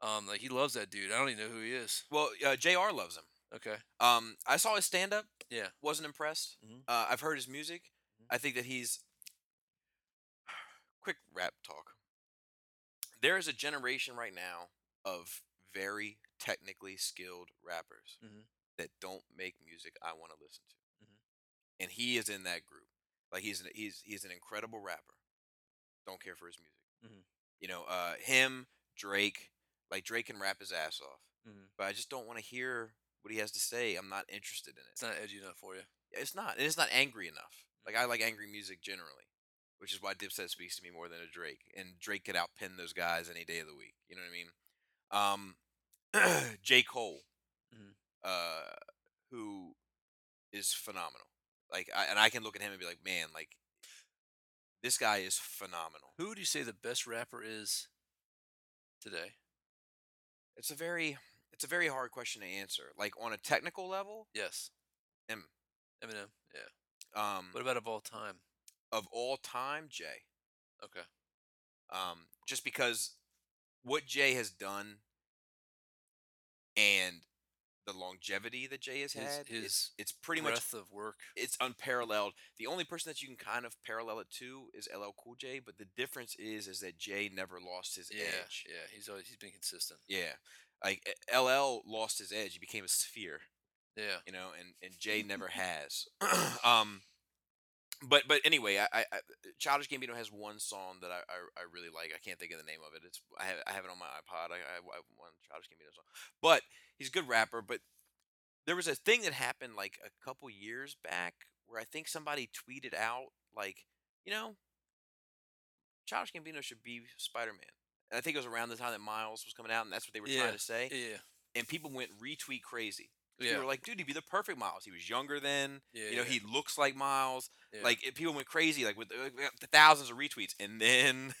Speaker 2: Um, like he loves that dude. I don't even know who he is.
Speaker 3: well, uh, Jr. loves him.
Speaker 2: Okay,
Speaker 3: Um, I saw his stand-up.
Speaker 2: Yeah.
Speaker 3: wasn't impressed.
Speaker 2: Mhm.
Speaker 3: Uh, I've heard his music. I think that he's quick rap talk. There is a generation right now of very technically skilled rappers
Speaker 2: Mhm.
Speaker 3: that don't make music I want to listen to,
Speaker 2: Mhm.
Speaker 3: and he is in that group. Like he's an, he's he's an incredible rapper. Don't care for his music.
Speaker 2: Mhm.
Speaker 3: You know, uh, him, Drake, like Drake can rap his ass off,
Speaker 2: Mhm.
Speaker 3: but I just don't want to hear what he has to say. I'm not interested in it
Speaker 2: it's not edgy enough for you.
Speaker 3: it's not and it's not angry enough like i like angry music generally which is why dipset speaks to me more than a drake and drake could outpin those guys any day of the week you know what i mean um j cole
Speaker 2: Mhm.
Speaker 3: uh who is phenomenal like I, and i can look at him and be like man like this guy is phenomenal
Speaker 2: Who would you say the best rapper is today?
Speaker 3: it's a very it's a very hard question to answer like on a technical level
Speaker 2: Yes,
Speaker 3: him
Speaker 2: Eminem. Yeah.
Speaker 3: um
Speaker 2: What about of all time?
Speaker 3: of all time jay
Speaker 2: Okay.
Speaker 3: um, just because what Jay has done and the longevity that Jay has
Speaker 2: His-
Speaker 3: had, is
Speaker 2: his
Speaker 3: it's pretty much
Speaker 2: Breadth of work.
Speaker 3: it's unparalleled. The only person that you can kind of parallel it to is LL Cool J, but the difference is is that Jay never lost his
Speaker 2: Yeah,
Speaker 3: edge.
Speaker 2: yeah. He's always he's been consistent.
Speaker 3: Yeah, like eh, LL lost his edge; he became a sphere
Speaker 2: Yeah.
Speaker 3: you know, and and Jay never has. um, but but anyway, I, I, I Childish Gambino has one song that I, I I really like. I can't think of the name of it. It's I have I have it on my iPod. I I, I have one Childish Gambino song, but he's a good rapper. But there was a thing that happened like a couple years back where I think somebody tweeted out like, you know, Childish Gambino should be Spider Man. And I think it was around the time that Miles was coming out, and that's what they were
Speaker 2: Yeah,
Speaker 3: trying to say.
Speaker 2: Yeah.
Speaker 3: And people went retweet crazy.
Speaker 2: Yeah.
Speaker 3: People were like, dude, he'd be the perfect Miles. He was younger then.
Speaker 2: Yeah,
Speaker 3: you know,
Speaker 2: yeah.
Speaker 3: he looks like Miles.
Speaker 2: Yeah.
Speaker 3: Like it, people went crazy, like with the, like, the thousands of retweets, and then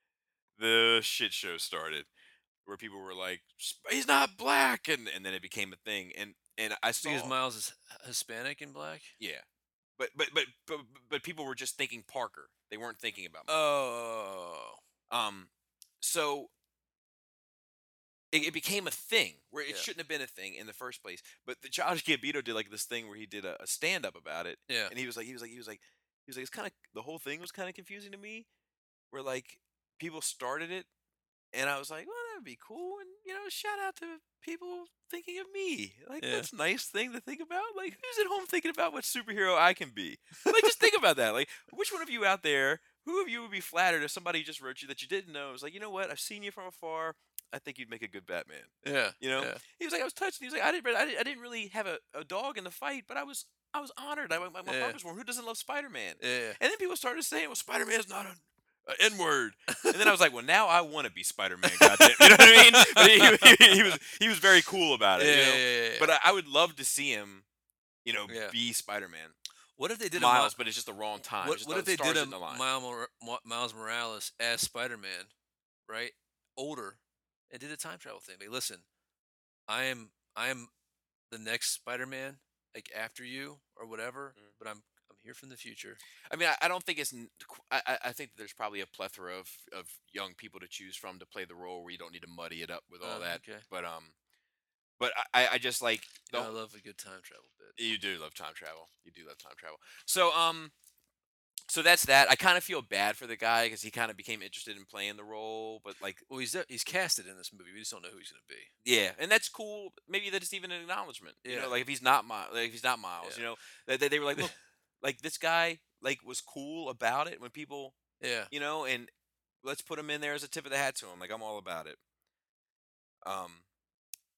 Speaker 4: the shit show started where people were like "Sp- he's not black and and then it became a thing and and i saw
Speaker 2: because Miles is Hispanic and black.
Speaker 3: yeah, but but but but but people were just thinking Parker. They weren't thinking about Miles.
Speaker 2: Oh,
Speaker 3: Um, so it, it became a thing where it
Speaker 2: Yeah.
Speaker 3: shouldn't have been a thing in the first place. But the Childish Gambino did like this thing where he did a, a stand up about it,
Speaker 2: yeah,
Speaker 3: and he was like, he was like, he was like, he was like, it's kind of the whole thing was kind of confusing to me, where like people started it, and I was like, well, that'd be cool, and you know, shout out to people thinking of me, like
Speaker 2: Yeah.
Speaker 3: that's a nice thing to think about. Like, who's at home thinking about what superhero I can be? Like, just think about that. Like, which one of you out there, who of you would be flattered if somebody just wrote you that you didn't know? It was like, you know what? I've seen you from afar. I think you'd make a good Batman.
Speaker 2: yeah.
Speaker 3: You know,
Speaker 2: yeah.
Speaker 3: He was like, I was touched. and He was like, I didn't, I didn't, I didn't really have a, a dog in the fight, but I was, I was honored. I, my my
Speaker 2: Yeah.
Speaker 3: heart was warm. Who doesn't love Spider Man?
Speaker 2: Yeah,
Speaker 3: And then people started saying, well, Spider Man's not a, a N word. And then I was like, well, now I want to be Spider Man. Goddamn, you know what I mean? But he, he, he was, he was very cool about
Speaker 2: yeah,
Speaker 3: it.
Speaker 2: yeah,
Speaker 3: you know?
Speaker 2: yeah, yeah.
Speaker 3: But I, I would love to see him, you know,
Speaker 2: Yeah.
Speaker 3: be Spider Man.
Speaker 2: what if they did
Speaker 3: Miles,
Speaker 2: a
Speaker 3: but it's just the wrong time.
Speaker 2: Miles?
Speaker 3: It's
Speaker 2: What,
Speaker 3: just
Speaker 2: what
Speaker 3: the
Speaker 2: if they
Speaker 3: stars
Speaker 2: did a
Speaker 3: in the line.
Speaker 2: Miles, Mor- Mo- Miles Morales as Spider-Man, right? Older, and did a time travel thing. Like, listen, I am, I am the next Spider-Man, like after you or whatever.
Speaker 3: Mm.
Speaker 2: But I'm, I'm here from the future.
Speaker 3: I mean, I, I don't think it's. n- qu- I, I- I think there's probably a plethora of, of young people to choose from to play the role where you don't need to muddy it up with all
Speaker 2: Uh,
Speaker 3: that.
Speaker 2: okay.
Speaker 3: But um, but I, I- I just like
Speaker 2: You know, I
Speaker 3: don't-
Speaker 2: love a good time travel bit.
Speaker 3: you do love time travel. You do love time travel. So um, so that's that. I kind of feel bad for the guy because he kind of became interested in playing the role, but like
Speaker 2: Well, he's de- he's casted in this movie. We just don't know who he's gonna be.
Speaker 3: yeah, and that's cool. Maybe that it's even an acknowledgement. You
Speaker 2: Yeah.
Speaker 3: know, like if he's not Miles, like if he's not Miles,
Speaker 2: Yeah.
Speaker 3: you know, they, they, they were like, look, like this guy like was cool about it when people
Speaker 2: Yeah,
Speaker 3: you know, and let's put him in there as a tip of the hat to him. Like I'm all about it. Um,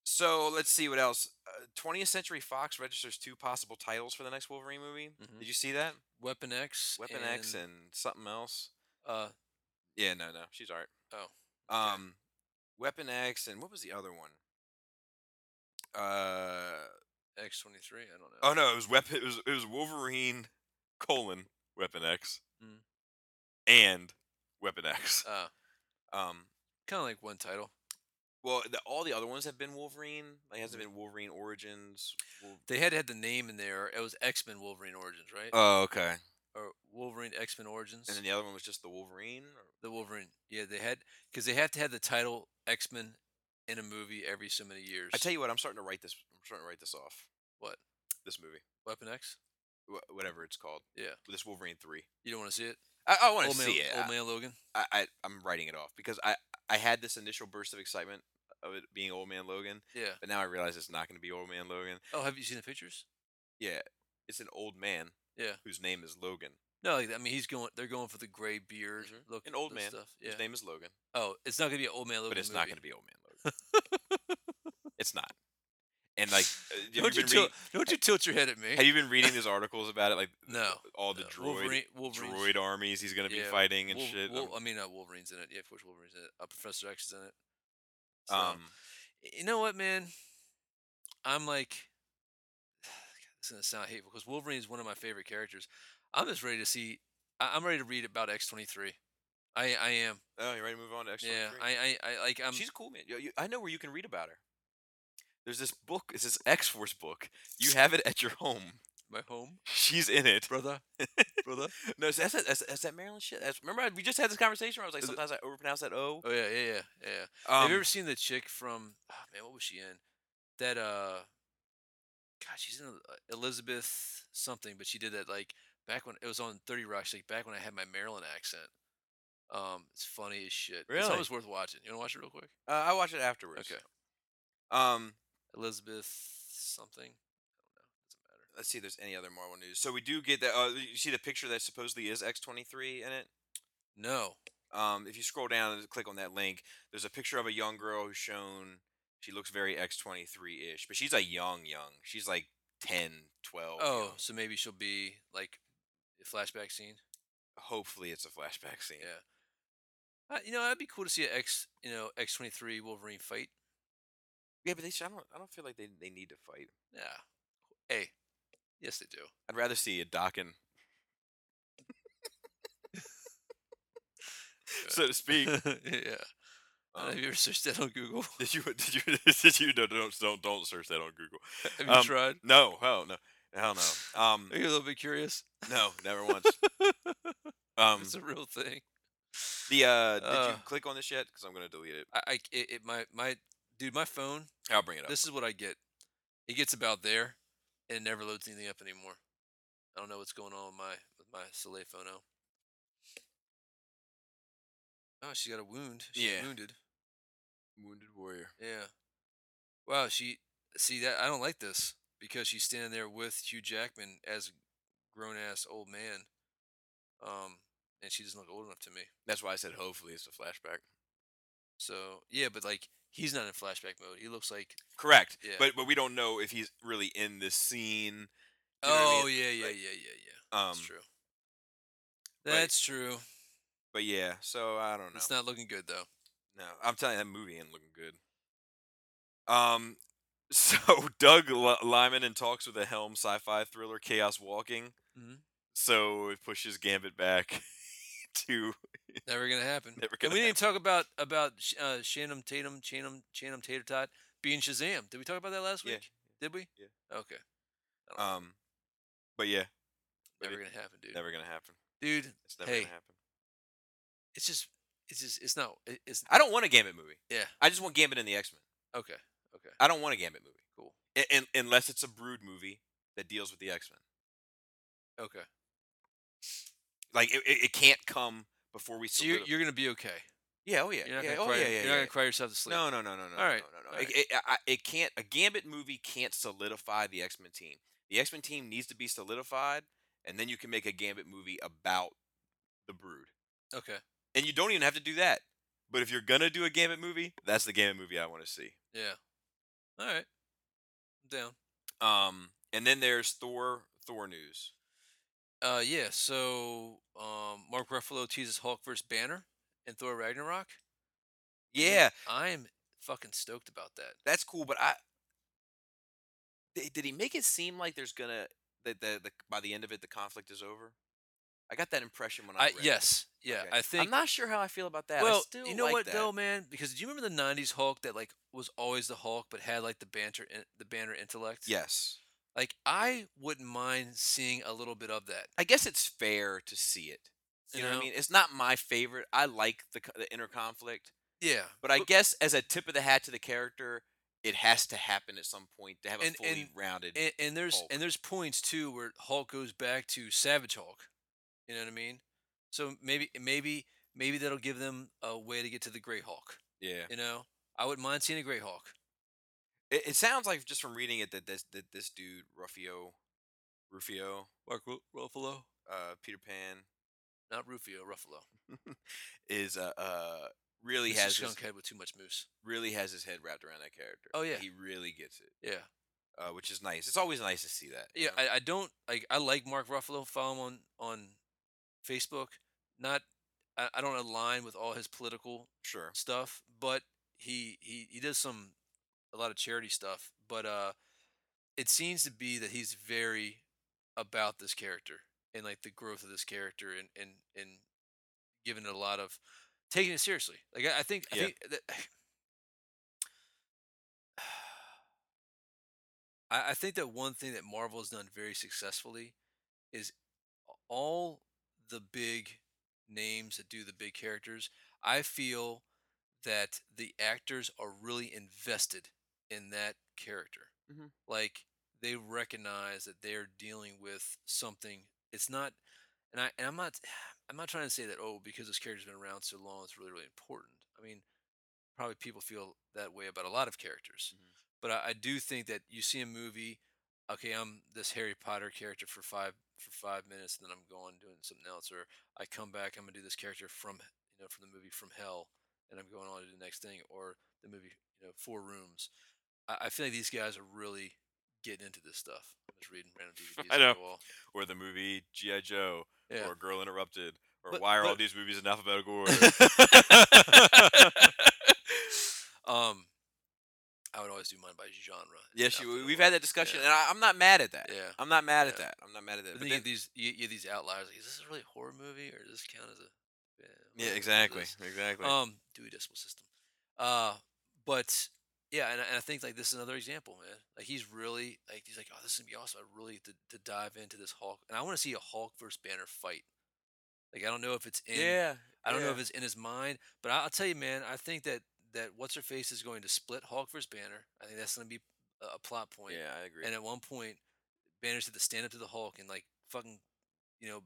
Speaker 3: so let's see what else. Uh, 20th Century Fox registers two possible titles for the next Wolverine movie.
Speaker 2: Mhm.
Speaker 3: Did you see that?
Speaker 2: Weapon X,
Speaker 3: Weapon X and something else.
Speaker 2: uh,
Speaker 3: Yeah, no, no, she's alright.
Speaker 2: Oh,
Speaker 3: Um, Weapon X and what was the other one? Uh,
Speaker 2: X twenty three. I don't know.
Speaker 4: oh no it was weapon it was, it was wolverine colon weapon x
Speaker 2: Mm.
Speaker 4: and weapon x
Speaker 2: Uh,
Speaker 3: um,
Speaker 2: kind of like one title.
Speaker 3: well, the, all the other ones have been Wolverine. Like hasn't been Wolverine Origins. Wol-
Speaker 2: They had had the name in there. It was X Men Wolverine Origins, right?
Speaker 3: oh, okay.
Speaker 2: or Wolverine X Men Origins.
Speaker 3: And then the other one was just the Wolverine. Or,
Speaker 2: the Wolverine, yeah, they had because they have to have the title X Men in a movie every so many years.
Speaker 3: I tell you what, I'm starting to write this. I'm starting to write this off.
Speaker 2: What?
Speaker 3: This movie,
Speaker 2: Weapon X.
Speaker 3: Wh- whatever it's called.
Speaker 2: Yeah.
Speaker 3: This Wolverine three.
Speaker 2: You don't want to see it.
Speaker 3: I, I want to
Speaker 2: old man,
Speaker 3: see it.
Speaker 2: Old man Logan.
Speaker 3: I, I I'm writing it off because I I had this initial burst of excitement of it being Old Man Logan,
Speaker 2: Yeah.
Speaker 3: but now I realize it's not going to be Old Man Logan.
Speaker 2: Oh, have you seen the pictures?
Speaker 3: Yeah, it's an old man.
Speaker 2: Yeah.
Speaker 3: Whose name is Logan.
Speaker 2: No, like, I mean he's going. They're going for the gray beard
Speaker 3: Mhm.
Speaker 2: look.
Speaker 3: An old
Speaker 2: the
Speaker 3: man
Speaker 2: Stuff. Yeah.
Speaker 3: His name is Logan,
Speaker 2: Oh, it's not gonna be an old man Logan.
Speaker 3: but it's not going to be Old Man Logan. it's not. And like, uh, have
Speaker 2: Don't you,
Speaker 3: been
Speaker 2: til-
Speaker 3: reading-
Speaker 2: don't you tilt your head at me?
Speaker 4: have you been reading these articles about it like
Speaker 2: No,
Speaker 4: all the
Speaker 2: no.
Speaker 4: droid
Speaker 2: Wolverine, Wolverine's-
Speaker 4: droid armies he's gonna be
Speaker 2: Yeah, uh,
Speaker 4: fighting and
Speaker 2: Wolv-
Speaker 4: shit
Speaker 2: Wol-
Speaker 4: Um,
Speaker 2: I mean, not Wolverine's in it. Yeah, of course, Wolverine's in it. Uh, Professor X is in it. So,
Speaker 4: um
Speaker 2: you know what, man? I'm like, this is gonna sound hateful because Wolverine is one of my favorite characters. I'm just ready to see. I- I'm ready to read about X23. I I am.
Speaker 3: Oh, you ready to move on to X?
Speaker 2: yeah. I, I I like. I'm.
Speaker 3: She's cool, man. Yo, you- I know where you can read about her. There's this book. It's this X Force book. You have it at your home.
Speaker 2: my home,
Speaker 4: she's in it
Speaker 2: brother. brother.
Speaker 3: No, is that, that's, that's, that's that Maryland shit. That's, remember, I- we just had this conversation where I was like,
Speaker 2: Is it-
Speaker 3: sometimes I overpronounce that O.
Speaker 2: Oh yeah, yeah, yeah, yeah. Have
Speaker 3: Um,
Speaker 2: you ever seen the chick from? Oh, man, what was she in? That uh, God, she's in uh, Elizabeth something, but she did that like back when it was on Thirty Rock. She's like back when I had my Maryland accent. Um, it's funny as shit. It's
Speaker 3: Really?
Speaker 2: always worth watching. You want to watch it real quick?
Speaker 3: uh, I watch it afterwards.
Speaker 2: Okay.
Speaker 3: Um,
Speaker 2: Elizabeth something. I
Speaker 3: let's see if there's any other Marvel news. So we do get that. Uh, you see the picture that supposedly is X23
Speaker 2: don't know. It doesn't
Speaker 3: in it?
Speaker 2: matter. No.
Speaker 3: Um, if you scroll down and click on that link, there's a picture of a young girl who's shown. She looks very X23 ish, but she's a young, young. She's like 10, 12. you
Speaker 2: Oh,
Speaker 3: know.
Speaker 2: so maybe she'll be like a flashback scene.
Speaker 3: Hopefully, it's a flashback scene.
Speaker 2: Yeah. Uh, you know, that'd be cool to see an X, you know, X twenty three Wolverine fight.
Speaker 3: Yeah, but they should, I don't I don't feel like they, they need to fight.
Speaker 2: Yeah. Hey, yes, they do.
Speaker 3: I'd rather see a Dokken, so to speak.
Speaker 2: yeah. I don't know
Speaker 3: Um,
Speaker 2: if you ever searched that on Google?
Speaker 4: Did you? Did you? Did you? No, don't don't don't search that on Google.
Speaker 2: Have you
Speaker 4: Um,
Speaker 2: tried?
Speaker 4: No, hell no, hell no. Um,
Speaker 2: Are you a little bit curious?
Speaker 4: no, never once. Um,
Speaker 2: it's a real thing.
Speaker 4: the uh, did you
Speaker 2: uh,
Speaker 4: click on this yet? Because I'm gonna delete it.
Speaker 2: I, I it, it my my dude, my phone.
Speaker 4: I'll bring it up.
Speaker 2: This is what I get. It gets about there, and it never loads anything up anymore. I don't know what's going on with my with my Soleil phone now. Oh, she got a wound. She's
Speaker 3: Yeah.
Speaker 2: wounded.
Speaker 3: Wounded warrior.
Speaker 2: Yeah. Wow, she see that I don't like this because she's standing there with Hugh Jackman as a grown ass old man. Um and she doesn't look old enough to me.
Speaker 3: That's why I said hopefully it's a flashback.
Speaker 2: So yeah, but like he's not in flashback mode. He looks like
Speaker 4: Correct.
Speaker 2: Yeah.
Speaker 4: But but we don't know if he's really in this scene. You know what I
Speaker 2: Oh
Speaker 4: mean?
Speaker 2: yeah, yeah,
Speaker 4: Like,
Speaker 2: yeah, yeah, yeah.
Speaker 4: Um,
Speaker 2: That's true. That's true.
Speaker 4: but yeah, so I don't know.
Speaker 2: It's not looking good though.
Speaker 4: No, I'm telling you, that movie ain't looking good. Um, so Doug L- Lyman in talks with a Helm sci-fi thriller Chaos Walking.
Speaker 2: Mhm.
Speaker 4: So it pushes Gambit back to
Speaker 2: Never gonna happen.
Speaker 4: Never
Speaker 2: and
Speaker 4: gonna
Speaker 2: we didn't talk about about Sh- uh, Shannon Tatum, Shannon Shannon Tater Tot being Shazam. Did we talk about that last
Speaker 4: Yeah.
Speaker 2: week? Did we?
Speaker 4: Yeah.
Speaker 2: Okay.
Speaker 4: um, but yeah, but
Speaker 2: Never
Speaker 4: it-
Speaker 2: gonna happen, dude.
Speaker 4: never gonna happen.
Speaker 2: Dude,
Speaker 4: It's never
Speaker 2: Hey.
Speaker 4: gonna happen.
Speaker 2: it's just it's just it's not it- it's
Speaker 3: I don't want a Gambit movie.
Speaker 2: Yeah.
Speaker 3: I just want Gambit in the X Men.
Speaker 2: okay okay
Speaker 3: I don't want a Gambit movie.
Speaker 2: Cool.
Speaker 3: I- in- unless it's a Brood movie that deals with the X Men.
Speaker 2: okay
Speaker 3: Like it, it, it can't come before we.
Speaker 2: so you're,
Speaker 3: solidify-
Speaker 2: you're gonna be okay
Speaker 3: yeah, oh yeah,
Speaker 2: you're not
Speaker 3: yeah,
Speaker 2: gonna
Speaker 3: oh
Speaker 2: cry,
Speaker 3: yeah, yeah,
Speaker 2: you're
Speaker 3: yeah,
Speaker 2: not
Speaker 3: yeah.
Speaker 2: gonna cry yourself to sleep
Speaker 3: No, no, no, no, no.
Speaker 2: All right,
Speaker 3: No, no, no.
Speaker 2: all
Speaker 3: It,
Speaker 2: right.
Speaker 3: it, I- I- it can't. A Gambit movie can't solidify the X Men team. The X Men team needs to be solidified, and then you can make a Gambit movie about the Brood.
Speaker 2: okay
Speaker 3: And you don't even have to do that.
Speaker 4: But if you're gonna do a Gambit movie, that's the Gambit movie I want to see.
Speaker 2: yeah all right I'm down
Speaker 4: Um, and then there's Thor. Thor news.
Speaker 2: uh yeah so um Mark Ruffalo teases Hulk versus Banner and Thor Ragnarok Mm-hmm.
Speaker 3: Yeah,
Speaker 2: I'm fucking stoked about that
Speaker 3: that's cool. But I Did- did he make it seem like there's gonna that the, the by the end of it the conflict is over? I got that impression when I,
Speaker 2: I
Speaker 3: read it.
Speaker 2: yes yeah
Speaker 3: Okay.
Speaker 2: I think
Speaker 3: I'm not sure how I feel about that. I
Speaker 2: well
Speaker 3: still
Speaker 2: you know
Speaker 3: like
Speaker 2: what
Speaker 3: that.
Speaker 2: though man because do you remember the '90s Hulk that like was always the Hulk but had like the banter in, the banner intellect
Speaker 3: Yes,
Speaker 2: like I wouldn't mind seeing a little bit of that.
Speaker 3: I guess it's fair to see it. You, know, what I mean? It's not my favorite. I like the co- the inner conflict,
Speaker 2: Yeah,
Speaker 3: but I guess as a tip of the hat to the character, it has to happen at some point to have a
Speaker 2: And-
Speaker 3: fully
Speaker 2: and-
Speaker 3: rounded.
Speaker 2: and, and there's
Speaker 3: Hulk.
Speaker 2: and there's points too where Hulk goes back to Savage Hulk. You know what I mean? So maybe maybe maybe that'll give them a way to get to the Grey Hulk.
Speaker 4: Yeah.
Speaker 2: You know, I wouldn't mind seeing a Grey Hulk.
Speaker 4: It, it sounds like just from reading it that this that this dude Ruffio, Rufio,
Speaker 2: Mark Ru- Ruffalo,
Speaker 4: uh, Peter Pan
Speaker 2: not Rufio, Ruffalo.
Speaker 4: is uh, uh really
Speaker 2: He
Speaker 4: has
Speaker 2: has
Speaker 4: his,
Speaker 2: skunk head with too much moose.
Speaker 4: really has his head wrapped around that character.
Speaker 2: Oh, yeah.
Speaker 4: he really gets it,
Speaker 2: Yeah,
Speaker 4: uh, which is nice. It's always nice to see that. you
Speaker 2: yeah.
Speaker 4: know?
Speaker 2: I, I don't like. I like Mark Ruffalo. Follow him on on Facebook. Not. I, I don't align with all his political
Speaker 4: sure.
Speaker 2: stuff, but he he he does some a lot of charity stuff, but uh it seems to be that he's very about this character and like the growth of this character and and and giving it a lot of taking it seriously. Like I, I think I
Speaker 4: Yeah.
Speaker 2: think that I, I think that one thing that Marvel has done very successfully is all the big names that do the big characters. I feel that the actors are really invested in that character.
Speaker 3: Mhm.
Speaker 2: Like they recognize that they're dealing with something. It's not, and I and I'm not, I'm not trying to say that oh because this character's been around so long it's really really important. I mean, probably people feel that way about a lot of characters,
Speaker 4: Mm-hmm.
Speaker 3: Mhm.
Speaker 2: but I, I do think that you see a movie. Okay, I'm this Harry Potter character for five for five minutes, and then I'm going doing something else, or I come back, I'm gonna do this character from you know from the movie From Hell, and I'm going on to the next thing, or the movie you know Four Rooms. I, I feel like these guys are really getting into this stuff. I'm just reading random DVDs.
Speaker 4: I
Speaker 2: on
Speaker 4: know.
Speaker 2: the wall.
Speaker 4: Or the movie GI Joe,
Speaker 2: Yeah.
Speaker 4: or Girl Interrupted, or
Speaker 2: But-
Speaker 4: why are all
Speaker 2: but-
Speaker 4: these movies in alphabetical order?
Speaker 2: um, I would always do mine by genre. and
Speaker 3: Yes,
Speaker 2: not
Speaker 3: you-
Speaker 2: by the
Speaker 3: we've
Speaker 2: world.
Speaker 3: had that discussion,
Speaker 2: Yeah.
Speaker 3: and I, I'm not mad at that.
Speaker 2: Yeah.
Speaker 3: I'm not mad at
Speaker 2: Yeah.
Speaker 3: that. I'm not mad at that.
Speaker 2: But
Speaker 3: But
Speaker 2: then you
Speaker 3: then,
Speaker 2: get these you, you get these outliers. Like, is this really a horror movie or does this count as a? Yeah,
Speaker 3: yeah,
Speaker 2: whatever it
Speaker 3: exactly,
Speaker 2: is.
Speaker 3: exactly.
Speaker 2: Um, Dewey Decimal System. Uh, but yeah, and, I- and I think like this is another example, man. Like he's really like he's like, oh, this is gonna be awesome. I really to, to dive into this Hulk, and I want to see a Hulk versus Banner fight. Like I don't know if it's in.
Speaker 3: yeah,
Speaker 2: I don't know
Speaker 3: yeah.
Speaker 2: if it's in his mind, but I- I'll tell you, man. I think that that what's her face is going to split Hulk versus Banner. I think that's gonna be a, a plot point.
Speaker 3: yeah, I agree.
Speaker 2: And at one point, Banner's had to stand up to the Hulk and like fucking, you know,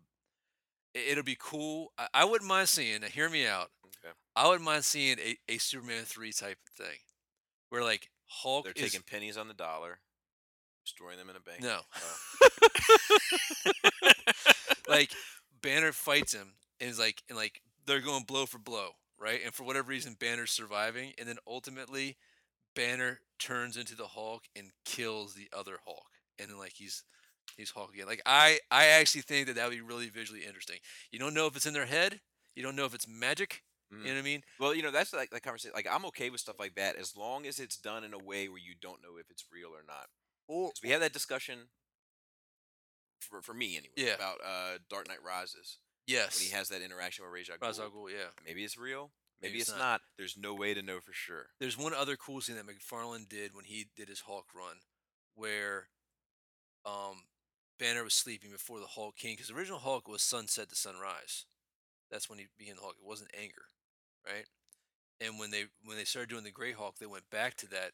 Speaker 2: it, it'll be cool. I, I wouldn't mind seeing. Now hear me out.
Speaker 3: Okay.
Speaker 2: I wouldn't mind seeing a, a Superman three type thing, where like Hulk
Speaker 3: They're
Speaker 2: is
Speaker 3: taking pennies on the dollar, storing them in a bank.
Speaker 2: no,
Speaker 3: Oh.
Speaker 2: like Banner fights him and is like and like they're going blow for blow, right? And for whatever reason, Banner's surviving, and then ultimately, Banner turns into the Hulk and kills the other Hulk, and then like he's he's Hulk again. Like I I actually think that that would be really visually interesting. You don't know if it's in their head. You don't know if it's magic.
Speaker 3: Mhm.
Speaker 2: You know what I mean?
Speaker 3: Well, you know, that's like the conversation. Like, I'm okay with stuff like that as long as it's done in a way where you don't know if it's real or not.
Speaker 2: Or
Speaker 3: 'Cause we had that discussion for, for me anyway
Speaker 2: Yeah.
Speaker 3: about uh, Dark Knight Rises
Speaker 2: yes,
Speaker 3: when he has that interaction with Ra's al
Speaker 2: Ra's al
Speaker 3: Ghul.
Speaker 2: Ghul, yeah.
Speaker 3: Maybe it's real. Maybe,
Speaker 2: Maybe
Speaker 3: it's
Speaker 2: it's
Speaker 3: not. There's no way to know for sure.
Speaker 2: There's one other cool scene that McFarlane did when he did his Hulk run, where um, Banner was sleeping before the Hulk came. Because the original Hulk was sunset to sunrise. That's when he became the Hulk. It wasn't anger, right? And when they when they started doing the Gray Hulk, they went back to that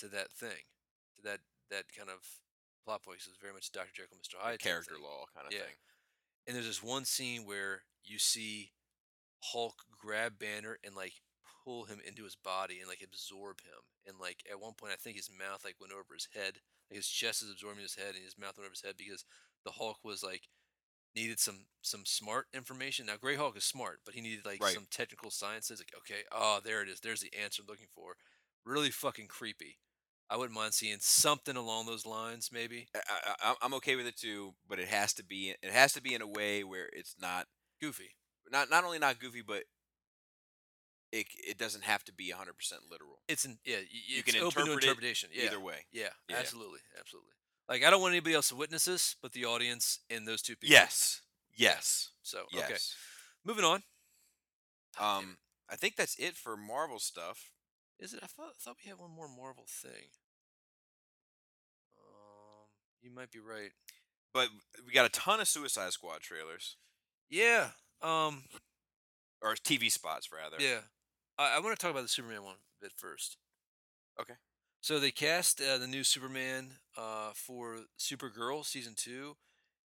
Speaker 2: to that thing, to that that kind of plot point. 'cause It was very much Doctor Jekyll, Mister Hyde
Speaker 3: Like
Speaker 2: type
Speaker 3: character
Speaker 2: thing.
Speaker 3: law kind of
Speaker 2: Yeah.
Speaker 3: thing.
Speaker 2: And there's this one scene where you see Hulk grab Banner and like pull him into his body and like absorb him. And like at one point, I think his mouth like went over his head. Like his chest is absorbing his head, and his mouth went over his head because the Hulk was like needed some some smart information. Now Gray Hulk is smart, but he needed like
Speaker 3: Right.
Speaker 2: some technical sciences. Like okay, oh there it is. There's the answer I'm looking for. Really fucking creepy. I wouldn't mind seeing something along those lines, maybe.
Speaker 3: I, I, I'm- I'm okay with it too, but it has to be. It has to be in a way where it's not
Speaker 2: Goofy.
Speaker 3: not not only not goofy, but it it doesn't have to be 100 percent literal.
Speaker 2: It's an yeah. y-
Speaker 3: You
Speaker 2: it's
Speaker 3: can
Speaker 2: open to
Speaker 3: interpret it
Speaker 2: interpretation. yeah.
Speaker 3: Either way.
Speaker 2: Yeah,
Speaker 3: Yeah.
Speaker 2: absolutely, absolutely. Like I don't want anybody else to witness this, but the audience and those two people.
Speaker 3: Yes. Yes.
Speaker 2: So
Speaker 3: Yes.
Speaker 2: okay, moving on. Ah, damn
Speaker 3: Um, I think that's it for Marvel stuff.
Speaker 2: it. is it? I thought thought we had one more Marvel thing. Um, you might be right.
Speaker 3: But we got a ton of Suicide Squad trailers
Speaker 2: Yeah. Um.
Speaker 3: or TV spots rather.
Speaker 2: Yeah. I, I want to talk about the Superman one a bit first.
Speaker 3: Okay.
Speaker 2: So they cast uh, the new Superman uh, for Supergirl season two,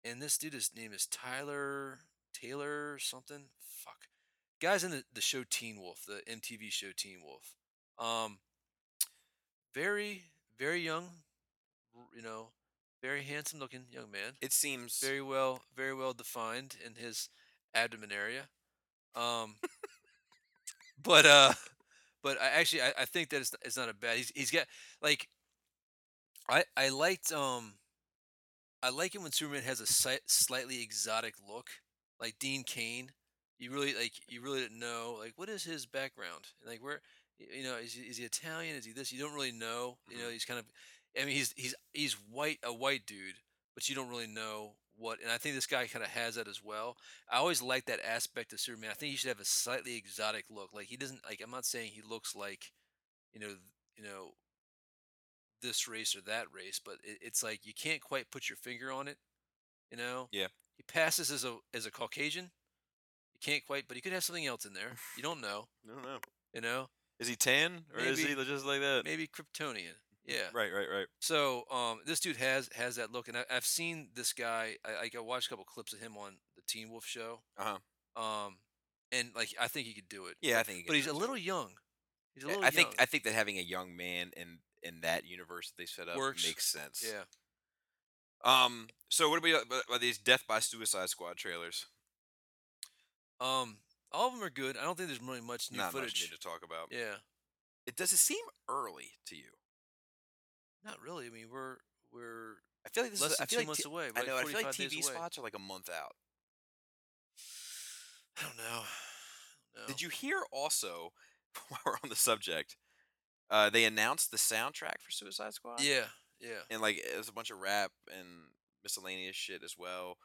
Speaker 2: and this dude, his name is Tyler Taylor or something. Fuck. Guys in the, the show Teen Wolf, the MTV show Teen Wolf. Um, very, very young, r- you know, very handsome looking young man
Speaker 3: It seems
Speaker 2: very well very well defined in his abdomen area um but uh but I actually I, I think that it's, it's not a bad he's, he's got like i i liked um i like it when superman has a si- slightly exotic look like dean kane you really like you really didn't know like what is his background and like where y- you know is he, is he italian is he this you don't really know you know he's kind of i mean he's he's he's white a white dude but you don't really know what. And I think this guy kind of has that as well. I always like that aspect of Superman. I think he should have a slightly exotic look. Like he doesn't like. I'm not saying he looks like, you know, th- you know, this race or that race, but it, it's like you can't quite put your finger on it. You know.
Speaker 3: Yeah.
Speaker 2: He passes as a as a Caucasian. You can't quite, but he could have something else in there. You don't know.
Speaker 4: I don't know.
Speaker 2: You know,
Speaker 4: Is he tan or is
Speaker 2: Maybe.
Speaker 4: he just like that?
Speaker 2: maybe Kryptonian.
Speaker 3: Mm.
Speaker 2: Yeah.
Speaker 4: Right, right, right.
Speaker 2: So um, this dude has has that look, and I, I've seen this guy. I, like, I watched a couple clips of him on the Teen Wolf show.
Speaker 3: Uh-huh.
Speaker 2: Um, and like I think he could do it.
Speaker 3: Yeah, I think. he
Speaker 2: but
Speaker 3: can
Speaker 2: he's
Speaker 3: do
Speaker 2: a
Speaker 3: it, too.
Speaker 2: little young. He's a
Speaker 3: Yeah,
Speaker 2: little.
Speaker 3: I think
Speaker 2: young.
Speaker 3: I think that having a young man in in that universe that they set up
Speaker 2: Works.
Speaker 3: makes sense.
Speaker 2: yeah.
Speaker 3: Um. So what about, about, about these Death by Suicide Squad trailers?
Speaker 2: Um, all of them are good. I don't think there's really much new
Speaker 3: Not much
Speaker 2: footage.
Speaker 3: need to talk about.
Speaker 2: yeah.
Speaker 3: It does it seem early to you?
Speaker 2: Not really. I mean, we're we're
Speaker 3: I feel like this
Speaker 2: less
Speaker 3: is. I
Speaker 2: than
Speaker 3: feel
Speaker 2: two
Speaker 3: like
Speaker 2: months
Speaker 3: t-
Speaker 2: away.
Speaker 3: I
Speaker 2: like
Speaker 3: know. I feel like
Speaker 2: 45 days
Speaker 3: TV
Speaker 2: away.
Speaker 3: spots are like a month out.
Speaker 2: I don't know. Oh.
Speaker 3: Did you hear also, while we're on the subject, Uh, they announced the soundtrack for Suicide Squad.
Speaker 2: Yeah, yeah.
Speaker 3: and like there's a bunch of rap and miscellaneous shit as well.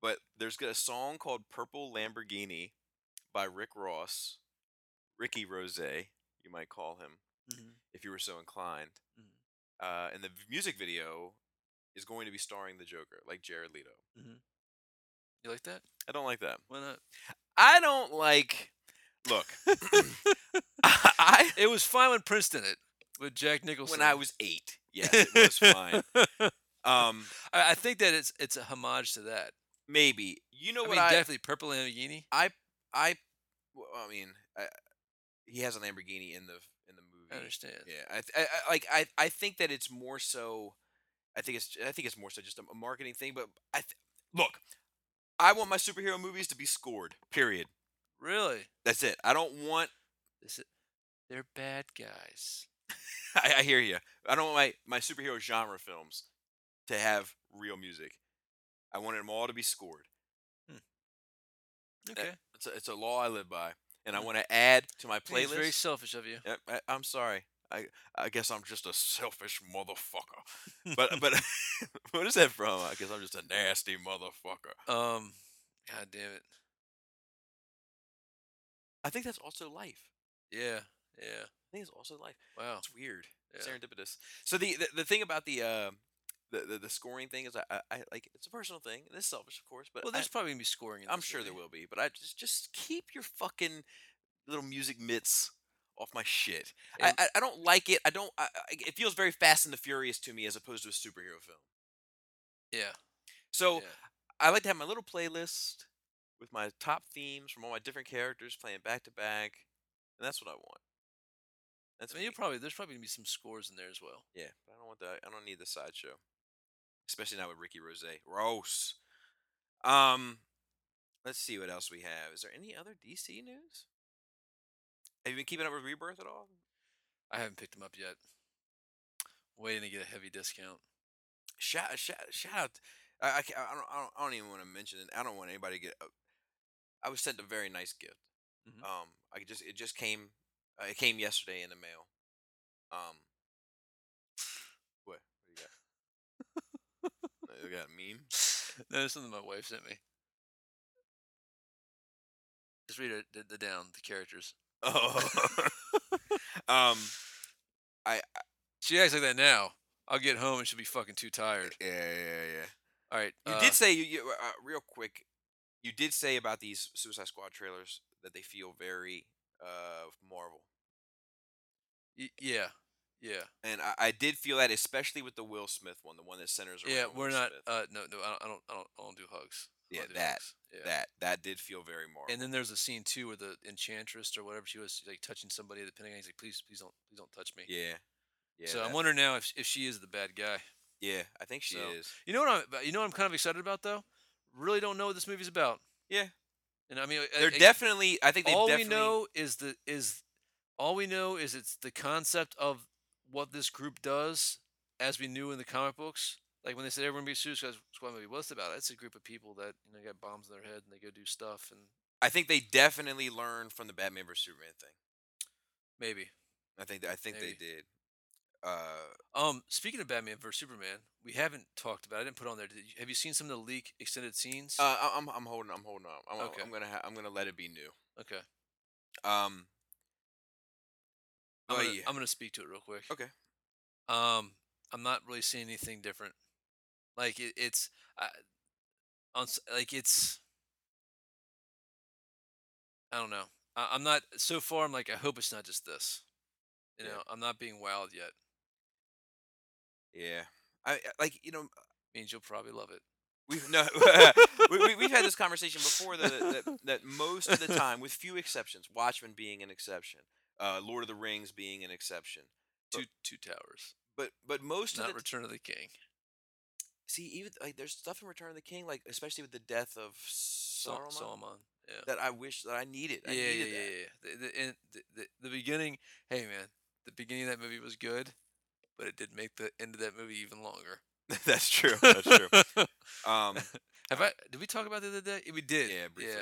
Speaker 3: But there's got a song called "Purple Lamborghini" by Rick Ross, Ricky Rose, you might call him if you were so inclined.
Speaker 2: Mm.
Speaker 8: Mhm.
Speaker 3: Uh, and the v- music video is going to be starring the Joker, like Jared Leto.
Speaker 2: You like that?
Speaker 3: I don't like that.
Speaker 2: Why not?
Speaker 3: I don't like. Look, I
Speaker 2: It was fine when Prince did it with Jack Nicholson.
Speaker 3: when I was eight, yes, it was fine. Um,
Speaker 2: I, I think that it's it's a homage to that.
Speaker 3: maybe you know
Speaker 2: I
Speaker 3: what
Speaker 2: mean,
Speaker 3: I
Speaker 2: definitely Purple Lamborghini.
Speaker 3: I I well, I mean, I, he has a Lamborghini in the in the movie.
Speaker 2: I understand.
Speaker 3: Yeah, I, th- I, I like I I think that it's more so. I think it's I think it's more so just a a marketing thing. But I th- look, I want my superhero movies to be scored. Period.
Speaker 2: Really?
Speaker 3: That's it. I don't want.
Speaker 2: This is, they're bad guys.
Speaker 3: I, I hear you. I don't want my my superhero genre films to have real music. I wanted them all to be scored. Eh,
Speaker 2: Okay.
Speaker 3: It's a, it's a law I live by, and I want to add to my
Speaker 2: Playlist.
Speaker 3: playlist.
Speaker 2: Very selfish of you.
Speaker 3: I, I, I'm sorry. I I guess I'm just a selfish motherfucker. But but what is that from? I guess I'm just a nasty motherfucker.
Speaker 2: Um, God damn it.
Speaker 3: I think that's also life.
Speaker 2: Yeah. Yeah.
Speaker 3: I think it's also life.
Speaker 2: Wow.
Speaker 3: It's weird,
Speaker 2: Yeah.
Speaker 3: serendipitous. So the, the the thing about the uh the the, the scoring thing is I, I I like it's a personal thing. and It's selfish, of course, but
Speaker 2: Well,
Speaker 3: I,
Speaker 2: there's probably gonna be scoring. In
Speaker 3: I'm
Speaker 2: this
Speaker 3: sure there
Speaker 2: movie.
Speaker 3: will be. But I just just keep your fucking little music mitts off my shit. I,
Speaker 2: And-
Speaker 3: I I don't like it. I don't. I, I, it feels very Fast and the Furious to me as opposed to a superhero film.
Speaker 2: Yeah.
Speaker 3: So
Speaker 2: yeah.
Speaker 3: I like to have my little playlist with my top themes from all my different characters playing back to back, and that's what I want. That's
Speaker 2: I mean, you
Speaker 3: me.
Speaker 2: probably there's probably gonna be some scores in there as well.
Speaker 3: yeah. But I don't want that. I don't need the sideshow, especially not with Ricky Rose. Gross. Um, let's see what else we have. Is there any other DC news? Have you been keeping up with Rebirth at all?
Speaker 2: I haven't picked them up yet. Waiting to get a heavy discount.
Speaker 3: shout shout shout out. I I, ca- I, don't, I don't I don't even want to mention it. I don't want anybody to get. uh, I was sent a very nice gift.
Speaker 8: Mhm.
Speaker 3: Um, I just it just came. Uh, it came yesterday in the mail. Um, what? What do you got? I got a meme.
Speaker 2: no, it's something my wife sent me. Just read it, the, the down the characters.
Speaker 3: Oh. um.
Speaker 2: She acts like that now. I'll get home and she'll be fucking too tired.
Speaker 3: Yeah, yeah, yeah.
Speaker 2: All right.
Speaker 3: You
Speaker 2: uh,
Speaker 3: did say you, you uh, real quick. You did say about these Suicide Squad trailers that they feel very uh Marvel.
Speaker 2: y- yeah. Yeah.
Speaker 3: and I, I did feel that, especially with the Will Smith one, the one that centers around.
Speaker 2: Yeah,
Speaker 3: Will
Speaker 2: we're not.
Speaker 3: Smith.
Speaker 2: Uh, no, no, I don't, I don't, I don't, I don't do hugs. I
Speaker 3: Yeah,
Speaker 2: don't do
Speaker 3: that-
Speaker 2: hugs. Yeah.
Speaker 3: that that did feel very Marvel.
Speaker 2: And then there's a scene too where the enchantress or whatever she was like touching somebody at the Pentagon. He's like, please, please don't, please don't touch me.
Speaker 3: yeah, yeah.
Speaker 2: so I'm
Speaker 3: that-
Speaker 2: wondering now if if she is the bad guy.
Speaker 3: yeah, I think she
Speaker 2: so-
Speaker 3: is.
Speaker 2: You know what I'm? but You know what I'm kind of excited about though. Really don't know what this movie's about.
Speaker 3: Yeah.
Speaker 2: And I mean, I-
Speaker 3: They're
Speaker 2: I-
Speaker 3: definitely. I think they
Speaker 2: all
Speaker 3: definitely.
Speaker 2: we know is the is all we know is it's the concept of what this group does as we knew in the comic books like when they said everyone be a suicide squad movie what's it about it's a group of people that you know got bombs in their head and they go do stuff and
Speaker 3: I think they definitely learned from the Batman vs Superman thing.
Speaker 2: maybe
Speaker 3: I think. I think
Speaker 2: Maybe.
Speaker 3: they did. Uh,
Speaker 2: um speaking of batman versus superman we haven't talked about i didn't put on there did you, have you seen some of the leak extended scenes
Speaker 3: uh, I- I'm. I'm holding. I'm holding on. I'm, I'm-
Speaker 2: Okay.
Speaker 3: I'm gonna. Ha- I'm gonna let it be new.
Speaker 2: okay
Speaker 3: Um.
Speaker 2: I'm
Speaker 3: but
Speaker 2: gonna,
Speaker 3: Oh, yeah.
Speaker 2: I'm gonna speak to it real quick.
Speaker 3: Okay.
Speaker 2: Um, I'm not really seeing anything different. Like it, it's, I, on s- like it's, I don't know. I, I'm not so far. I'm like I hope it's not just this. You
Speaker 3: Yeah.
Speaker 2: know, I'm not being wowed yet.
Speaker 3: yeah. I I- like you know
Speaker 2: Means you'll probably love it.
Speaker 3: We've no, we, we, we've had this conversation before that, that, that, that most of the time, with few exceptions, Watchmen being an exception, uh, Lord of the Rings being an exception, But-
Speaker 2: Two two towers,
Speaker 3: but but most of
Speaker 2: not
Speaker 3: the t-
Speaker 2: Return of the King.
Speaker 3: see even like there's stuff in Return of the King, like especially with the death of
Speaker 2: Sol-
Speaker 3: Saruman,
Speaker 2: Solomon. Yeah.
Speaker 3: that I wish that I needed. I
Speaker 2: yeah,
Speaker 3: needed
Speaker 2: yeah,
Speaker 3: that.
Speaker 2: yeah, yeah. The, the, and the, the, the beginning, hey man, the beginning of that movie was good, but it did make the end of that movie even longer.
Speaker 3: That's true. That's true. Um,
Speaker 2: Have I? Did we talk about the other day? We did.
Speaker 3: Yeah, briefly.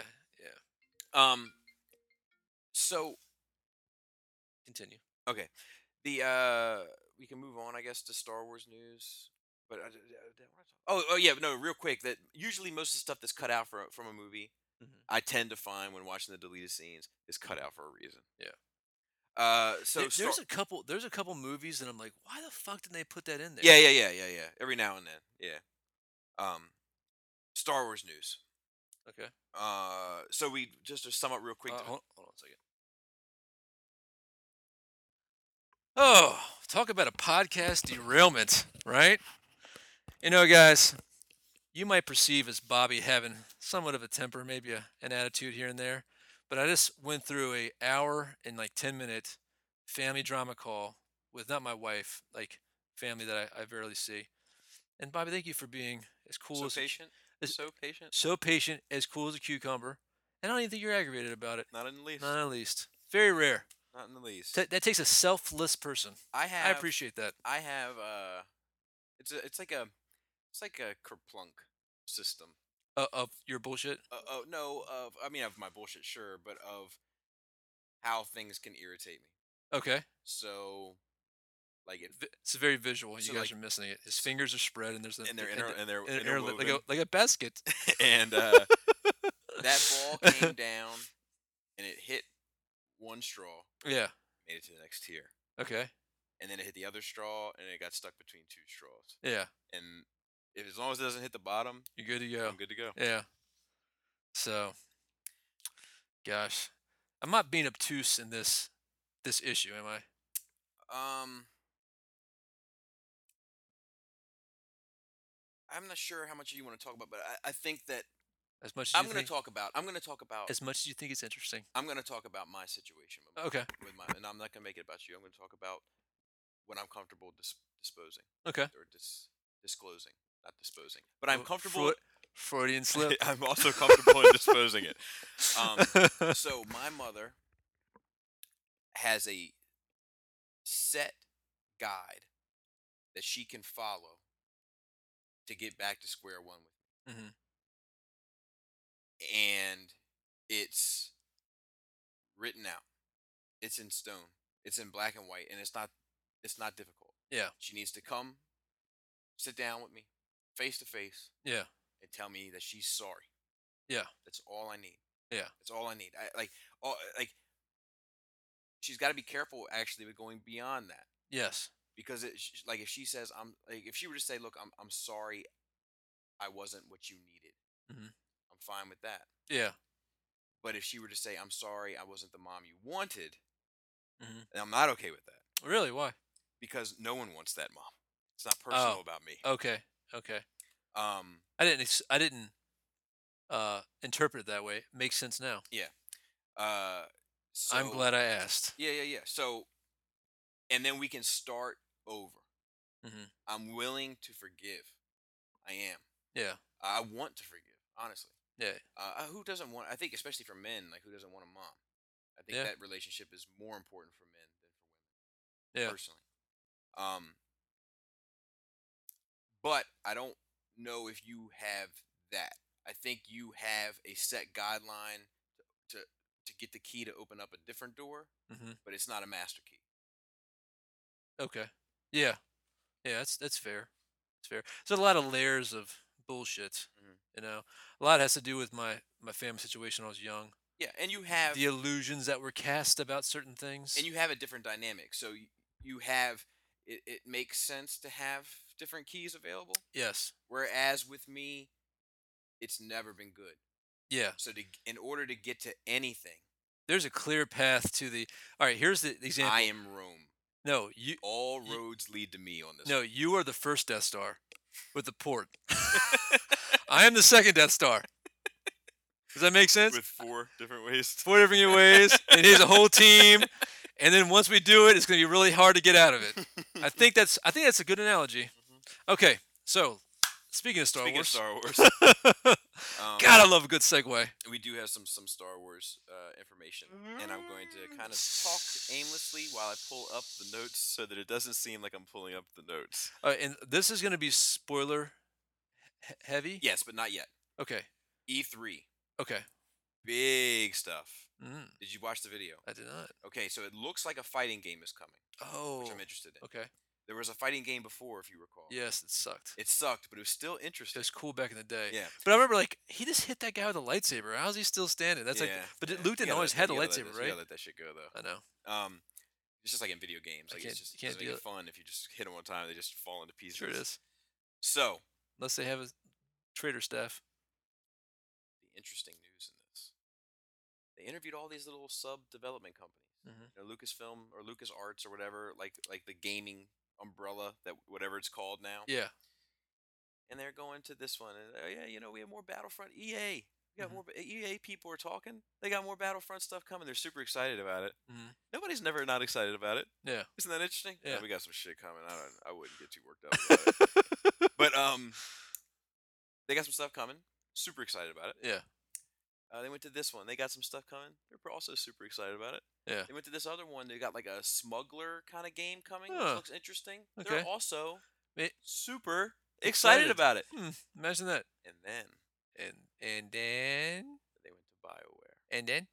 Speaker 2: Yeah.
Speaker 3: um, so
Speaker 2: Continue.
Speaker 3: the uh, we can move on, I guess, to Star Wars news. But I, I, I, did I wanna talk- oh, oh yeah, no, real quick. That usually most of the stuff that's cut out for, from a movie,
Speaker 2: Mm-hmm.
Speaker 8: Mhm.
Speaker 3: I tend to find when watching the deleted scenes is cut out for a reason.
Speaker 2: Yeah.
Speaker 3: Uh, so
Speaker 2: There-
Speaker 3: Star-
Speaker 2: there's a couple. There's a couple movies, and I'm like, why the fuck did they put that in there?
Speaker 3: Yeah, yeah, yeah, yeah, yeah. Every now and then, yeah. Um, Star Wars news.
Speaker 2: Okay.
Speaker 3: Uh, so we just to sum up real quick.
Speaker 2: Uh,
Speaker 3: the-
Speaker 2: hold, hold on a second. Oh, talk about a podcast derailment, right? You know, guys, you might perceive as Bobby having somewhat of a temper, maybe a, an attitude here and there, but I just went through a hour and like ten minute family drama call with not my wife, like family that I, I barely see. And Bobby, thank you for being as cool
Speaker 3: so
Speaker 2: as a cu-
Speaker 3: patient,
Speaker 2: is-
Speaker 3: so patient.
Speaker 2: so patient, as cool as a cucumber. And I don't even think you're aggravated about it.
Speaker 4: Not in the least.
Speaker 2: Not at least. Very rare.
Speaker 4: Not in the least.
Speaker 2: Ta- that takes a selfless person.
Speaker 3: I
Speaker 2: I
Speaker 3: have.
Speaker 2: appreciate that.
Speaker 3: I have. Uh, it's a. It's like a. It's like a kerplunk system.
Speaker 2: Uh, of your bullshit.
Speaker 3: Uh, oh no. Of I mean of my bullshit, sure, but of how things can irritate me.
Speaker 2: Okay.
Speaker 3: So, like it,
Speaker 2: Vi- It's very visual. You
Speaker 3: So,
Speaker 2: guys
Speaker 3: like,
Speaker 2: are missing it. His fingers are spread, and there's a,
Speaker 4: and they're
Speaker 2: the-
Speaker 4: inter-
Speaker 2: the-
Speaker 4: and
Speaker 3: uh,
Speaker 4: they're
Speaker 2: an interlo- like
Speaker 4: interwoven.
Speaker 2: a like a basket.
Speaker 4: and uh,
Speaker 3: that ball came down, and it hit one straw,
Speaker 2: yeah.
Speaker 3: made it to the next tier.
Speaker 2: Okay.
Speaker 3: and then it hit the other straw and it got stuck between two straws.
Speaker 2: Yeah.
Speaker 3: And if as long as it doesn't hit the bottom,
Speaker 2: You're good to go.
Speaker 3: I'm good to go.
Speaker 2: Yeah. So, gosh, I'm not being obtuse in this this issue, am I?
Speaker 3: Um I'm not sure how much you want to talk about, but I, I think that
Speaker 2: As much as
Speaker 3: I'm
Speaker 2: you
Speaker 3: going
Speaker 2: think,
Speaker 3: to talk about. I'm going to talk about.
Speaker 2: as much as you think it's interesting.
Speaker 3: I'm going to talk about my situation with my,
Speaker 2: Okay.
Speaker 3: with my, and I'm not going to make it about you. I'm going to talk about when I'm comfortable dis- disposing
Speaker 2: Okay.
Speaker 3: or dis- disclosing, not disposing. But I'm
Speaker 2: Fro-
Speaker 3: comfortable.
Speaker 2: Freud- Freudian slip.
Speaker 4: I'm also comfortable in disposing it.
Speaker 3: Um, so my mother has a set guide that she can follow to get back to square one with me.
Speaker 2: Mhm.
Speaker 3: And it's written out. It's in stone. It's in black and white, and it's not. It's not difficult.
Speaker 2: Yeah.
Speaker 3: She needs to come, sit down with me, face to face,
Speaker 2: yeah.
Speaker 3: and tell me that she's sorry.
Speaker 2: Yeah.
Speaker 3: That's all I need.
Speaker 2: Yeah.
Speaker 3: That's all I need. I, like, all, like, she's got to be careful actually with going beyond that
Speaker 2: Yes.
Speaker 3: because it, sh- like if she says I'm like if she were to say look I'm I'm sorry I wasn't what you needed
Speaker 2: Mhm.
Speaker 3: I'm fine with that
Speaker 2: Yeah.
Speaker 3: but if she were to say I'm sorry I wasn't the mom you wanted
Speaker 2: Mhm.
Speaker 3: then I'm not okay with that
Speaker 2: Really? Why?
Speaker 3: because no one wants that mom it's
Speaker 2: Oh.
Speaker 3: not personal about me
Speaker 2: Okay. Okay. Oh.
Speaker 3: um
Speaker 2: I didn't. Ex- I didn't uh, interpret it that way. Makes sense now.
Speaker 3: uh so,
Speaker 2: I'm glad I asked.
Speaker 3: Yeah, yeah, yeah. So, and then we can start over.
Speaker 2: Mhm.
Speaker 3: I'm willing to forgive. I am.
Speaker 2: Yeah.
Speaker 3: I want to forgive. Honestly,
Speaker 2: Yeah.
Speaker 3: uh, who doesn't want? I think especially for men, like who doesn't want a mom? I think
Speaker 2: Yeah.
Speaker 3: that relationship is more important for men than for women.
Speaker 2: Yeah.
Speaker 3: Personally, um, but I don't know if you have that. I think you have a set guideline to to, to get the key to open up a different door
Speaker 2: hmm
Speaker 3: but it's not a master key.
Speaker 2: Okay. Yeah. Yeah. That's that's fair. It's fair. There's a lot of layers of bullshit.
Speaker 3: Mhm.
Speaker 2: You know, a lot has to do with my my family situation when I was young.
Speaker 3: Yeah, and you have
Speaker 2: the illusions that were cast about certain things.
Speaker 3: and you have a different dynamic. So you, you have it, it makes sense to have different keys available.
Speaker 2: yes.
Speaker 3: Whereas with me, it's never been good.
Speaker 2: Yeah.
Speaker 3: So to, in order to get to anything,
Speaker 2: There's a clear path to the. All right. Here's the example.
Speaker 3: I am Rome.
Speaker 2: no. You.
Speaker 3: All
Speaker 2: Ye-
Speaker 3: roads lead to me on this.
Speaker 2: No, you are the first Death Star with the port. I am the second Death Star. Does that make sense?
Speaker 4: with four different ways.
Speaker 2: Four different ways, and he's a whole team. And then once we do it, it's going to be really hard to get out of it. I think that's I think that's a good analogy. Okay, so speaking of Star
Speaker 4: Mm-hmm. Speaking of
Speaker 2: Wars,
Speaker 4: Star Wars,
Speaker 3: um,
Speaker 2: God, I love a good segue.
Speaker 3: we do have some some Star Wars uh, information, and I'm going
Speaker 2: Mm.
Speaker 3: to kind of talk aimlessly while I pull up the
Speaker 4: the notes so that it doesn't seem like I'm pulling up the notes.
Speaker 2: Uh, and this is going to be spoiler he- heavy.
Speaker 3: Yes, but not yet.
Speaker 2: Okay.
Speaker 3: E3,
Speaker 2: Okay.
Speaker 3: big stuff.
Speaker 2: Mm,
Speaker 3: Did you watch the video?
Speaker 2: I did not.
Speaker 3: Okay, so it looks like a fighting game is coming.
Speaker 2: Oh.
Speaker 3: which I'm interested in.
Speaker 2: Okay.
Speaker 3: There was a fighting game before, if you recall.
Speaker 2: Yes, it sucked.
Speaker 3: It sucked, but it was still
Speaker 2: It
Speaker 3: interesting.
Speaker 2: was cool back in the day.
Speaker 3: Yeah.
Speaker 2: But I remember like he just hit that guy with a lightsaber. How's he still standing? That's like.
Speaker 3: yeah,
Speaker 2: But
Speaker 3: yeah.
Speaker 2: it- Luke
Speaker 3: You
Speaker 2: didn't
Speaker 3: gotta
Speaker 2: always
Speaker 3: let-
Speaker 2: had the
Speaker 3: you gotta let
Speaker 2: lightsaber,
Speaker 3: this- You
Speaker 2: right?
Speaker 3: gotta let that shit go though.
Speaker 2: I know.
Speaker 3: Um, it's just like in video games. Like
Speaker 2: can't-
Speaker 3: it's just
Speaker 2: you can't
Speaker 3: doesn't make
Speaker 2: do
Speaker 3: it
Speaker 2: it.
Speaker 3: fun if you just hit them one time. They just fall into pieces.
Speaker 2: Sure it is.
Speaker 3: So
Speaker 2: Unless they have a traitor staff.
Speaker 3: the interesting news in this. They interviewed all these little sub development companies,
Speaker 2: Mhm.
Speaker 3: you know, Lucasfilm or Lucas Arts or whatever, like like the gaming umbrella that whatever it's called now.
Speaker 2: Yeah.
Speaker 3: And they're going to this one, and oh yeah, you know, we have more Battlefront. EA, we got
Speaker 2: Mhm.
Speaker 3: more EA. People are talking. They got more Battlefront stuff coming. They're super excited about it.
Speaker 2: Mhm.
Speaker 3: Nobody's never not excited about it.
Speaker 2: Yeah.
Speaker 3: Isn't that interesting?
Speaker 2: Yeah.
Speaker 3: we got some shit coming. I don't. I wouldn't get too worked up. About it. But um, they got some stuff coming. Super excited about it.
Speaker 2: Yeah.
Speaker 3: Uh, they went to this one. They got some stuff coming. They're pro- also super excited about it.
Speaker 2: Yeah.
Speaker 3: They went to this other one. They got like a smuggler kind of game coming,
Speaker 2: Huh.
Speaker 3: which looks interesting.
Speaker 2: Okay.
Speaker 3: They're also
Speaker 2: Ma-
Speaker 3: super excited,
Speaker 2: Excited.
Speaker 3: about it.
Speaker 2: Hmm. Imagine that.
Speaker 3: And then
Speaker 2: And and then
Speaker 3: they went to Bioware.
Speaker 2: and then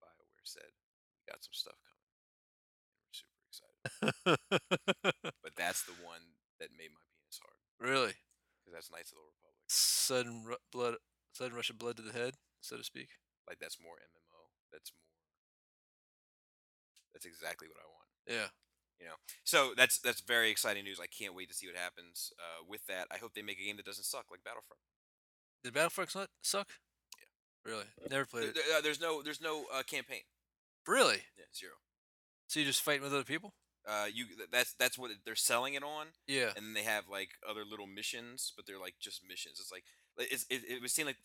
Speaker 3: Bioware said, "We got some stuff coming." We're super excited. But that's the one that made my penis hard
Speaker 2: really
Speaker 3: because that's Knights of the Old Republic.
Speaker 2: sudden ru- blood, sudden rush of blood to the head, so to speak.
Speaker 3: Like that's more MMO. That's more. That's exactly what I want.
Speaker 2: Yeah.
Speaker 3: So that's that's very exciting news. I can't wait to see what happens uh, with that. I hope they make a game that doesn't suck like Battlefront.
Speaker 2: Did Battlefront su- suck? Yeah. Really? Never played
Speaker 3: There,
Speaker 2: it.
Speaker 3: there- uh, there's no there's no uh, campaign.
Speaker 2: Really?
Speaker 3: Yeah, zero.
Speaker 2: So you're just fighting with other people?
Speaker 3: Uh, you th- that's that's what it- they're selling it on,
Speaker 2: Yeah.
Speaker 3: and then they have like other little missions, but they're like just missions. It's like like, it's, it, it would seem like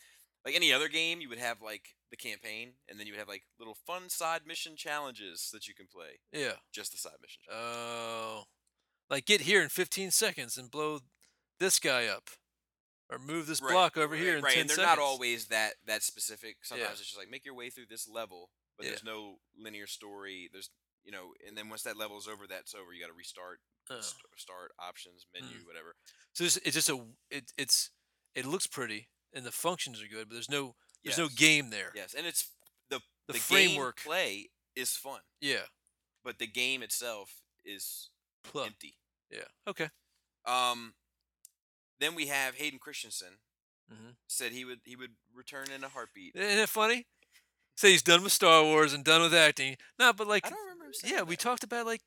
Speaker 3: like any other game, you would have like the campaign, and then you would have like little fun side mission challenges that you can play.
Speaker 2: Yeah.
Speaker 3: Just the side mission. challenges.
Speaker 2: Oh. like get here in 15 seconds and blow this guy up, or move this
Speaker 3: Right,
Speaker 2: block over
Speaker 3: right,
Speaker 2: here in
Speaker 3: right,
Speaker 2: 10
Speaker 3: and they're
Speaker 2: seconds.
Speaker 3: not always that that specific. Sometimes
Speaker 2: Yeah.
Speaker 3: it's just like make your way through this level, but
Speaker 2: Yeah.
Speaker 3: there's no linear story. There's you know, and then once that level's over, that's over. You got to restart,
Speaker 2: Oh.
Speaker 3: st- start options,
Speaker 2: Mm.
Speaker 3: menu, whatever.
Speaker 2: So it's, it's just a it, it's it looks pretty and the functions are good, but there's no there's no
Speaker 3: Yes.
Speaker 2: game there.
Speaker 3: Yes, and it's the
Speaker 2: The
Speaker 3: the,
Speaker 2: framework.
Speaker 3: play is fun,
Speaker 2: Yeah.
Speaker 3: but the game itself is
Speaker 2: Plug.
Speaker 3: empty.
Speaker 2: Yeah. Okay.
Speaker 3: Um, then we have Hayden Christensen
Speaker 2: Mhm.
Speaker 3: said he would he would return in a heartbeat.
Speaker 2: Isn't it funny? Say he's done with Star Wars and done with acting. No, but like
Speaker 3: I don't remember. Him saying
Speaker 2: Yeah, we
Speaker 3: that.
Speaker 2: talked about it, like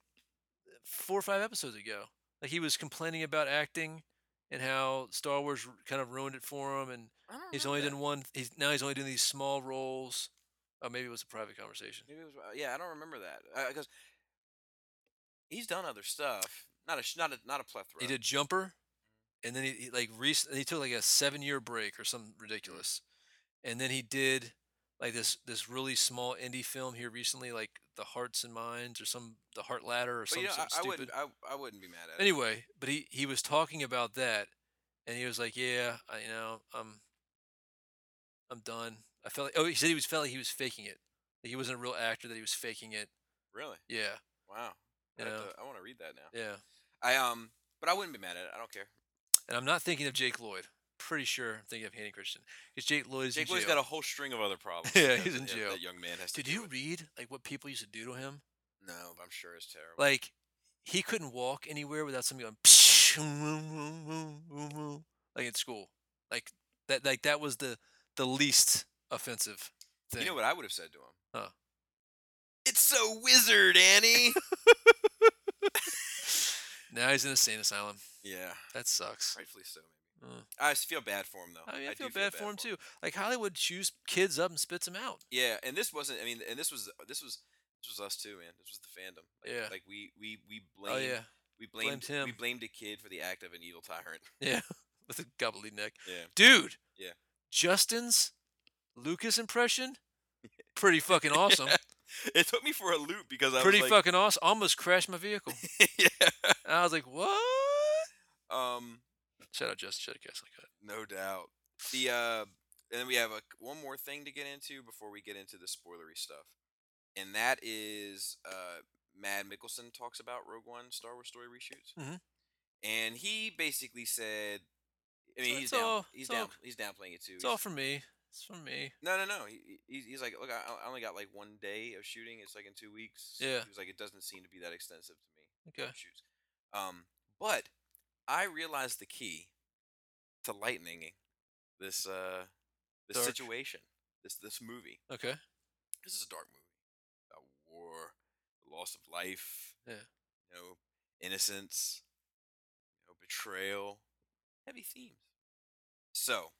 Speaker 2: four or five episodes ago. Like he was complaining about acting and how Star Wars r- kind of ruined it for him, and
Speaker 3: I don't
Speaker 2: he's
Speaker 3: remember
Speaker 2: only
Speaker 3: that.
Speaker 2: done one. He's now he's only doing these small roles. Oh, maybe it was a private conversation.
Speaker 3: Maybe it was. uh, Yeah, I don't remember that because he's done other stuff. Not a sh- not a not a plethora.
Speaker 2: He did Jumper,
Speaker 3: Mm-hmm.
Speaker 2: and then he, he like recently he took like a seven year break or something ridiculous, and then he did like this this really small indie film here recently, like The Hearts and Minds or some The Heart Ladder or
Speaker 3: But
Speaker 2: some,
Speaker 3: you know, I,
Speaker 2: something
Speaker 3: I
Speaker 2: stupid.
Speaker 3: wouldn't. I, I wouldn't be mad at it.
Speaker 2: anyway, but he he was talking about that, and he was like, "Yeah, I, you know, I'm I'm done." I felt like oh, he said he was felt like he was faking it. Like he wasn't a real actor; that he was faking it.
Speaker 3: Really?
Speaker 2: Yeah,
Speaker 3: Wow. I,
Speaker 2: you
Speaker 3: have
Speaker 2: know,
Speaker 3: to- I want to read that now.
Speaker 2: yeah.
Speaker 3: I um, but I wouldn't be mad at it. I don't care.
Speaker 2: And I'm not thinking of Jake Lloyd. Pretty sure I'm thinking of Hayden Christian because Jake Lloyd is
Speaker 3: Jake
Speaker 2: in
Speaker 3: Lloyd's
Speaker 2: jail.
Speaker 3: got a whole string of other problems.
Speaker 2: Yeah,
Speaker 3: that-
Speaker 2: he's in
Speaker 3: that-
Speaker 2: jail.
Speaker 3: That young man has. to
Speaker 2: Did
Speaker 3: deal
Speaker 2: you
Speaker 3: with.
Speaker 2: read like what people used to do to him?
Speaker 3: No, I'm sure it's terrible.
Speaker 2: Like he couldn't walk anywhere without somebody going like at school. Like that. Like that was the the least offensive thing.
Speaker 3: you know what I would have said to him?
Speaker 2: Huh.
Speaker 3: It's so wizard, Annie.
Speaker 2: Now he's in a sane asylum.
Speaker 3: yeah,
Speaker 2: That sucks.
Speaker 3: rightfully so. Maybe.
Speaker 2: Uh.
Speaker 3: I s- feel bad for him though.
Speaker 2: I mean, I, feel
Speaker 3: do
Speaker 2: bad for him too. Like Hollywood chews kids up and spits them out.
Speaker 3: Yeah, and this wasn't. I mean, and this was this was this was us too, man. This was the fandom. Like,
Speaker 2: Yeah.
Speaker 3: like we we we
Speaker 2: oh
Speaker 3: blamed
Speaker 2: yeah,
Speaker 3: we blamed,
Speaker 2: blamed him.
Speaker 3: we blamed a kid for the act of an evil tyrant.
Speaker 2: yeah, with a gobbly neck,
Speaker 3: Yeah.
Speaker 2: dude.
Speaker 3: Yeah.
Speaker 2: Justin's Lucas impression, pretty fucking awesome.
Speaker 3: It took me for a loop because I
Speaker 2: pretty
Speaker 3: was like,
Speaker 2: fucking awesome. Almost crashed my vehicle.
Speaker 3: yeah.
Speaker 2: I was like, what?
Speaker 3: Um,
Speaker 2: Shout out Justin. Shout out Castle Cut.
Speaker 3: no doubt. The uh, and then we have a, one more thing to get into before we get into the spoilery stuff, and that is uh, Mad Mickelson talks about Rogue One Star Wars story reshoots,
Speaker 2: Mhm.
Speaker 3: and he basically said. I mean,
Speaker 2: So
Speaker 3: he's
Speaker 2: it's
Speaker 3: down.
Speaker 2: all-
Speaker 3: he's
Speaker 2: it's all-
Speaker 3: down. he's downplaying it too.
Speaker 2: It's
Speaker 3: He's-
Speaker 2: all for me. It's for me.
Speaker 3: No, no, no. He, he- he's, he's like, look, I, I only got like one day of shooting. It's like in two weeks.
Speaker 2: Yeah.
Speaker 3: He was like, it doesn't seem to be that extensive to me.
Speaker 2: Okay.
Speaker 3: Shoots. Um, but I realized the key to lightninging this uh this
Speaker 2: Dark.
Speaker 3: situation, this this movie.
Speaker 2: Okay.
Speaker 3: This is a dark movie about war, the loss of life.
Speaker 2: Yeah.
Speaker 3: You know, innocence. You know, betrayal. Heavy themes. So,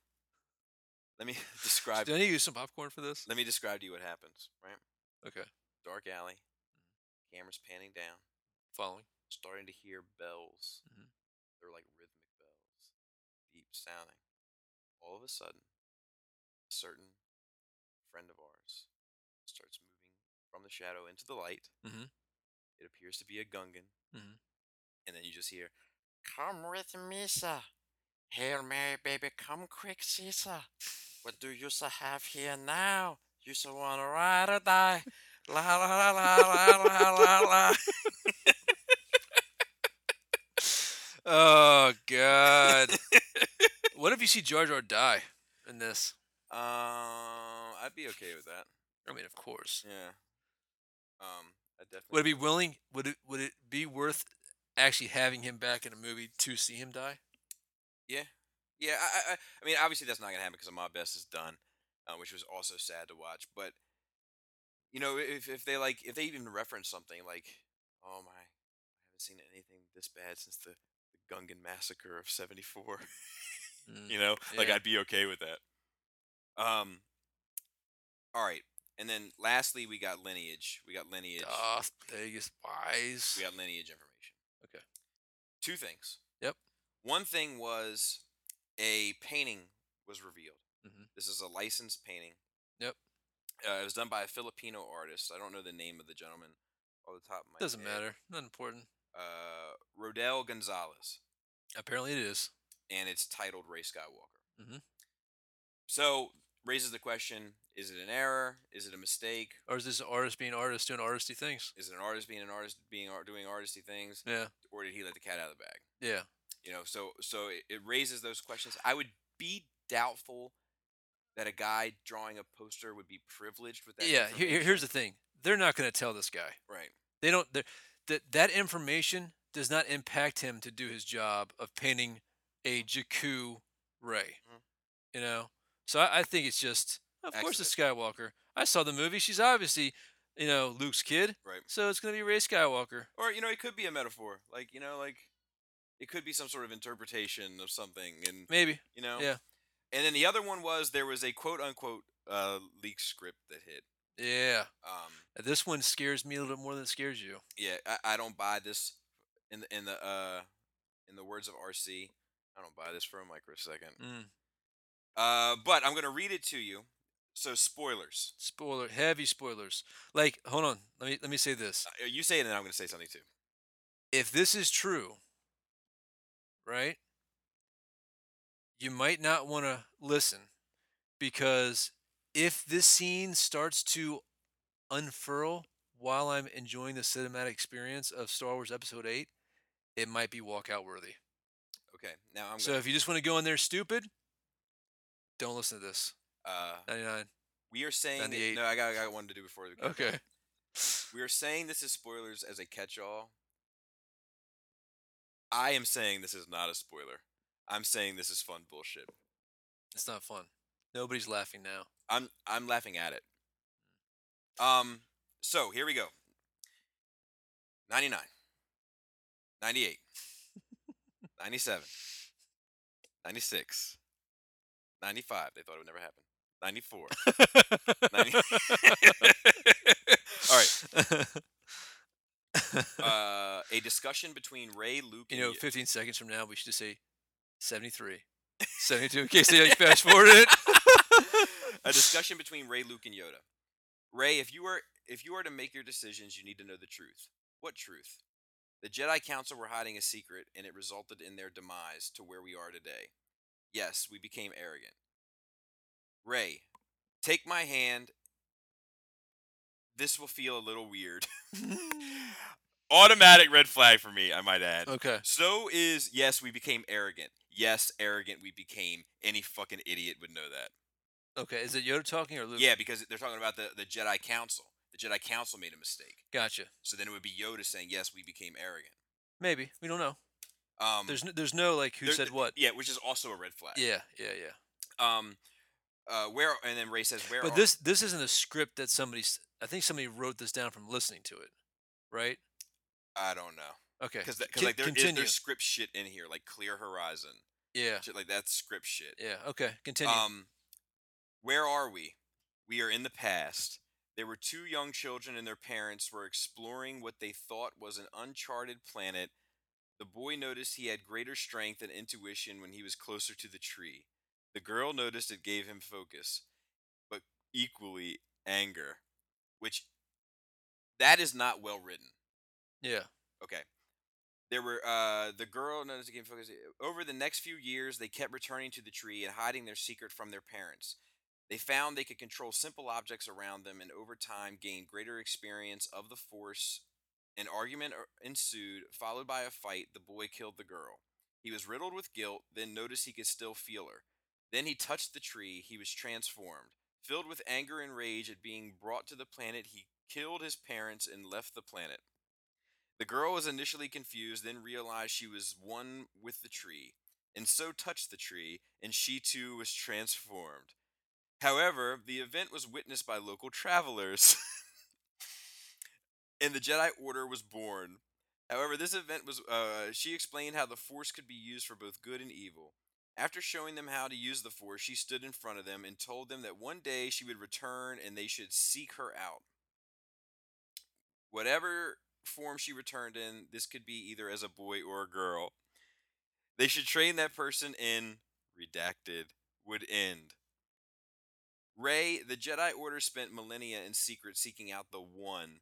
Speaker 3: let me describe.
Speaker 2: Do I need to use some popcorn for this?
Speaker 3: Let me describe to you what happens, right?
Speaker 2: Okay. Mm-hmm.
Speaker 3: Dark alley, cameras panning down,
Speaker 2: Following.
Speaker 3: starting to hear bells.
Speaker 2: Mhm.
Speaker 3: They're like rhythmic bells, deep sounding. All of a sudden, a certain friend of ours starts moving from the shadow into the light.
Speaker 2: Mhm.
Speaker 3: It appears to be a Gungan.
Speaker 2: Mhm.
Speaker 3: And then you just hear, Come with me, sir. Here, Mary, baby, come quick, see, sir. What do you sir have here now? You sir want to ride or die? La la la la la la la la.
Speaker 2: Oh God. what if you see Jar Jar die in this?
Speaker 3: Um, I'd be okay with that.
Speaker 2: I mean, of course.
Speaker 3: Yeah. Um, I definitely.
Speaker 2: Would it be willing? Would it? Would it be worth actually having him back in a movie to see him die?
Speaker 3: Yeah, I, I, I- I mean, obviously that's not gonna happen because my best is done, uh, which was also sad to watch. But you know, if if they like, if they even reference something like, oh my, I haven't seen anything this bad since the, the Gungan massacre of '74.
Speaker 2: Mm.
Speaker 3: you know, like
Speaker 2: Yeah.
Speaker 3: I'd be okay with that. Um. All right, and then lastly, we got lineage. We got lineage.
Speaker 2: Darth Mm, Vegas wise.
Speaker 3: We got lineage information.
Speaker 2: Okay.
Speaker 3: Two things.
Speaker 2: Yep.
Speaker 3: One thing was a painting was revealed.
Speaker 2: Mhm.
Speaker 3: This is a licensed painting.
Speaker 2: Yep.
Speaker 3: Uh, it was done by a Filipino artist. I don't know the name of the gentleman off the top of my
Speaker 2: Doesn't
Speaker 3: head.
Speaker 2: matter. Not important.
Speaker 3: Uh, Rodel Gonzalez,
Speaker 2: Apparently it is.
Speaker 3: and it's titled Ray Skywalker.
Speaker 2: Mhm.
Speaker 3: So raises the question: Is it an error? Is it a mistake?
Speaker 2: Or is this an artist being artist doing artisty things?
Speaker 3: Is it an artist being an artist being art, doing artisty things,
Speaker 2: Yeah.
Speaker 3: or did he let the cat out of the bag?
Speaker 2: Yeah.
Speaker 3: you know so so it, it raises those questions i would be doubtful that a guy drawing a poster would be privileged with that
Speaker 2: yeah. Here, here- here's
Speaker 3: information.
Speaker 2: the thing. They're not going to tell this guy.
Speaker 3: right
Speaker 2: They don't. That that information does not impact him to do his job of painting a Jakku Ray.
Speaker 3: Mhm.
Speaker 2: You know. So I, I think it's just. Mm-hmm. Of course, it's Skywalker. I saw the movie. She's obviously, you know, Luke's kid.
Speaker 3: Right.
Speaker 2: So it's going to be Ray Skywalker.
Speaker 3: or you know it could be a metaphor like you know like it could be some sort of interpretation of something and
Speaker 2: Maybe.
Speaker 3: you know
Speaker 2: Yeah.
Speaker 3: and then the other one was there was a quote unquote uh leak script that hit
Speaker 2: Yeah.
Speaker 3: um
Speaker 2: This one scares me a little bit more than it scares you.
Speaker 3: yeah i, I don't buy this in the in the uh in the words of rc i don't buy this for a microsecond
Speaker 2: Mm.
Speaker 3: Uh, but I'm going to read it to you. So spoilers.
Speaker 2: Spoiler, heavy spoilers. Like, hold on. Let me let me say this.
Speaker 3: Uh, You say it, and then I'm going to say something too.
Speaker 2: If this is true, right? You might not want to listen because if this scene starts to unfurl while I'm enjoying the cinematic experience of Star Wars Episode 8, it might be walkout worthy.
Speaker 3: Okay. Now I'm
Speaker 2: So
Speaker 3: going.
Speaker 2: if you just want to go in there stupid, don't listen to this.
Speaker 3: to uh,
Speaker 2: 99.
Speaker 3: we are saying. That,
Speaker 2: 98.
Speaker 3: no, I got, I got one to do before. we go.
Speaker 2: Okay.
Speaker 3: We are saying this is spoilers as a catch-all. I am saying this is not a spoiler. I'm saying this is fun bullshit.
Speaker 2: It's not fun. Nobody's laughing now.
Speaker 3: I'm I'm laughing at it. Um. So here we go. 99, 98, 97, 96, 95. They thought it would never happen. 94. Ninety- All right. Uh, a discussion between Ray, Luke,
Speaker 2: You
Speaker 3: and
Speaker 2: know,
Speaker 3: Ye-
Speaker 2: 15 seconds from now, we should just say 73, 72, in case they like, fast forward it.
Speaker 3: a discussion between Ray, Luke, and Yoda. Ray, if you are if you are to make your decisions, you need to know the truth. What truth? The Jedi Council were hiding a secret, and it resulted in their demise to where we are today. Yes, we became arrogant. Ray, take my hand. This will feel a little weird.
Speaker 4: Automatic red flag for me, I might add.
Speaker 2: Okay.
Speaker 3: So is yes, we became arrogant. Yes, arrogant we became. Any fucking idiot would know that.
Speaker 2: Okay, is it Yoda talking or Luke?
Speaker 3: Yeah, because they're talking about the, the Jedi Council. The Jedi Council made a mistake.
Speaker 2: Gotcha.
Speaker 3: So then it would be Yoda saying, "Yes, we became arrogant."
Speaker 2: Maybe we don't know.
Speaker 3: Um,
Speaker 2: There's no, there's no like who
Speaker 3: there-
Speaker 2: said what.
Speaker 3: Yeah, which is also a red flag.
Speaker 2: Yeah, yeah, yeah.
Speaker 3: Um, uh, where and then Ray says, "Where?"
Speaker 2: But
Speaker 3: are-"
Speaker 2: this this isn't a script that somebody. s- I think somebody wrote this down from listening to it, right?
Speaker 3: I don't know
Speaker 2: Okay.
Speaker 3: because
Speaker 2: Con-
Speaker 3: like there is
Speaker 2: continue.
Speaker 3: there's script shit in here like Clear Horizon
Speaker 2: yeah,
Speaker 3: shit like that's script shit.
Speaker 2: yeah. Okay, continue.
Speaker 3: Um, where are we? We are in the past. There were two young children and their parents were exploring what they thought was an uncharted planet. The boy noticed he had greater strength and intuition when he was closer to the tree. The girl noticed it gave him focus, but equally anger, which that is not well written.
Speaker 2: yeah.
Speaker 3: Okay. There were uh, the girl. No, this game focus. Over the next few years, they kept returning to the tree and hiding their secret from their parents. They found they could control simple objects around them, and over time, gained greater experience of the force. An argument er- ensued, followed by a fight. The boy killed the girl. He was riddled with guilt, then noticed he could still feel her. Then he touched the tree. He was transformed. Filled with anger and rage at being brought to the planet, he killed his parents and left the planet. The girl was initially confused, then realized she was one with the tree, and so touched the tree, and she too was transformed. However, the event was witnessed by local travelers, and the Jedi Order was born. However, this event was. Uh, she explained how the Force could be used for both good and evil. After showing them how to use the Force, she stood in front of them and told them that one day she would return and they should seek her out whatever form she returned in, this could be either as a boy or a girl. They should train that person in redacted would end. Ray, the Jedi Order spent millennia in secret seeking out the one.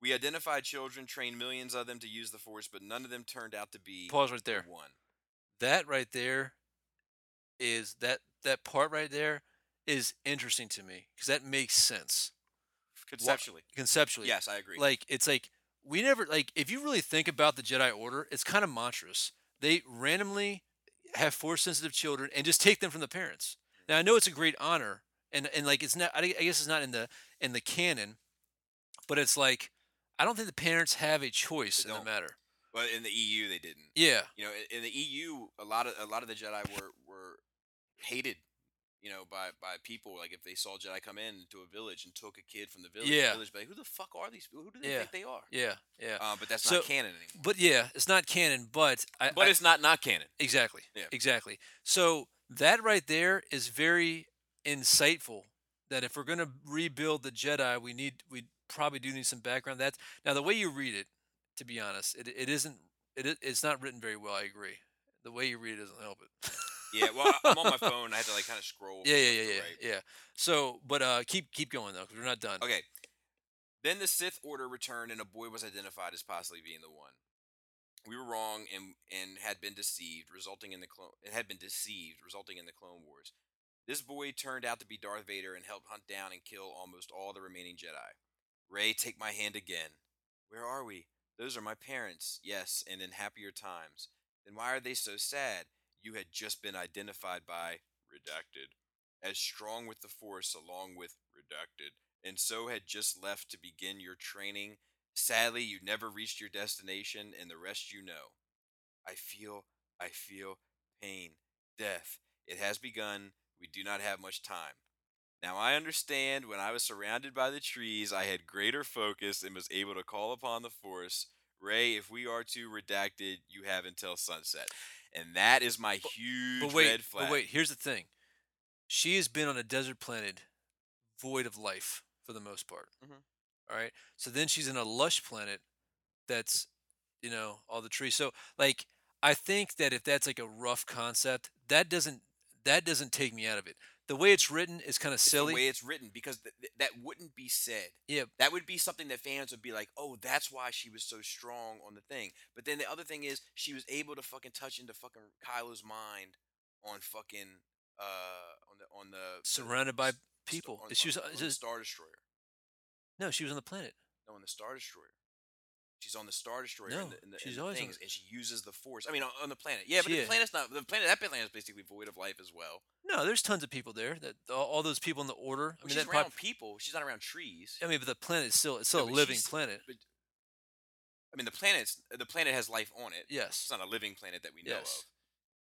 Speaker 3: We identified children, trained millions of them to use the force, but none of them turned out to be
Speaker 2: Pause right
Speaker 3: the
Speaker 2: there.
Speaker 3: one.
Speaker 2: That right there is that that part right there is interesting to me because that makes sense
Speaker 3: Conceptually.
Speaker 2: conceptually.
Speaker 3: Yes, I agree.
Speaker 2: Like it's like we never like if you really think about the Jedi Order, it's kind of monstrous. They randomly have force sensitive children and just take them from the parents.
Speaker 3: Mm.
Speaker 2: Now I know it's a great honor, and and like it's not. I gue- I guess it's not in the in the canon, but it's like I don't think the parents have a choice
Speaker 3: They
Speaker 2: in the
Speaker 3: don't.
Speaker 2: matter.
Speaker 3: but in the EU they didn't.
Speaker 2: Yeah,
Speaker 3: you know, in, in the EU, a lot of a lot of the Jedi were were hated, you know, by by people. Like if they saw Jedi come in to a village and took a kid from the village,
Speaker 2: Yeah.
Speaker 3: the village, would be like, who the fuck are these? people? Who do they
Speaker 2: Yeah.
Speaker 3: think they are?
Speaker 2: yeah, yeah.
Speaker 3: Uh, but that's
Speaker 2: So-
Speaker 3: not canon anymore.
Speaker 2: But yeah, it's not canon. But I,
Speaker 3: But
Speaker 2: I-
Speaker 3: it's not not canon.
Speaker 2: Exactly.
Speaker 3: Yeah.
Speaker 2: Exactly. So that right there is very insightful. That if we're going to rebuild the Jedi, we need we probably do need some background. That now the way you read it, to be honest, it it isn't it i- it's not written very well. I agree. The way you read it doesn't help it.
Speaker 3: Yeah, well, I- I'm on my phone. I had to like kind of scroll.
Speaker 2: yeah,
Speaker 3: from
Speaker 2: yeah,
Speaker 3: left
Speaker 2: yeah,
Speaker 3: to
Speaker 2: yeah,
Speaker 3: right.
Speaker 2: yeah. So, but uh, keep keep going though, because we're not done.
Speaker 3: Okay. Then the Sith Order returned, and a boy was identified as possibly being the one. We were wrong and and had been deceived, resulting in the clone. It had been deceived, resulting in the Clone Wars. This boy turned out to be Darth Vader and helped hunt down and kill almost all the remaining Jedi. Ray, take my hand again. Where are we? Those are my parents. Yes, and in happier times. Then why are they so sad? You had just been identified by redacted as strong with the Force, along with redacted and so had just left to begin your training. Sadly, you never reached your destination, and the rest you know. I feel, I feel pain, death. It has begun. We do not have much time. Now I understand when I was surrounded by the trees, I had greater focus and was able to call upon the force. Ray, if we are too redacted, you have until sunset. And that is my huge
Speaker 2: But wait,
Speaker 3: red flag.
Speaker 2: but wait. Here's the thing. She has been on a desert planet, void of life for the most part.
Speaker 3: Mhm.
Speaker 2: All right. So then she's in a lush planet, that's, you know, all the trees. So like, I think that if that's like a rough concept, that doesn't that doesn't take me out of it. The way it's written is kind of
Speaker 3: It's
Speaker 2: silly.
Speaker 3: the way it's written because th- th- that wouldn't be said.
Speaker 2: yeah.
Speaker 3: That would be something that fans would be like, "Oh, that's why she was so strong on the thing." But then the other thing is, she was able to fucking touch into fucking Kylo's mind on fucking uh on the on the
Speaker 2: Surrounded by
Speaker 3: s- st-
Speaker 2: people.
Speaker 3: on,
Speaker 2: She was
Speaker 3: on-
Speaker 2: uh,
Speaker 3: on the
Speaker 2: just-
Speaker 3: Star Destroyer.
Speaker 2: no. She was on the planet.
Speaker 3: No, on the Star Destroyer. She's on the Star Destroyer
Speaker 2: No,
Speaker 3: and, the, and, the,
Speaker 2: she's
Speaker 3: and the
Speaker 2: always on
Speaker 3: things,
Speaker 2: the-
Speaker 3: and she uses the Force. I mean, on, on the planet. Yeah, but
Speaker 2: She
Speaker 3: the
Speaker 2: is.
Speaker 3: planet's not the planet. That planet is basically void of life as well.
Speaker 2: No, there's tons of people there. That all, all those people in the order. I
Speaker 3: Well,
Speaker 2: mean,
Speaker 3: she's
Speaker 2: that
Speaker 3: around
Speaker 2: pop,
Speaker 3: people. She's not around trees.
Speaker 2: I mean, but the planet is still it's still
Speaker 3: No,
Speaker 2: a
Speaker 3: but
Speaker 2: living
Speaker 3: she's-
Speaker 2: planet.
Speaker 3: But, I mean, the planet's the planet has life on it. It's
Speaker 2: Yes,
Speaker 3: not a living planet that we know
Speaker 2: Yes.
Speaker 3: of.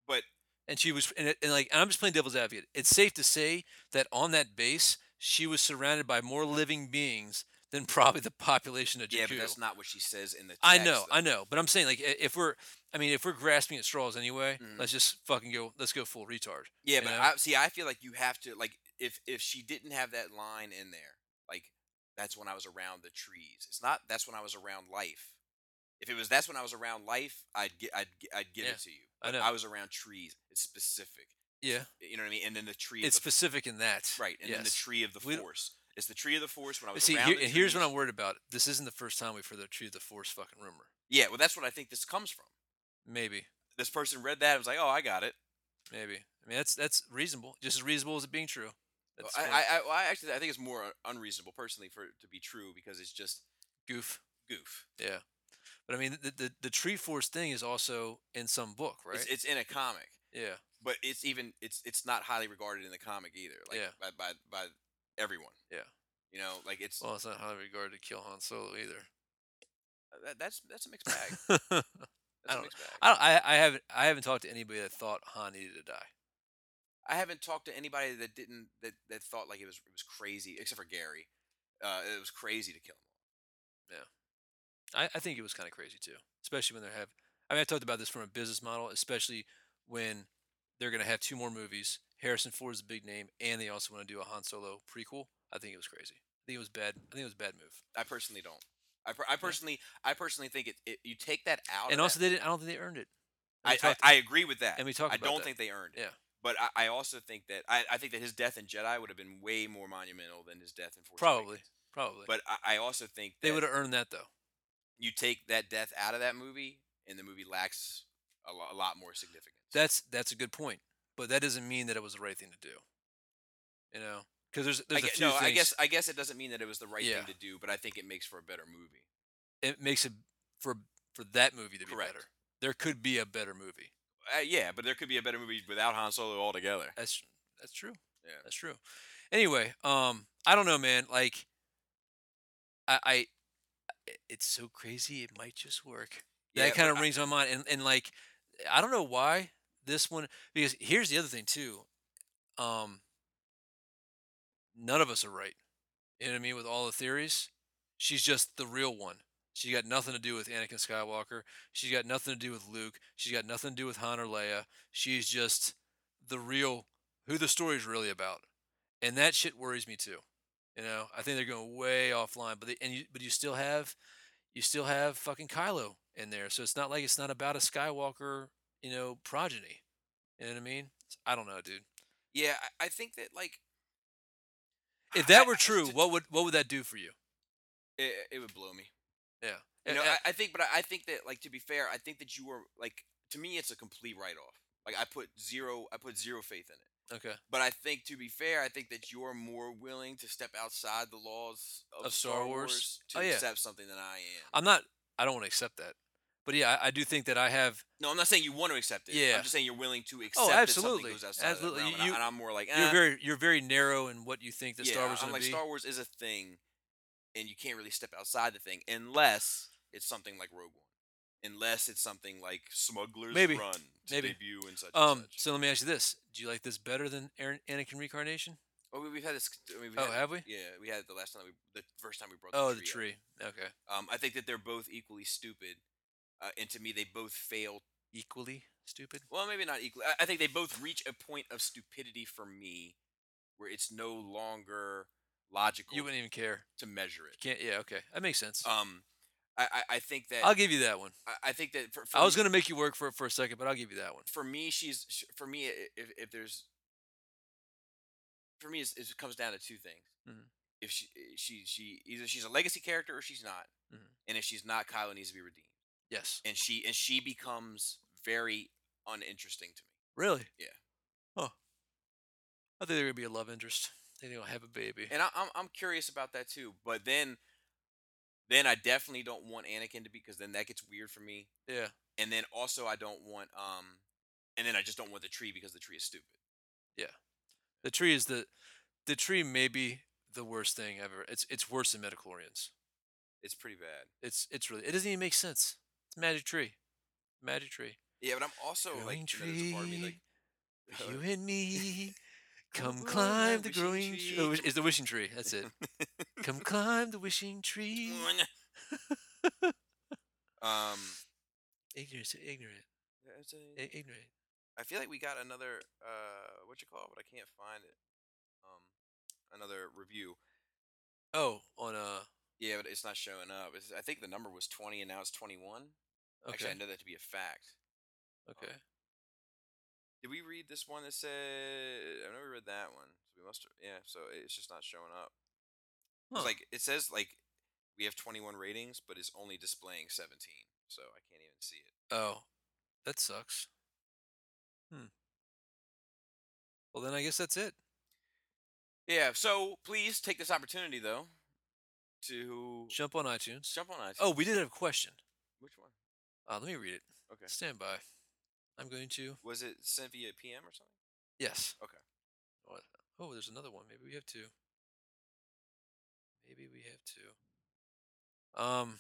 Speaker 3: But
Speaker 2: and she was and, it- and like I'm just playing devil's advocate. It's safe to say that on that base, she was surrounded by more living beings than probably the population of Jakku.
Speaker 3: yeah, but that's not what she says in the. Text,
Speaker 2: I know,
Speaker 3: though.
Speaker 2: I know, but I'm saying like i- if we're, I mean, if we're grasping at straws anyway,
Speaker 3: Mhm.
Speaker 2: let's just fucking go. Let's go full retard.
Speaker 3: Yeah,
Speaker 2: you
Speaker 3: but
Speaker 2: know?
Speaker 3: I, see, I feel like you have to like if if she didn't have that line in there, like that's when I was around the trees. It's not that's when I was around life. If it was that's when I was around life, I'd get I'd gi- I'd give
Speaker 2: Yeah,
Speaker 3: it to you.
Speaker 2: I
Speaker 3: But
Speaker 2: know.
Speaker 3: I was around trees. It's specific.
Speaker 2: Yeah,
Speaker 3: You know what I mean? And then the tree.
Speaker 2: it's
Speaker 3: of the,
Speaker 2: specific in that.
Speaker 3: right. And then the
Speaker 2: yes.
Speaker 3: tree of the
Speaker 2: We don't-
Speaker 3: force. It's the tree of the force when I
Speaker 2: But
Speaker 3: was
Speaker 2: see,
Speaker 3: around.
Speaker 2: here,
Speaker 3: the
Speaker 2: and here's what
Speaker 3: trees.
Speaker 2: I'm worried about. This isn't the first time we've heard the truth of the force fucking rumor.
Speaker 3: Yeah, well, that's what I think this comes from.
Speaker 2: Maybe,
Speaker 3: This person read that and was like, "Oh, I got it."
Speaker 2: maybe. I mean, that's that's reasonable, just as reasonable as it being true.
Speaker 3: Well,
Speaker 2: That's
Speaker 3: I,
Speaker 2: kind of
Speaker 3: I, I, well, I actually I think it's more uh, unreasonable personally for it to be true because it's just
Speaker 2: goof.
Speaker 3: goof.
Speaker 2: Yeah, but I mean, the, the the tree force thing is also in some book, right?
Speaker 3: It's, it's in a comic,
Speaker 2: yeah,
Speaker 3: but it's even it's it's not highly regarded in the comic either. Like
Speaker 2: Yeah.
Speaker 3: by, by by everyone.
Speaker 2: Yeah.
Speaker 3: You know, like it's
Speaker 2: well, it's not highly regarded to kill Han Solo either.
Speaker 3: uh, that, that's that's a mixed bag.
Speaker 2: I
Speaker 3: That's a
Speaker 2: don't-
Speaker 3: mixed bag. I,
Speaker 2: don't. I, I haven't. I haven't talked to anybody that thought Han needed to die.
Speaker 3: haven't talked to anybody that didn't that, that thought like it was it was crazy except for Gary. Uh, it was crazy to kill him.
Speaker 2: I, I think it was kind of crazy too, especially when they have. I mean, I talked about this from a business model, especially when they're going to have two more movies. Harrison Ford is a big name, and they also want to do a Han Solo prequel. I think it was crazy. I think it was bad. I think it was a bad move.
Speaker 3: I personally don't. I, per- I personally I personally think it, it you take that out.
Speaker 2: And
Speaker 3: of
Speaker 2: also,
Speaker 3: that,
Speaker 2: they didn't. I don't think they earned it. And we
Speaker 3: I, I,
Speaker 2: talked-
Speaker 3: I agree with that.
Speaker 2: and we talked
Speaker 3: I
Speaker 2: about
Speaker 3: don't
Speaker 2: that.
Speaker 3: think they earned it.
Speaker 2: Yeah.
Speaker 3: But I, I also think that I, I think that his death in Jedi would have been way more monumental than his death in Force
Speaker 2: Probably.
Speaker 3: Awakens.
Speaker 2: probably.
Speaker 3: But I, I also think
Speaker 2: they
Speaker 3: that
Speaker 2: would have earned that though.
Speaker 3: you take that death out of that movie, and the movie lacks a, lo- a lot more significance.
Speaker 2: That's that's a good point, but that doesn't mean that it was the right thing to do. You know, because there's
Speaker 3: I
Speaker 2: there's a
Speaker 3: guess,
Speaker 2: few
Speaker 3: no,
Speaker 2: things.
Speaker 3: I guess I guess it doesn't mean that it was the right
Speaker 2: Yeah.
Speaker 3: thing to do, but I think it makes for a better movie.
Speaker 2: it makes it for for that movie to be
Speaker 3: Correct.
Speaker 2: better. There could be a better movie.
Speaker 3: Uh, yeah, but there could be a better movie without Han Solo altogether.
Speaker 2: That's that's true.
Speaker 3: Yeah.
Speaker 2: that's true. Anyway, um, I don't know, man. Like, I, I i- it's so crazy. It might just work.
Speaker 3: Yeah,
Speaker 2: that kind
Speaker 3: but
Speaker 2: of
Speaker 3: I-
Speaker 2: rings my mind, and and like, I don't know why this one. Because here's the other thing too. Um, none of us are right. You know what I mean? With all the theories, she's just the real one. She's got nothing to do with Anakin Skywalker. She's got nothing to do with Luke. She's got nothing to do with Han or Leia. She's just the real who the story's really about, and that shit worries me too. You know, I think they're going way offline, but they, and you, but you still have, you still have fucking Kylo in there, so it's not like it's not about a Skywalker, you know, progeny. You know what I mean? I don't know, dude.
Speaker 3: Yeah, I, I think that like
Speaker 2: If
Speaker 3: I-
Speaker 2: that
Speaker 3: I
Speaker 2: were
Speaker 3: just
Speaker 2: true,
Speaker 3: did-
Speaker 2: what would what would that do for you? Eh,
Speaker 3: it, it would blow me.
Speaker 2: Yeah,
Speaker 3: You
Speaker 2: A-
Speaker 3: know,
Speaker 2: a-
Speaker 3: I, I think, but I, I think that, like, to be fair, I think that you were like, to me, it's a complete write-off. Like, I put zero, I put zero faith in it.
Speaker 2: okay,
Speaker 3: But I think, to be fair, I think that you're more willing to step outside the laws of,
Speaker 2: Of Star Wars?
Speaker 3: to
Speaker 2: Oh, yeah.
Speaker 3: accept something than I am.
Speaker 2: I'm not. I don't want to accept that, but yeah, I, I do think that I have.
Speaker 3: no, I'm not saying you want to accept it.
Speaker 2: Yeah. Oh,
Speaker 3: I'm just saying you're willing to accept
Speaker 2: absolutely.
Speaker 3: that something goes outside
Speaker 2: Absolutely.
Speaker 3: Of that realm,
Speaker 2: You-
Speaker 3: and, I, am more like,
Speaker 2: You're
Speaker 3: eh,
Speaker 2: very you're very narrow in what you think that
Speaker 3: yeah,
Speaker 2: Star Wars is
Speaker 3: I'm
Speaker 2: going
Speaker 3: like,
Speaker 2: to be.
Speaker 3: Star Wars is a thing, and you can't really step outside the thing unless it's something like Rogue One. Unless it's something like Smuggler's
Speaker 2: Maybe.
Speaker 3: Run to
Speaker 2: Maybe.
Speaker 3: debut and such. and
Speaker 2: um,
Speaker 3: such.
Speaker 2: so let me ask you this: Do you like this better than Aaron, Anakin reincarnation?
Speaker 3: Oh, we- we've had this. I mean, we
Speaker 2: Oh,
Speaker 3: had-
Speaker 2: have we?
Speaker 3: Yeah, we had it the last time we, the first time we brought.
Speaker 2: Oh, the
Speaker 3: the up.
Speaker 2: tree. Okay.
Speaker 3: Um, I think that they're both equally stupid, uh, and to me, they both fail.
Speaker 2: Equally stupid.
Speaker 3: Well, maybe not equally. I, I think they both reach a point of stupidity for me, where it's no longer logical
Speaker 2: You wouldn't even care.
Speaker 3: to measure it.
Speaker 2: Can't. Yeah. Okay. That makes sense.
Speaker 3: Um, I, I, I think that
Speaker 2: I'll give you that one.
Speaker 3: I, I think that for, for
Speaker 2: I was
Speaker 3: me-
Speaker 2: gonna make you work for it for a second, but I'll give you that one.
Speaker 3: for me, she's sh- for me. i- If if there's for me, it's, it comes down to two things.
Speaker 2: Mhm.
Speaker 3: If she eh, she she either she's a legacy character or she's not,
Speaker 2: Mhm.
Speaker 3: and if she's not, Kylo needs to be redeemed.
Speaker 2: Yes.
Speaker 3: And she and she becomes very uninteresting to me.
Speaker 2: Really?
Speaker 3: Yeah.
Speaker 2: Huh. I think they're gonna be a love interest. I think they're gonna have a baby.
Speaker 3: And I, I'm I'm curious about that too. But then Then I definitely don't want Anakin to be because then that gets weird for me.
Speaker 2: Yeah.
Speaker 3: And then also I don't want um, and then I just don't want the tree because the tree is stupid.
Speaker 2: The tree is the the tree may be the worst thing ever. It's it's worse than Metachlorians.
Speaker 3: It's pretty bad.
Speaker 2: It's it's really it doesn't even make sense. It's a magic tree. Magic tree.
Speaker 3: Yeah, but I'm also
Speaker 2: Growing
Speaker 3: like, you know, there's a part of me like,
Speaker 2: For you and me. Come
Speaker 3: Climb
Speaker 2: climb
Speaker 3: the
Speaker 2: the
Speaker 3: wishing
Speaker 2: growing tree.
Speaker 3: tree.
Speaker 2: Oh, wish- it's the wishing tree. That's it. Come climb the wishing tree.
Speaker 3: um,
Speaker 2: Ignorance, ignorant, i- ignorant.
Speaker 3: I feel like we got another uh, what you call it, but I can't find it. Um, another review.
Speaker 2: Oh, on uh.
Speaker 3: Yeah, but it's not showing up. It's, I think the number was 20 and now it's 21. Actually,
Speaker 2: Okay.
Speaker 3: I know that to be a fact.
Speaker 2: Okay.
Speaker 3: Did we read this one that said? I know we read that one. So we must. have Yeah. So it's just not showing up.
Speaker 2: Huh.
Speaker 3: It's like it says like we have 21 ratings, but it's only displaying 17. So I can't even see it.
Speaker 2: Oh, that sucks. Hmm. Well, then I guess that's it.
Speaker 3: Yeah. So please take this opportunity though to
Speaker 2: Jump on iTunes.
Speaker 3: jump on iTunes.
Speaker 2: Oh, we did have a question.
Speaker 3: which one?
Speaker 2: Uh, let me read it.
Speaker 3: Okay.
Speaker 2: Stand by. I'm going to.
Speaker 3: Was it sent via PM or something?
Speaker 2: Yes.
Speaker 3: Okay.
Speaker 2: What- Oh, there's another one. Maybe we have two. Maybe we have two. Um.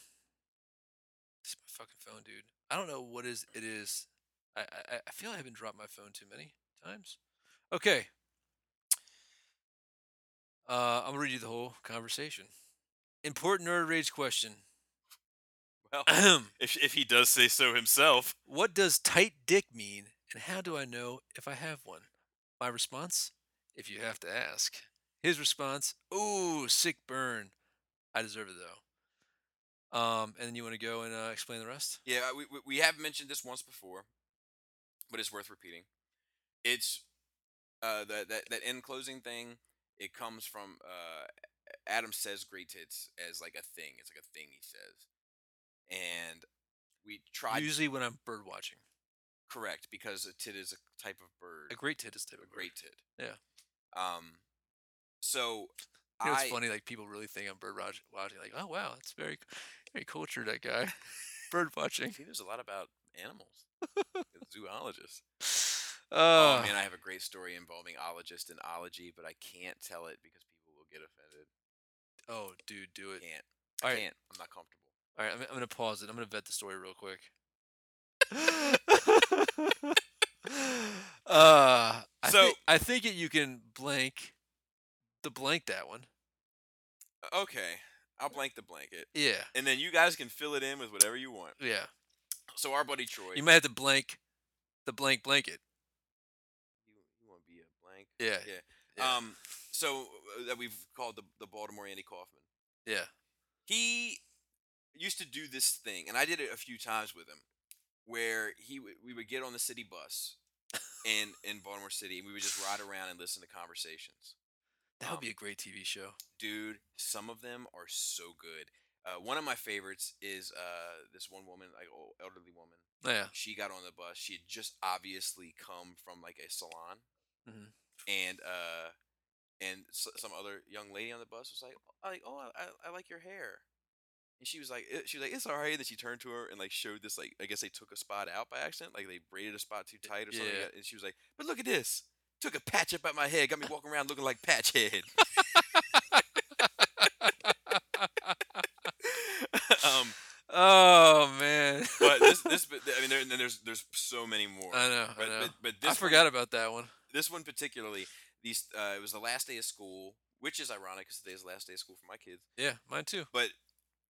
Speaker 2: It's my fucking phone, dude. I don't know what is it is. I I, I- I feel I haven't dropped my phone too many times. Okay. Uh, I'm gonna read you the whole conversation. Important nerd rage question.
Speaker 3: Well,
Speaker 4: If, if he does say so himself.
Speaker 2: What does tight dick mean, and how do I know if I have one? My response? If you have to ask. His response? Ooh, sick burn. I deserve it though. Um, and then you want to go and uh, explain the rest?
Speaker 3: yeah, I- we, we we have mentioned this once before, but it's worth repeating. It's uh that that that end closing thing. It comes from uh A- Adam says great tits as like a thing. It's like a thing he says, and we tried
Speaker 2: Usually when I'm bird watching,
Speaker 3: correct because a tit is a type of bird.
Speaker 2: a great tit is type
Speaker 3: a
Speaker 2: of bird.
Speaker 3: great tit.
Speaker 2: Yeah.
Speaker 3: Um. So
Speaker 2: You know, it's
Speaker 3: I
Speaker 2: funny like people really think I'm bird watch- watching. Like, oh wow, that's very, very cultured that guy. bird watching.
Speaker 3: He knows a lot about animals. Zoologist.
Speaker 2: Uh,
Speaker 3: oh man, I have a great story involving ologist and ology, but I can't tell it because people will get offended.
Speaker 2: oh, dude, do
Speaker 3: I
Speaker 2: it.
Speaker 3: can't.
Speaker 2: All
Speaker 3: I
Speaker 2: right.
Speaker 3: can't. I'm not comfortable.
Speaker 2: All right, I'm, I'm gonna pause it. I'm gonna vet the story real quick. uh, I
Speaker 4: So-
Speaker 2: thi- I think it, you can blank the blank that one.
Speaker 3: Uh, Okay, I'll blank the blanket,
Speaker 2: Yeah,
Speaker 3: and then you guys can fill it in with whatever you want.
Speaker 2: yeah.
Speaker 3: So our buddy Troy,
Speaker 2: You might have to blank the blank blanket.
Speaker 3: you, you want to be a blank?
Speaker 2: Yeah,
Speaker 3: Yeah.
Speaker 2: yeah.
Speaker 3: Um. So uh, that we've called the the Baltimore Andy Kaufman.
Speaker 2: yeah.
Speaker 3: he used to do this thing, and I did it a few times with him, where he w- we would get on the city bus in in Baltimore City, and we would just ride around and listen to conversations.
Speaker 2: That would be
Speaker 3: Um,
Speaker 2: a great TV show.
Speaker 3: Dude, some of them are so good. Uh, one of my favorites is uh, this one woman, like old elderly woman.
Speaker 2: Yeah,
Speaker 3: She got on the bus. She had just obviously come from like a salon,
Speaker 2: Mhm.
Speaker 3: and uh, and s- some other young lady on the bus was like, "Oh, like, oh, I- I, I like your hair," and she was like, "It- "She was like, it's all right." And then she turned to her and like showed this like I guess they took a spot out by accident, like they braided a spot too tight or something. like
Speaker 2: yeah.
Speaker 3: that. And she was like, "But look at this." Took a patch up out my head, got me walking around looking like patch head. um,
Speaker 2: Oh man,
Speaker 3: but this, this, but I mean, there, and then there's there's so many more.
Speaker 2: I know. I
Speaker 3: but,
Speaker 2: know.
Speaker 3: but, but this
Speaker 2: I forgot about that one.
Speaker 3: one, this one particularly. These uh, it was the last day of school, which is ironic because today's the last day of school for my kids.
Speaker 2: Yeah, mine too.
Speaker 3: But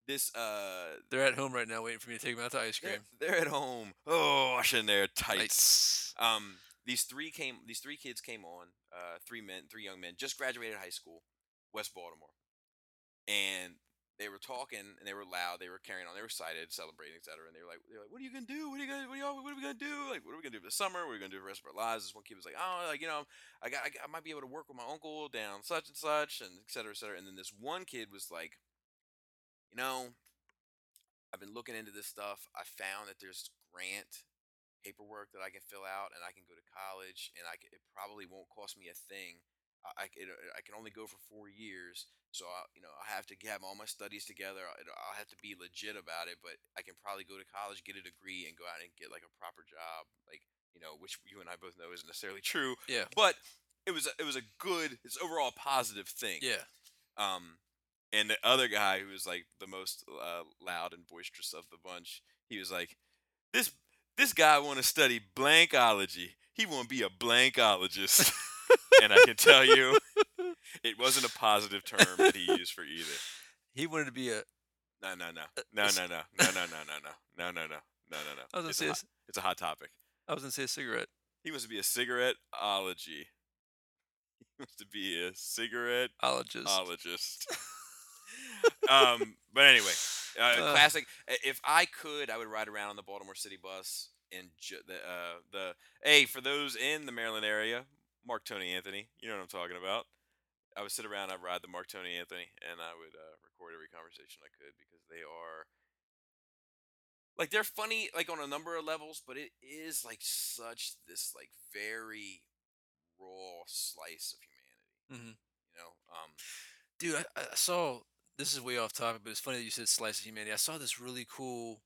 Speaker 3: this uh,
Speaker 2: They're at home right now waiting for me to take them out to ice
Speaker 3: they're,
Speaker 2: cream.
Speaker 3: they're at home. Oh, I shouldn't. They're tight.
Speaker 2: Nice.
Speaker 3: Um, these three came. These three kids came on. Uh, three men, three young men, just graduated high school, West Baltimore, and they were talking and they were loud. They were carrying on. They were excited, celebrating, etc. And they were like, "They're like, what are you gonna do? What are you gonna? What are, y'all, what are we gonna do? Like, what are we gonna do for the summer? What are we gonna do for the rest of our lives?" This one kid was like, "Oh, like you know, I got, I, got- I might be able to work with my uncle down such and such, and etc. etc." And then this one kid was like, "You know, I've been looking into this stuff. I found that there's grant paperwork that I can fill out and I can go to college and I c it probably won't cost me a thing I, I, c- it, I can only go for four years, so I, you know I have to have all my studies together. I, I'll have to be legit about it, but I can probably go to college, get a degree, and go out and get like a proper job, like you know, which you and I both know isn't necessarily true.
Speaker 2: Yeah.
Speaker 3: But it was a, it was a good, it's overall a positive thing.
Speaker 2: Yeah.
Speaker 4: Um, and the other guy who was like the most uh, loud and boisterous of the bunch, he was like, "This this guy want to study blankology. He want to be a blankologist." and I can tell you, it wasn't a positive term that he used for either.
Speaker 2: He wanted to be a.
Speaker 4: No, no, no, no, no, no, no, no, no, no, no, no, no, no, no, no, no.
Speaker 2: Uh, I was gonna
Speaker 4: It's
Speaker 2: say.
Speaker 4: a
Speaker 2: A,
Speaker 4: hot, it's a hot topic.
Speaker 2: I was gonna say a cigarette.
Speaker 4: He wants to be a cigaretteology. He wants to be a cigarette
Speaker 2: I'll just.
Speaker 4: ologist. um, but anyway,
Speaker 3: Uh,
Speaker 2: Uh.
Speaker 3: classic. i- If I could, I would ride around on the Baltimore City bus and ju- the uh, the
Speaker 4: hey, for those in the Maryland area, Mark Tony Anthony, you know what I'm talking about. I would sit around, I'd ride the Mark Tony Anthony, and I would uh, record every conversation I could because they are
Speaker 3: like they're funny like on a number of levels, but it is like such this like very raw slice of humanity.
Speaker 2: Mhm.
Speaker 3: You know, um,
Speaker 2: Dude, I, I I saw. This is way off topic, but it's funny that you said slice of humanity. I saw this really cool.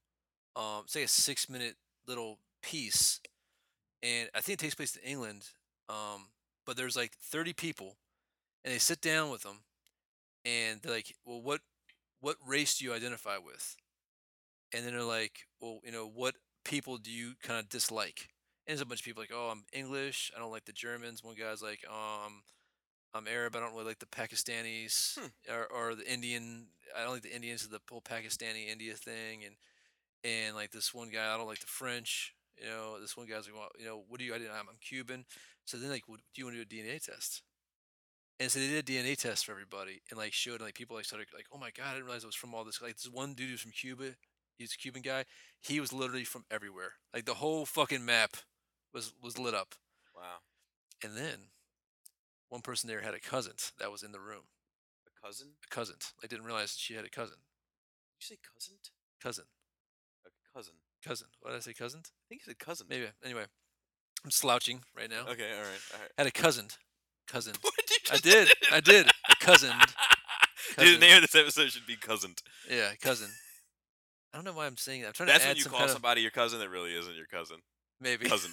Speaker 2: Um, it's like a six-minute little piece, and I think it takes place in England. Um, but there's like 30 people, and they sit down with them, and they're like, "Well, what what race do you identify with?" And then they're like, "Well, you know, what people do you kind of dislike?" And there's a bunch of people like, "Oh, I'm English. I don't like the Germans." One guy's like, "Um, I'm Arab. I don't really like the Pakistanis or, or the Indian. I don't like the Indians. The whole Pakistani India thing." And and like this one guy, I don't like the French. You know, this one guy's like, well, you know, what do you identify? I'm, I'm Cuban. So then, like, what, do you want to do a DNA test? And so they did a DNA test for everybody, and like showed like people like started like, oh my god, I didn't realize it was from all this. Like this one dude who's from Cuba, he's a Cuban guy. He was literally from everywhere. Like the whole fucking map was was lit up.
Speaker 3: wow,
Speaker 2: And then one person there had a cousin that was in the room.
Speaker 3: a cousin? Did
Speaker 2: A cousin. Like didn't realize she had a cousin.
Speaker 3: you say cousin?
Speaker 2: Cousin.
Speaker 3: A cousin?
Speaker 2: Cousin. What did I say? Cousin?
Speaker 3: I think you said cousin.
Speaker 2: Maybe. Anyway, I'm slouching right now.
Speaker 4: okay. All right, all right.
Speaker 2: Had a cousin. Cousin.
Speaker 3: What did you
Speaker 2: I did. I did. A cousin.
Speaker 4: Dude,
Speaker 2: Cousin.
Speaker 4: the name of this episode should be cousin.
Speaker 2: Yeah, cousin. I don't know why I'm saying that. I'm trying
Speaker 4: That's
Speaker 2: to add
Speaker 4: when you
Speaker 2: some
Speaker 4: call
Speaker 2: kind of-
Speaker 4: somebody your cousin that really isn't your cousin.
Speaker 2: maybe.
Speaker 4: Cousin.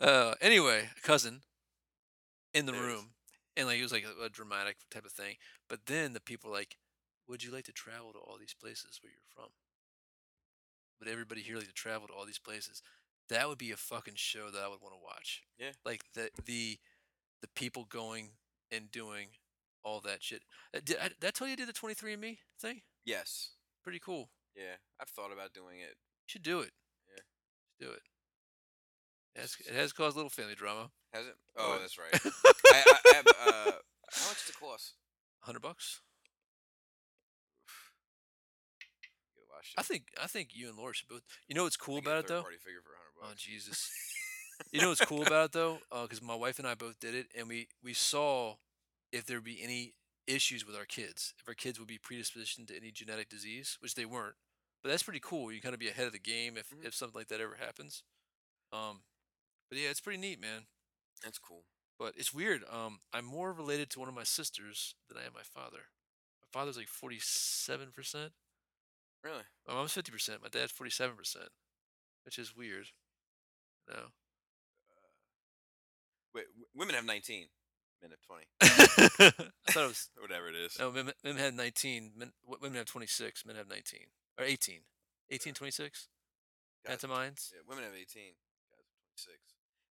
Speaker 2: Uh, anyway, a cousin in the
Speaker 4: There it is.
Speaker 2: room, and like it was like a, a dramatic type of thing. But then the people were like, "Would you like to travel to all these places where you're from? Would everybody here like to travel to all these places? That would be a fucking show that I would want to watch.
Speaker 4: Yeah.
Speaker 2: like the the the people going and doing all that shit. Uh, Did I, did I tell you I did the 23andMe thing?
Speaker 3: Yes.
Speaker 2: Pretty cool.
Speaker 3: Yeah, I've thought about doing it.
Speaker 2: should do it.
Speaker 3: Yeah.
Speaker 2: should do it. It has, it has caused a little family drama.
Speaker 3: Has it? Oh,
Speaker 2: What?
Speaker 3: that's right. I, I, I have, uh, how much does it cost?
Speaker 2: Hundred bucks.
Speaker 3: Get a lot of shit.
Speaker 2: I think I think you and Laura should both. You know what's cool
Speaker 3: I get a
Speaker 2: about it though?
Speaker 3: third-party figure for 100
Speaker 2: Oh
Speaker 3: bucks.
Speaker 2: Jesus! you know what's cool about it though? Because my wife and I both did it, and we we saw if there'd be any issues with our kids, if our kids would be predispositioned to any genetic disease, which they weren't. But that's pretty cool. You kind of be ahead of the game if
Speaker 3: Mhm.
Speaker 2: if something like that ever happens. Um, but yeah, it's pretty neat, man.
Speaker 3: That's cool.
Speaker 2: But it's weird. Um, I'm more related to one of my sisters than I am my father. My father's like 47 percent.
Speaker 3: Really?
Speaker 2: My mom's fifty percent. My dad's forty-seven percent, which is weird. No.
Speaker 3: Wait, w- women have 19. Men have 20.
Speaker 2: I thought it was.
Speaker 4: Whatever it is.
Speaker 2: No, men, men had nineteen. Men, wo- women have twenty-six. Men have nineteen or 18. 18, 26?
Speaker 3: Guys-
Speaker 2: Pantomimes?
Speaker 3: Yeah, women have 18. Guys have 26.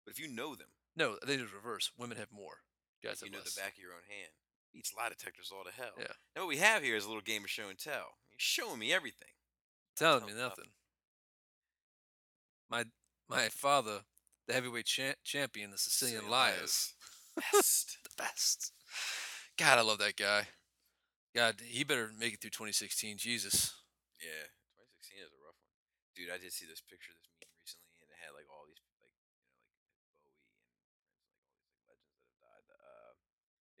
Speaker 3: But if you know them,
Speaker 2: No, they did reverse. Women have more. Guys
Speaker 3: you
Speaker 2: have
Speaker 3: know
Speaker 2: less.
Speaker 3: the back of your own hand. Beats lie detectors all to hell.
Speaker 2: Yeah.
Speaker 3: Now what we have here is a little game of show and tell. You're showing me everything.
Speaker 2: telling
Speaker 3: Oh,
Speaker 2: me
Speaker 3: wow.
Speaker 2: nothing. My my father, the heavyweight cha- champion, the Sicilian Liars.
Speaker 3: Best.
Speaker 2: the best. God, I love that guy. God, he better make it through 2016. Jesus.
Speaker 3: yeah. 2016 is a rough one. Dude, I did see this picture, this meme recently, and it had like all these, like, you know, like Bowie and like all these like, legends that have died. Uh,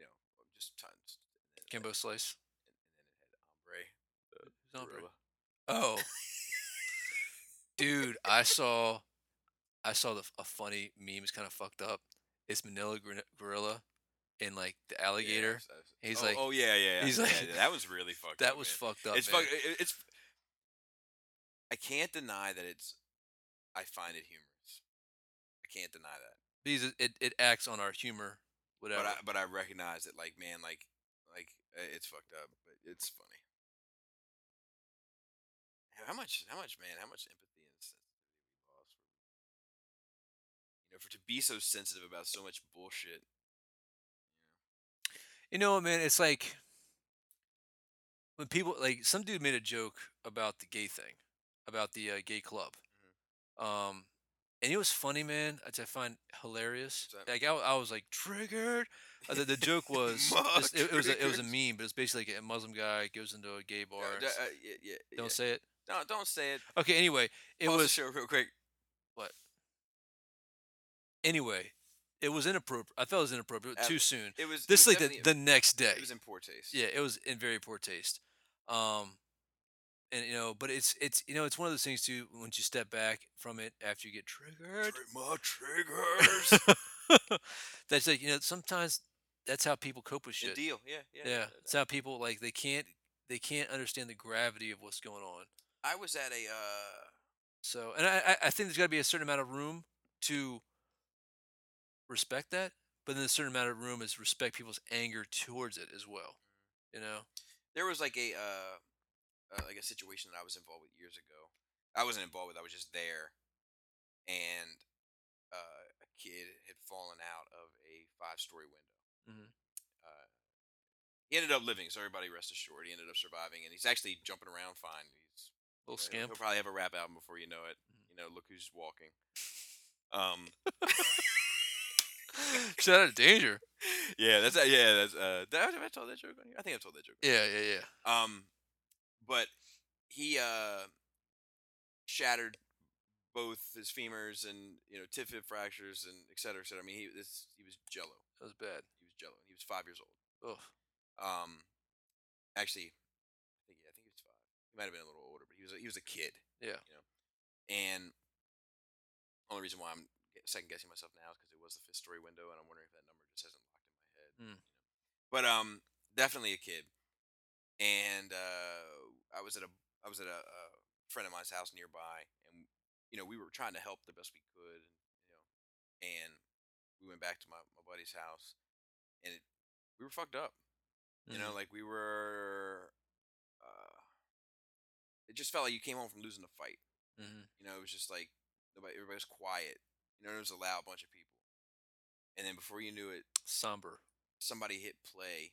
Speaker 3: you know, um, just tons. And then,
Speaker 2: Kimbo Slice.
Speaker 3: and, and then it had Ombre.
Speaker 2: Who's on
Speaker 3: Gorilla.
Speaker 2: bro? Oh, dude, I saw, I saw the, f- a funny meme. It's kind of fucked up. it's Manila Gor- Gorilla and like the alligator.
Speaker 3: Yes, yes.
Speaker 2: He's
Speaker 3: oh,
Speaker 2: like-
Speaker 3: oh yeah, yeah, yeah.
Speaker 2: he's
Speaker 3: yeah,
Speaker 2: like-
Speaker 3: yeah, that was really fucked.
Speaker 2: that
Speaker 3: up,
Speaker 2: was
Speaker 3: man.
Speaker 2: fucked up.
Speaker 3: It's
Speaker 2: man.
Speaker 3: fuck. it- It's. I can't deny that it's. I find it humorous. I can't deny that.
Speaker 2: Because it, it, it acts on our humor, whatever.
Speaker 3: But I, but I recognize that, like, man, like, like uh, it's fucked up, but it's funny. How- How much, how much, man, how much empathy and sensitivity we lost? You know, for to be so sensitive about so much bullshit.
Speaker 2: you know what, man? It's like when people like some dude made a joke about the gay thing, about the uh, gay club,
Speaker 3: Mm-hmm.
Speaker 2: um, and it was funny, man. Which I find hilarious.
Speaker 3: What's that?
Speaker 2: Like I, w- I was like triggered. Uh, the, the joke was
Speaker 3: Ma
Speaker 2: just- it, it was a, it was a
Speaker 3: triggers.
Speaker 2: meme, but it's basically like a Muslim guy goes into a gay bar.
Speaker 3: Uh,
Speaker 2: and
Speaker 3: d-
Speaker 2: s-
Speaker 3: uh, yeah, yeah,
Speaker 2: don't
Speaker 3: yeah.
Speaker 2: say it.
Speaker 3: No, don't say it.
Speaker 2: Okay. Anyway, it
Speaker 3: Pause the
Speaker 2: was
Speaker 3: show real quick.
Speaker 2: anyway. It was inappropriate. I felt it was inappropriate
Speaker 3: Uh,
Speaker 2: too soon.
Speaker 3: It was.
Speaker 2: This
Speaker 3: it was
Speaker 2: like the,
Speaker 3: definitely-
Speaker 2: the next day.
Speaker 3: It was in poor taste.
Speaker 2: Yeah, it was in very poor taste. Um, and you know, but it's it's you know, it's one of those things too. Once you step back from it after you get triggered,
Speaker 3: Tri- my triggers.
Speaker 2: that's like you know, sometimes that's how people cope with
Speaker 3: the
Speaker 2: shit.
Speaker 3: deal. Yeah, yeah.
Speaker 2: yeah,
Speaker 3: no, no,
Speaker 2: it's how people like they can't they can't understand the gravity of what's going on.
Speaker 3: no. I was at a. uh
Speaker 2: So, and I I- I think there's got to be a certain amount of room to respect that, but then a certain amount of room is respect people's anger towards it as well. You know,
Speaker 3: there was like a uh, uh like a situation that I was involved with years ago. I wasn't involved with. I was just there, and uh, a kid had fallen out of a five-story window.
Speaker 2: Mhm.
Speaker 3: Uh, he ended up living, so everybody rest assured. He ended up surviving, and he's actually jumping around fine. He's
Speaker 2: little
Speaker 3: you know,
Speaker 2: scamp. Mm-hmm.
Speaker 3: He'll probably have a rap album before you know it. You know, look who's walking. Um,
Speaker 2: Shout out to danger.
Speaker 3: yeah, that's yeah, that's uh, did I, have I told that joke on here? I think I've told that joke.
Speaker 2: Yeah, yeah, yeah.
Speaker 3: Um, but he uh shattered both his femurs and you know tibia fractures and et cetera, et cetera. I mean, he this he was jello.
Speaker 2: That was bad.
Speaker 3: He was jello. He was five years old.
Speaker 2: Oh,
Speaker 3: Um, actually, I think yeah, I think he was five. He might have been a little older, but he was a, he was a kid.
Speaker 2: Yeah.
Speaker 3: You know, and only reason why I'm second guessing myself now is because it was the fifth story window, and I'm wondering if that number just hasn't locked in my head.
Speaker 2: Mm.
Speaker 3: you know. But um, definitely a kid. And uh, I was at a I was at a, a friend of mine's house nearby, and you know we were trying to help the best we could, you know, and we went back to my, my buddy's house, and it, we were fucked up.
Speaker 2: Mm-hmm.
Speaker 3: You know, like we were. Uh, it just felt like you came home from losing a fight.
Speaker 2: Mhm.
Speaker 3: You know, it was just like nobody, everybody was quiet. You know, there was a loud bunch of people, and then before you knew it,
Speaker 2: somber.
Speaker 3: somebody hit play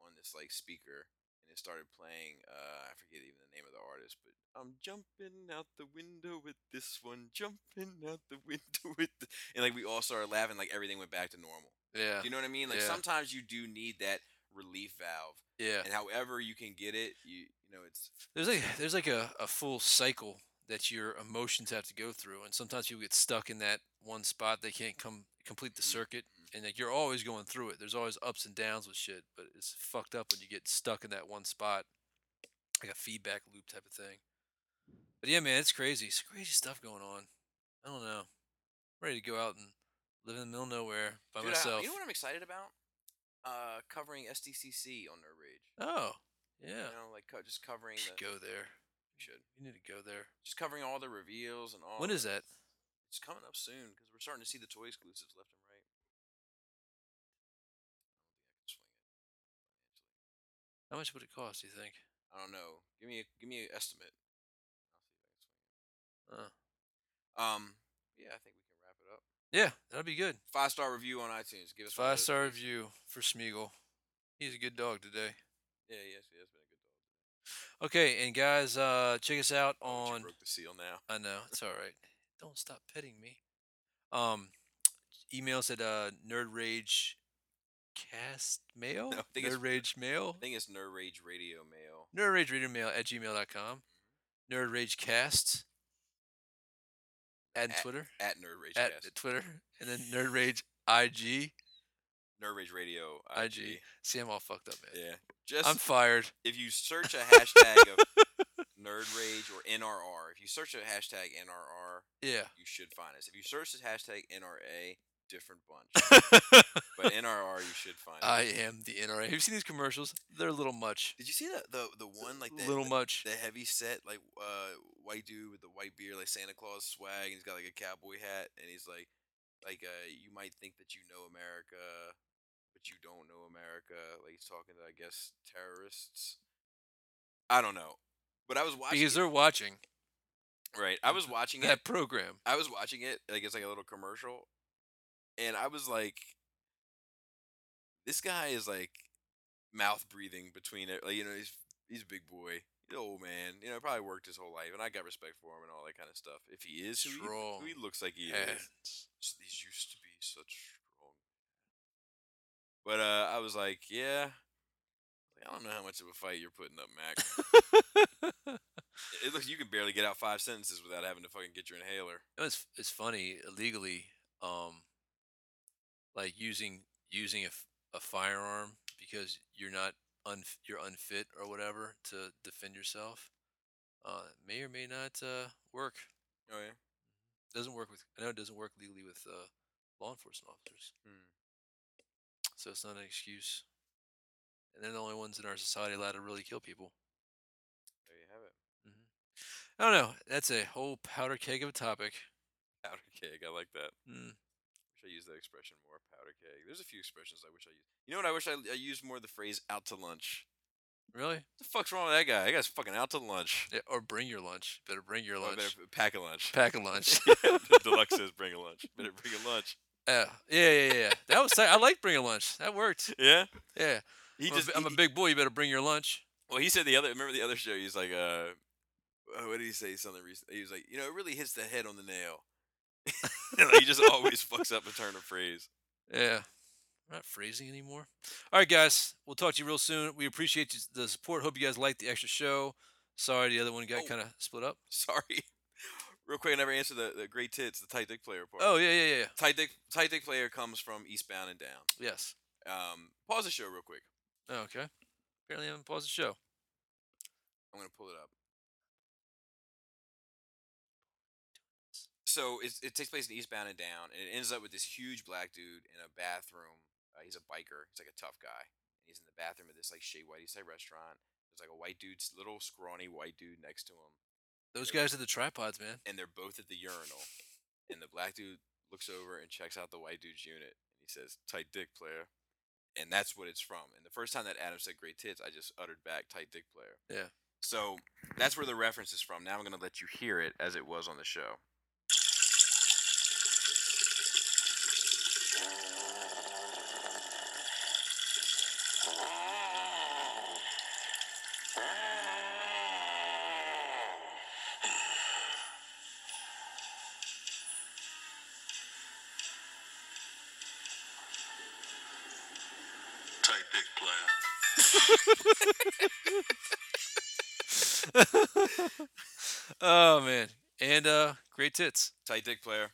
Speaker 3: on this like speaker, and it started playing. Uh, I forget even the name of the artist, but I'm jumping out the window with this one, jumping out the window with, the... and like we all started laughing. Like everything went back to normal.
Speaker 2: Yeah,
Speaker 3: Do you know what I mean? Like
Speaker 2: Yeah.
Speaker 3: sometimes you do need that relief valve
Speaker 2: yeah.
Speaker 3: and however you can get it, you you know it's
Speaker 2: There's like there's like a, a full cycle that your emotions have to go through, and sometimes people get stuck in that one spot. They can't come complete the
Speaker 3: Mhm,
Speaker 2: circuit, and like you're always going through it. There's always ups and downs with shit, but it's fucked up when you get stuck in that one spot, like a feedback loop type of thing. But yeah, man, it's crazy. It's crazy stuff going on. I don't know. I'm ready to go out and live in the middle of nowhere by
Speaker 3: Dude, I-
Speaker 2: myself.
Speaker 3: you know what I'm excited about? Uh, covering SDCC on Nerd Rage.
Speaker 2: oh, yeah.
Speaker 3: You know, like co- just covering
Speaker 2: You should go
Speaker 3: the,
Speaker 2: there.
Speaker 3: should.
Speaker 2: You need to go there.
Speaker 3: just covering all the reveals and all.
Speaker 2: When is that?
Speaker 3: It's coming up soon because we're starting to see the toy exclusives left and right.
Speaker 2: How much would it cost? Do you think?
Speaker 3: I don't know. Give me a give me an estimate.
Speaker 2: Uh,
Speaker 3: Um, yeah, I think we can wrap it up.
Speaker 2: yeah, that'd be good.
Speaker 3: Five star review on iTunes. Give us one of
Speaker 2: Five
Speaker 3: those,
Speaker 2: star
Speaker 3: please.
Speaker 2: review for Smeagol. He's a good dog today.
Speaker 3: Yeah, yes, yeah, it's been a good dog.
Speaker 2: Okay, and guys, uh, check us out
Speaker 3: Oh, you
Speaker 2: on.
Speaker 3: broke the seal now.
Speaker 2: I know it's all right. Don't stop petting me. Um, email us at uh, Nerd Rage Cast Mail.
Speaker 3: No, I think it's-
Speaker 2: Nerd Rage Mail.
Speaker 3: I think it's Nerd Rage Radio Mail.
Speaker 2: Nerd Rage Reader Mail at gmail.com.
Speaker 3: Mm-hmm.
Speaker 2: Nerd Rage Cast. At Twitter.
Speaker 3: at Nerd Rage
Speaker 2: At
Speaker 3: Cast.
Speaker 2: Twitter. And then Nerd Rage IG.
Speaker 3: Nerd Rage Radio
Speaker 2: IG. See, I'm all fucked up, man.
Speaker 3: Yeah. Just
Speaker 2: I'm fired.
Speaker 3: if you search a hashtag of Nerd Rage or NRR, if you search a hashtag NRR,
Speaker 2: Yeah.
Speaker 3: you should find us. If you search the hashtag NRA, different bunch. but NRR, you should find. it.
Speaker 2: I am the NRA. Have you seen these commercials? They're a little much.
Speaker 3: Did you see the the, the one like that
Speaker 2: little
Speaker 3: the,
Speaker 2: much.
Speaker 3: the heavy set like uh white dude with the white beard like Santa Claus swag and he's got like a cowboy hat and he's like like uh you might think that you know America but you don't know America like he's talking to I guess terrorists. I don't know. But I was watching
Speaker 2: Because
Speaker 3: it-
Speaker 2: they're watching
Speaker 3: right. I was watching it
Speaker 2: that program.
Speaker 3: I was watching it, like it's like a little commercial, and I was like, "This guy is like mouth breathing between it, like you know, he's he's a big boy, he's an old man, you know, probably worked his whole life, and I got respect for him and all that kind of stuff. If he is who he, who he
Speaker 2: Strong
Speaker 3: looks like he is,
Speaker 2: hands.
Speaker 3: S- these used to be such strong. But uh, I was like, yeah, I don't know how much of a fight you're putting up, Mac. it looks you can barely get out five sentences without having to fucking get your inhaler.
Speaker 2: No, it's it's funny illegally, um, like using using a, f- a firearm because you're not unf- you're unfit or whatever to defend yourself. Uh, may or may not uh, work.
Speaker 3: Oh yeah.
Speaker 2: Doesn't work with I know it doesn't work legally with uh, law enforcement officers.
Speaker 3: Hmm.
Speaker 2: So it's not an excuse. And they're the only ones in our society allowed to really kill people.
Speaker 3: There you have it.
Speaker 2: I don't know. That's a whole powder keg of a topic.
Speaker 3: Powder keg. I like that.
Speaker 2: Mm.
Speaker 3: Wish I used that expression more. Powder keg. There's a few expressions I wish I used. You know what? I wish I, I used more of the phrase "out to lunch."
Speaker 2: Really?
Speaker 3: What the fuck's wrong with that guy? That guy's fucking out to lunch.
Speaker 2: Yeah, or bring your lunch. Better bring your
Speaker 3: Or
Speaker 2: lunch.
Speaker 3: better, pack a lunch.
Speaker 2: Pack a lunch.
Speaker 3: Deluxe says bring a lunch. Better bring a lunch.
Speaker 2: Yeah, yeah, yeah, yeah. That was. I like bringing lunch. That worked.
Speaker 3: Yeah.
Speaker 2: Yeah.
Speaker 3: He
Speaker 2: I'm,
Speaker 3: just.
Speaker 2: a, bi- I'm a
Speaker 3: he-
Speaker 2: big boy. You better bring your lunch.
Speaker 3: Well, he said the other. Remember the other show? He's like, uh, uh, what did he say? Something recently. He was like, you know, it really hits the head on the nail. Like, he just always fucks up a turn of phrase.
Speaker 2: Yeah. I'm not phrasing anymore. All right, guys. We'll talk to you real soon. We appreciate you, the support. Hope you guys liked the extra show. Sorry, the other one got
Speaker 3: Oh.
Speaker 2: kind of split up.
Speaker 3: Sorry. Real quick, I never answered the, the great tits, the tight dick player part.
Speaker 2: Oh yeah, yeah, yeah. yeah.
Speaker 3: Tight Dick, Tight Dick Player comes from Eastbound and Down.
Speaker 2: Yes.
Speaker 3: Um, pause the show real quick.
Speaker 2: Oh, okay. Apparently, I'm paused the show.
Speaker 3: I'm gonna pull it up. So it's, it takes place in Eastbound and Down, and it ends up with this huge black dude in a bathroom. Uh, he's a biker. He's like a tough guy. And he's in the bathroom at this like Shea Whitey's type restaurant. There's like a white dude, s- little scrawny white dude next to him,
Speaker 2: Those guys are the tripods, man.
Speaker 3: and they're both at the urinal. and the black dude looks over and checks out the white dude's unit, and he says, "Tight dick player," and that's what it's from. And the first time that Adam said "great tits," I just uttered back "tight dick player."
Speaker 2: Yeah.
Speaker 3: So that's where the reference is from. Now I'm gonna let you hear it as it was on the show.
Speaker 9: Tight dick player.
Speaker 2: oh uh, man. And uh, great tits.
Speaker 3: Tight dick player.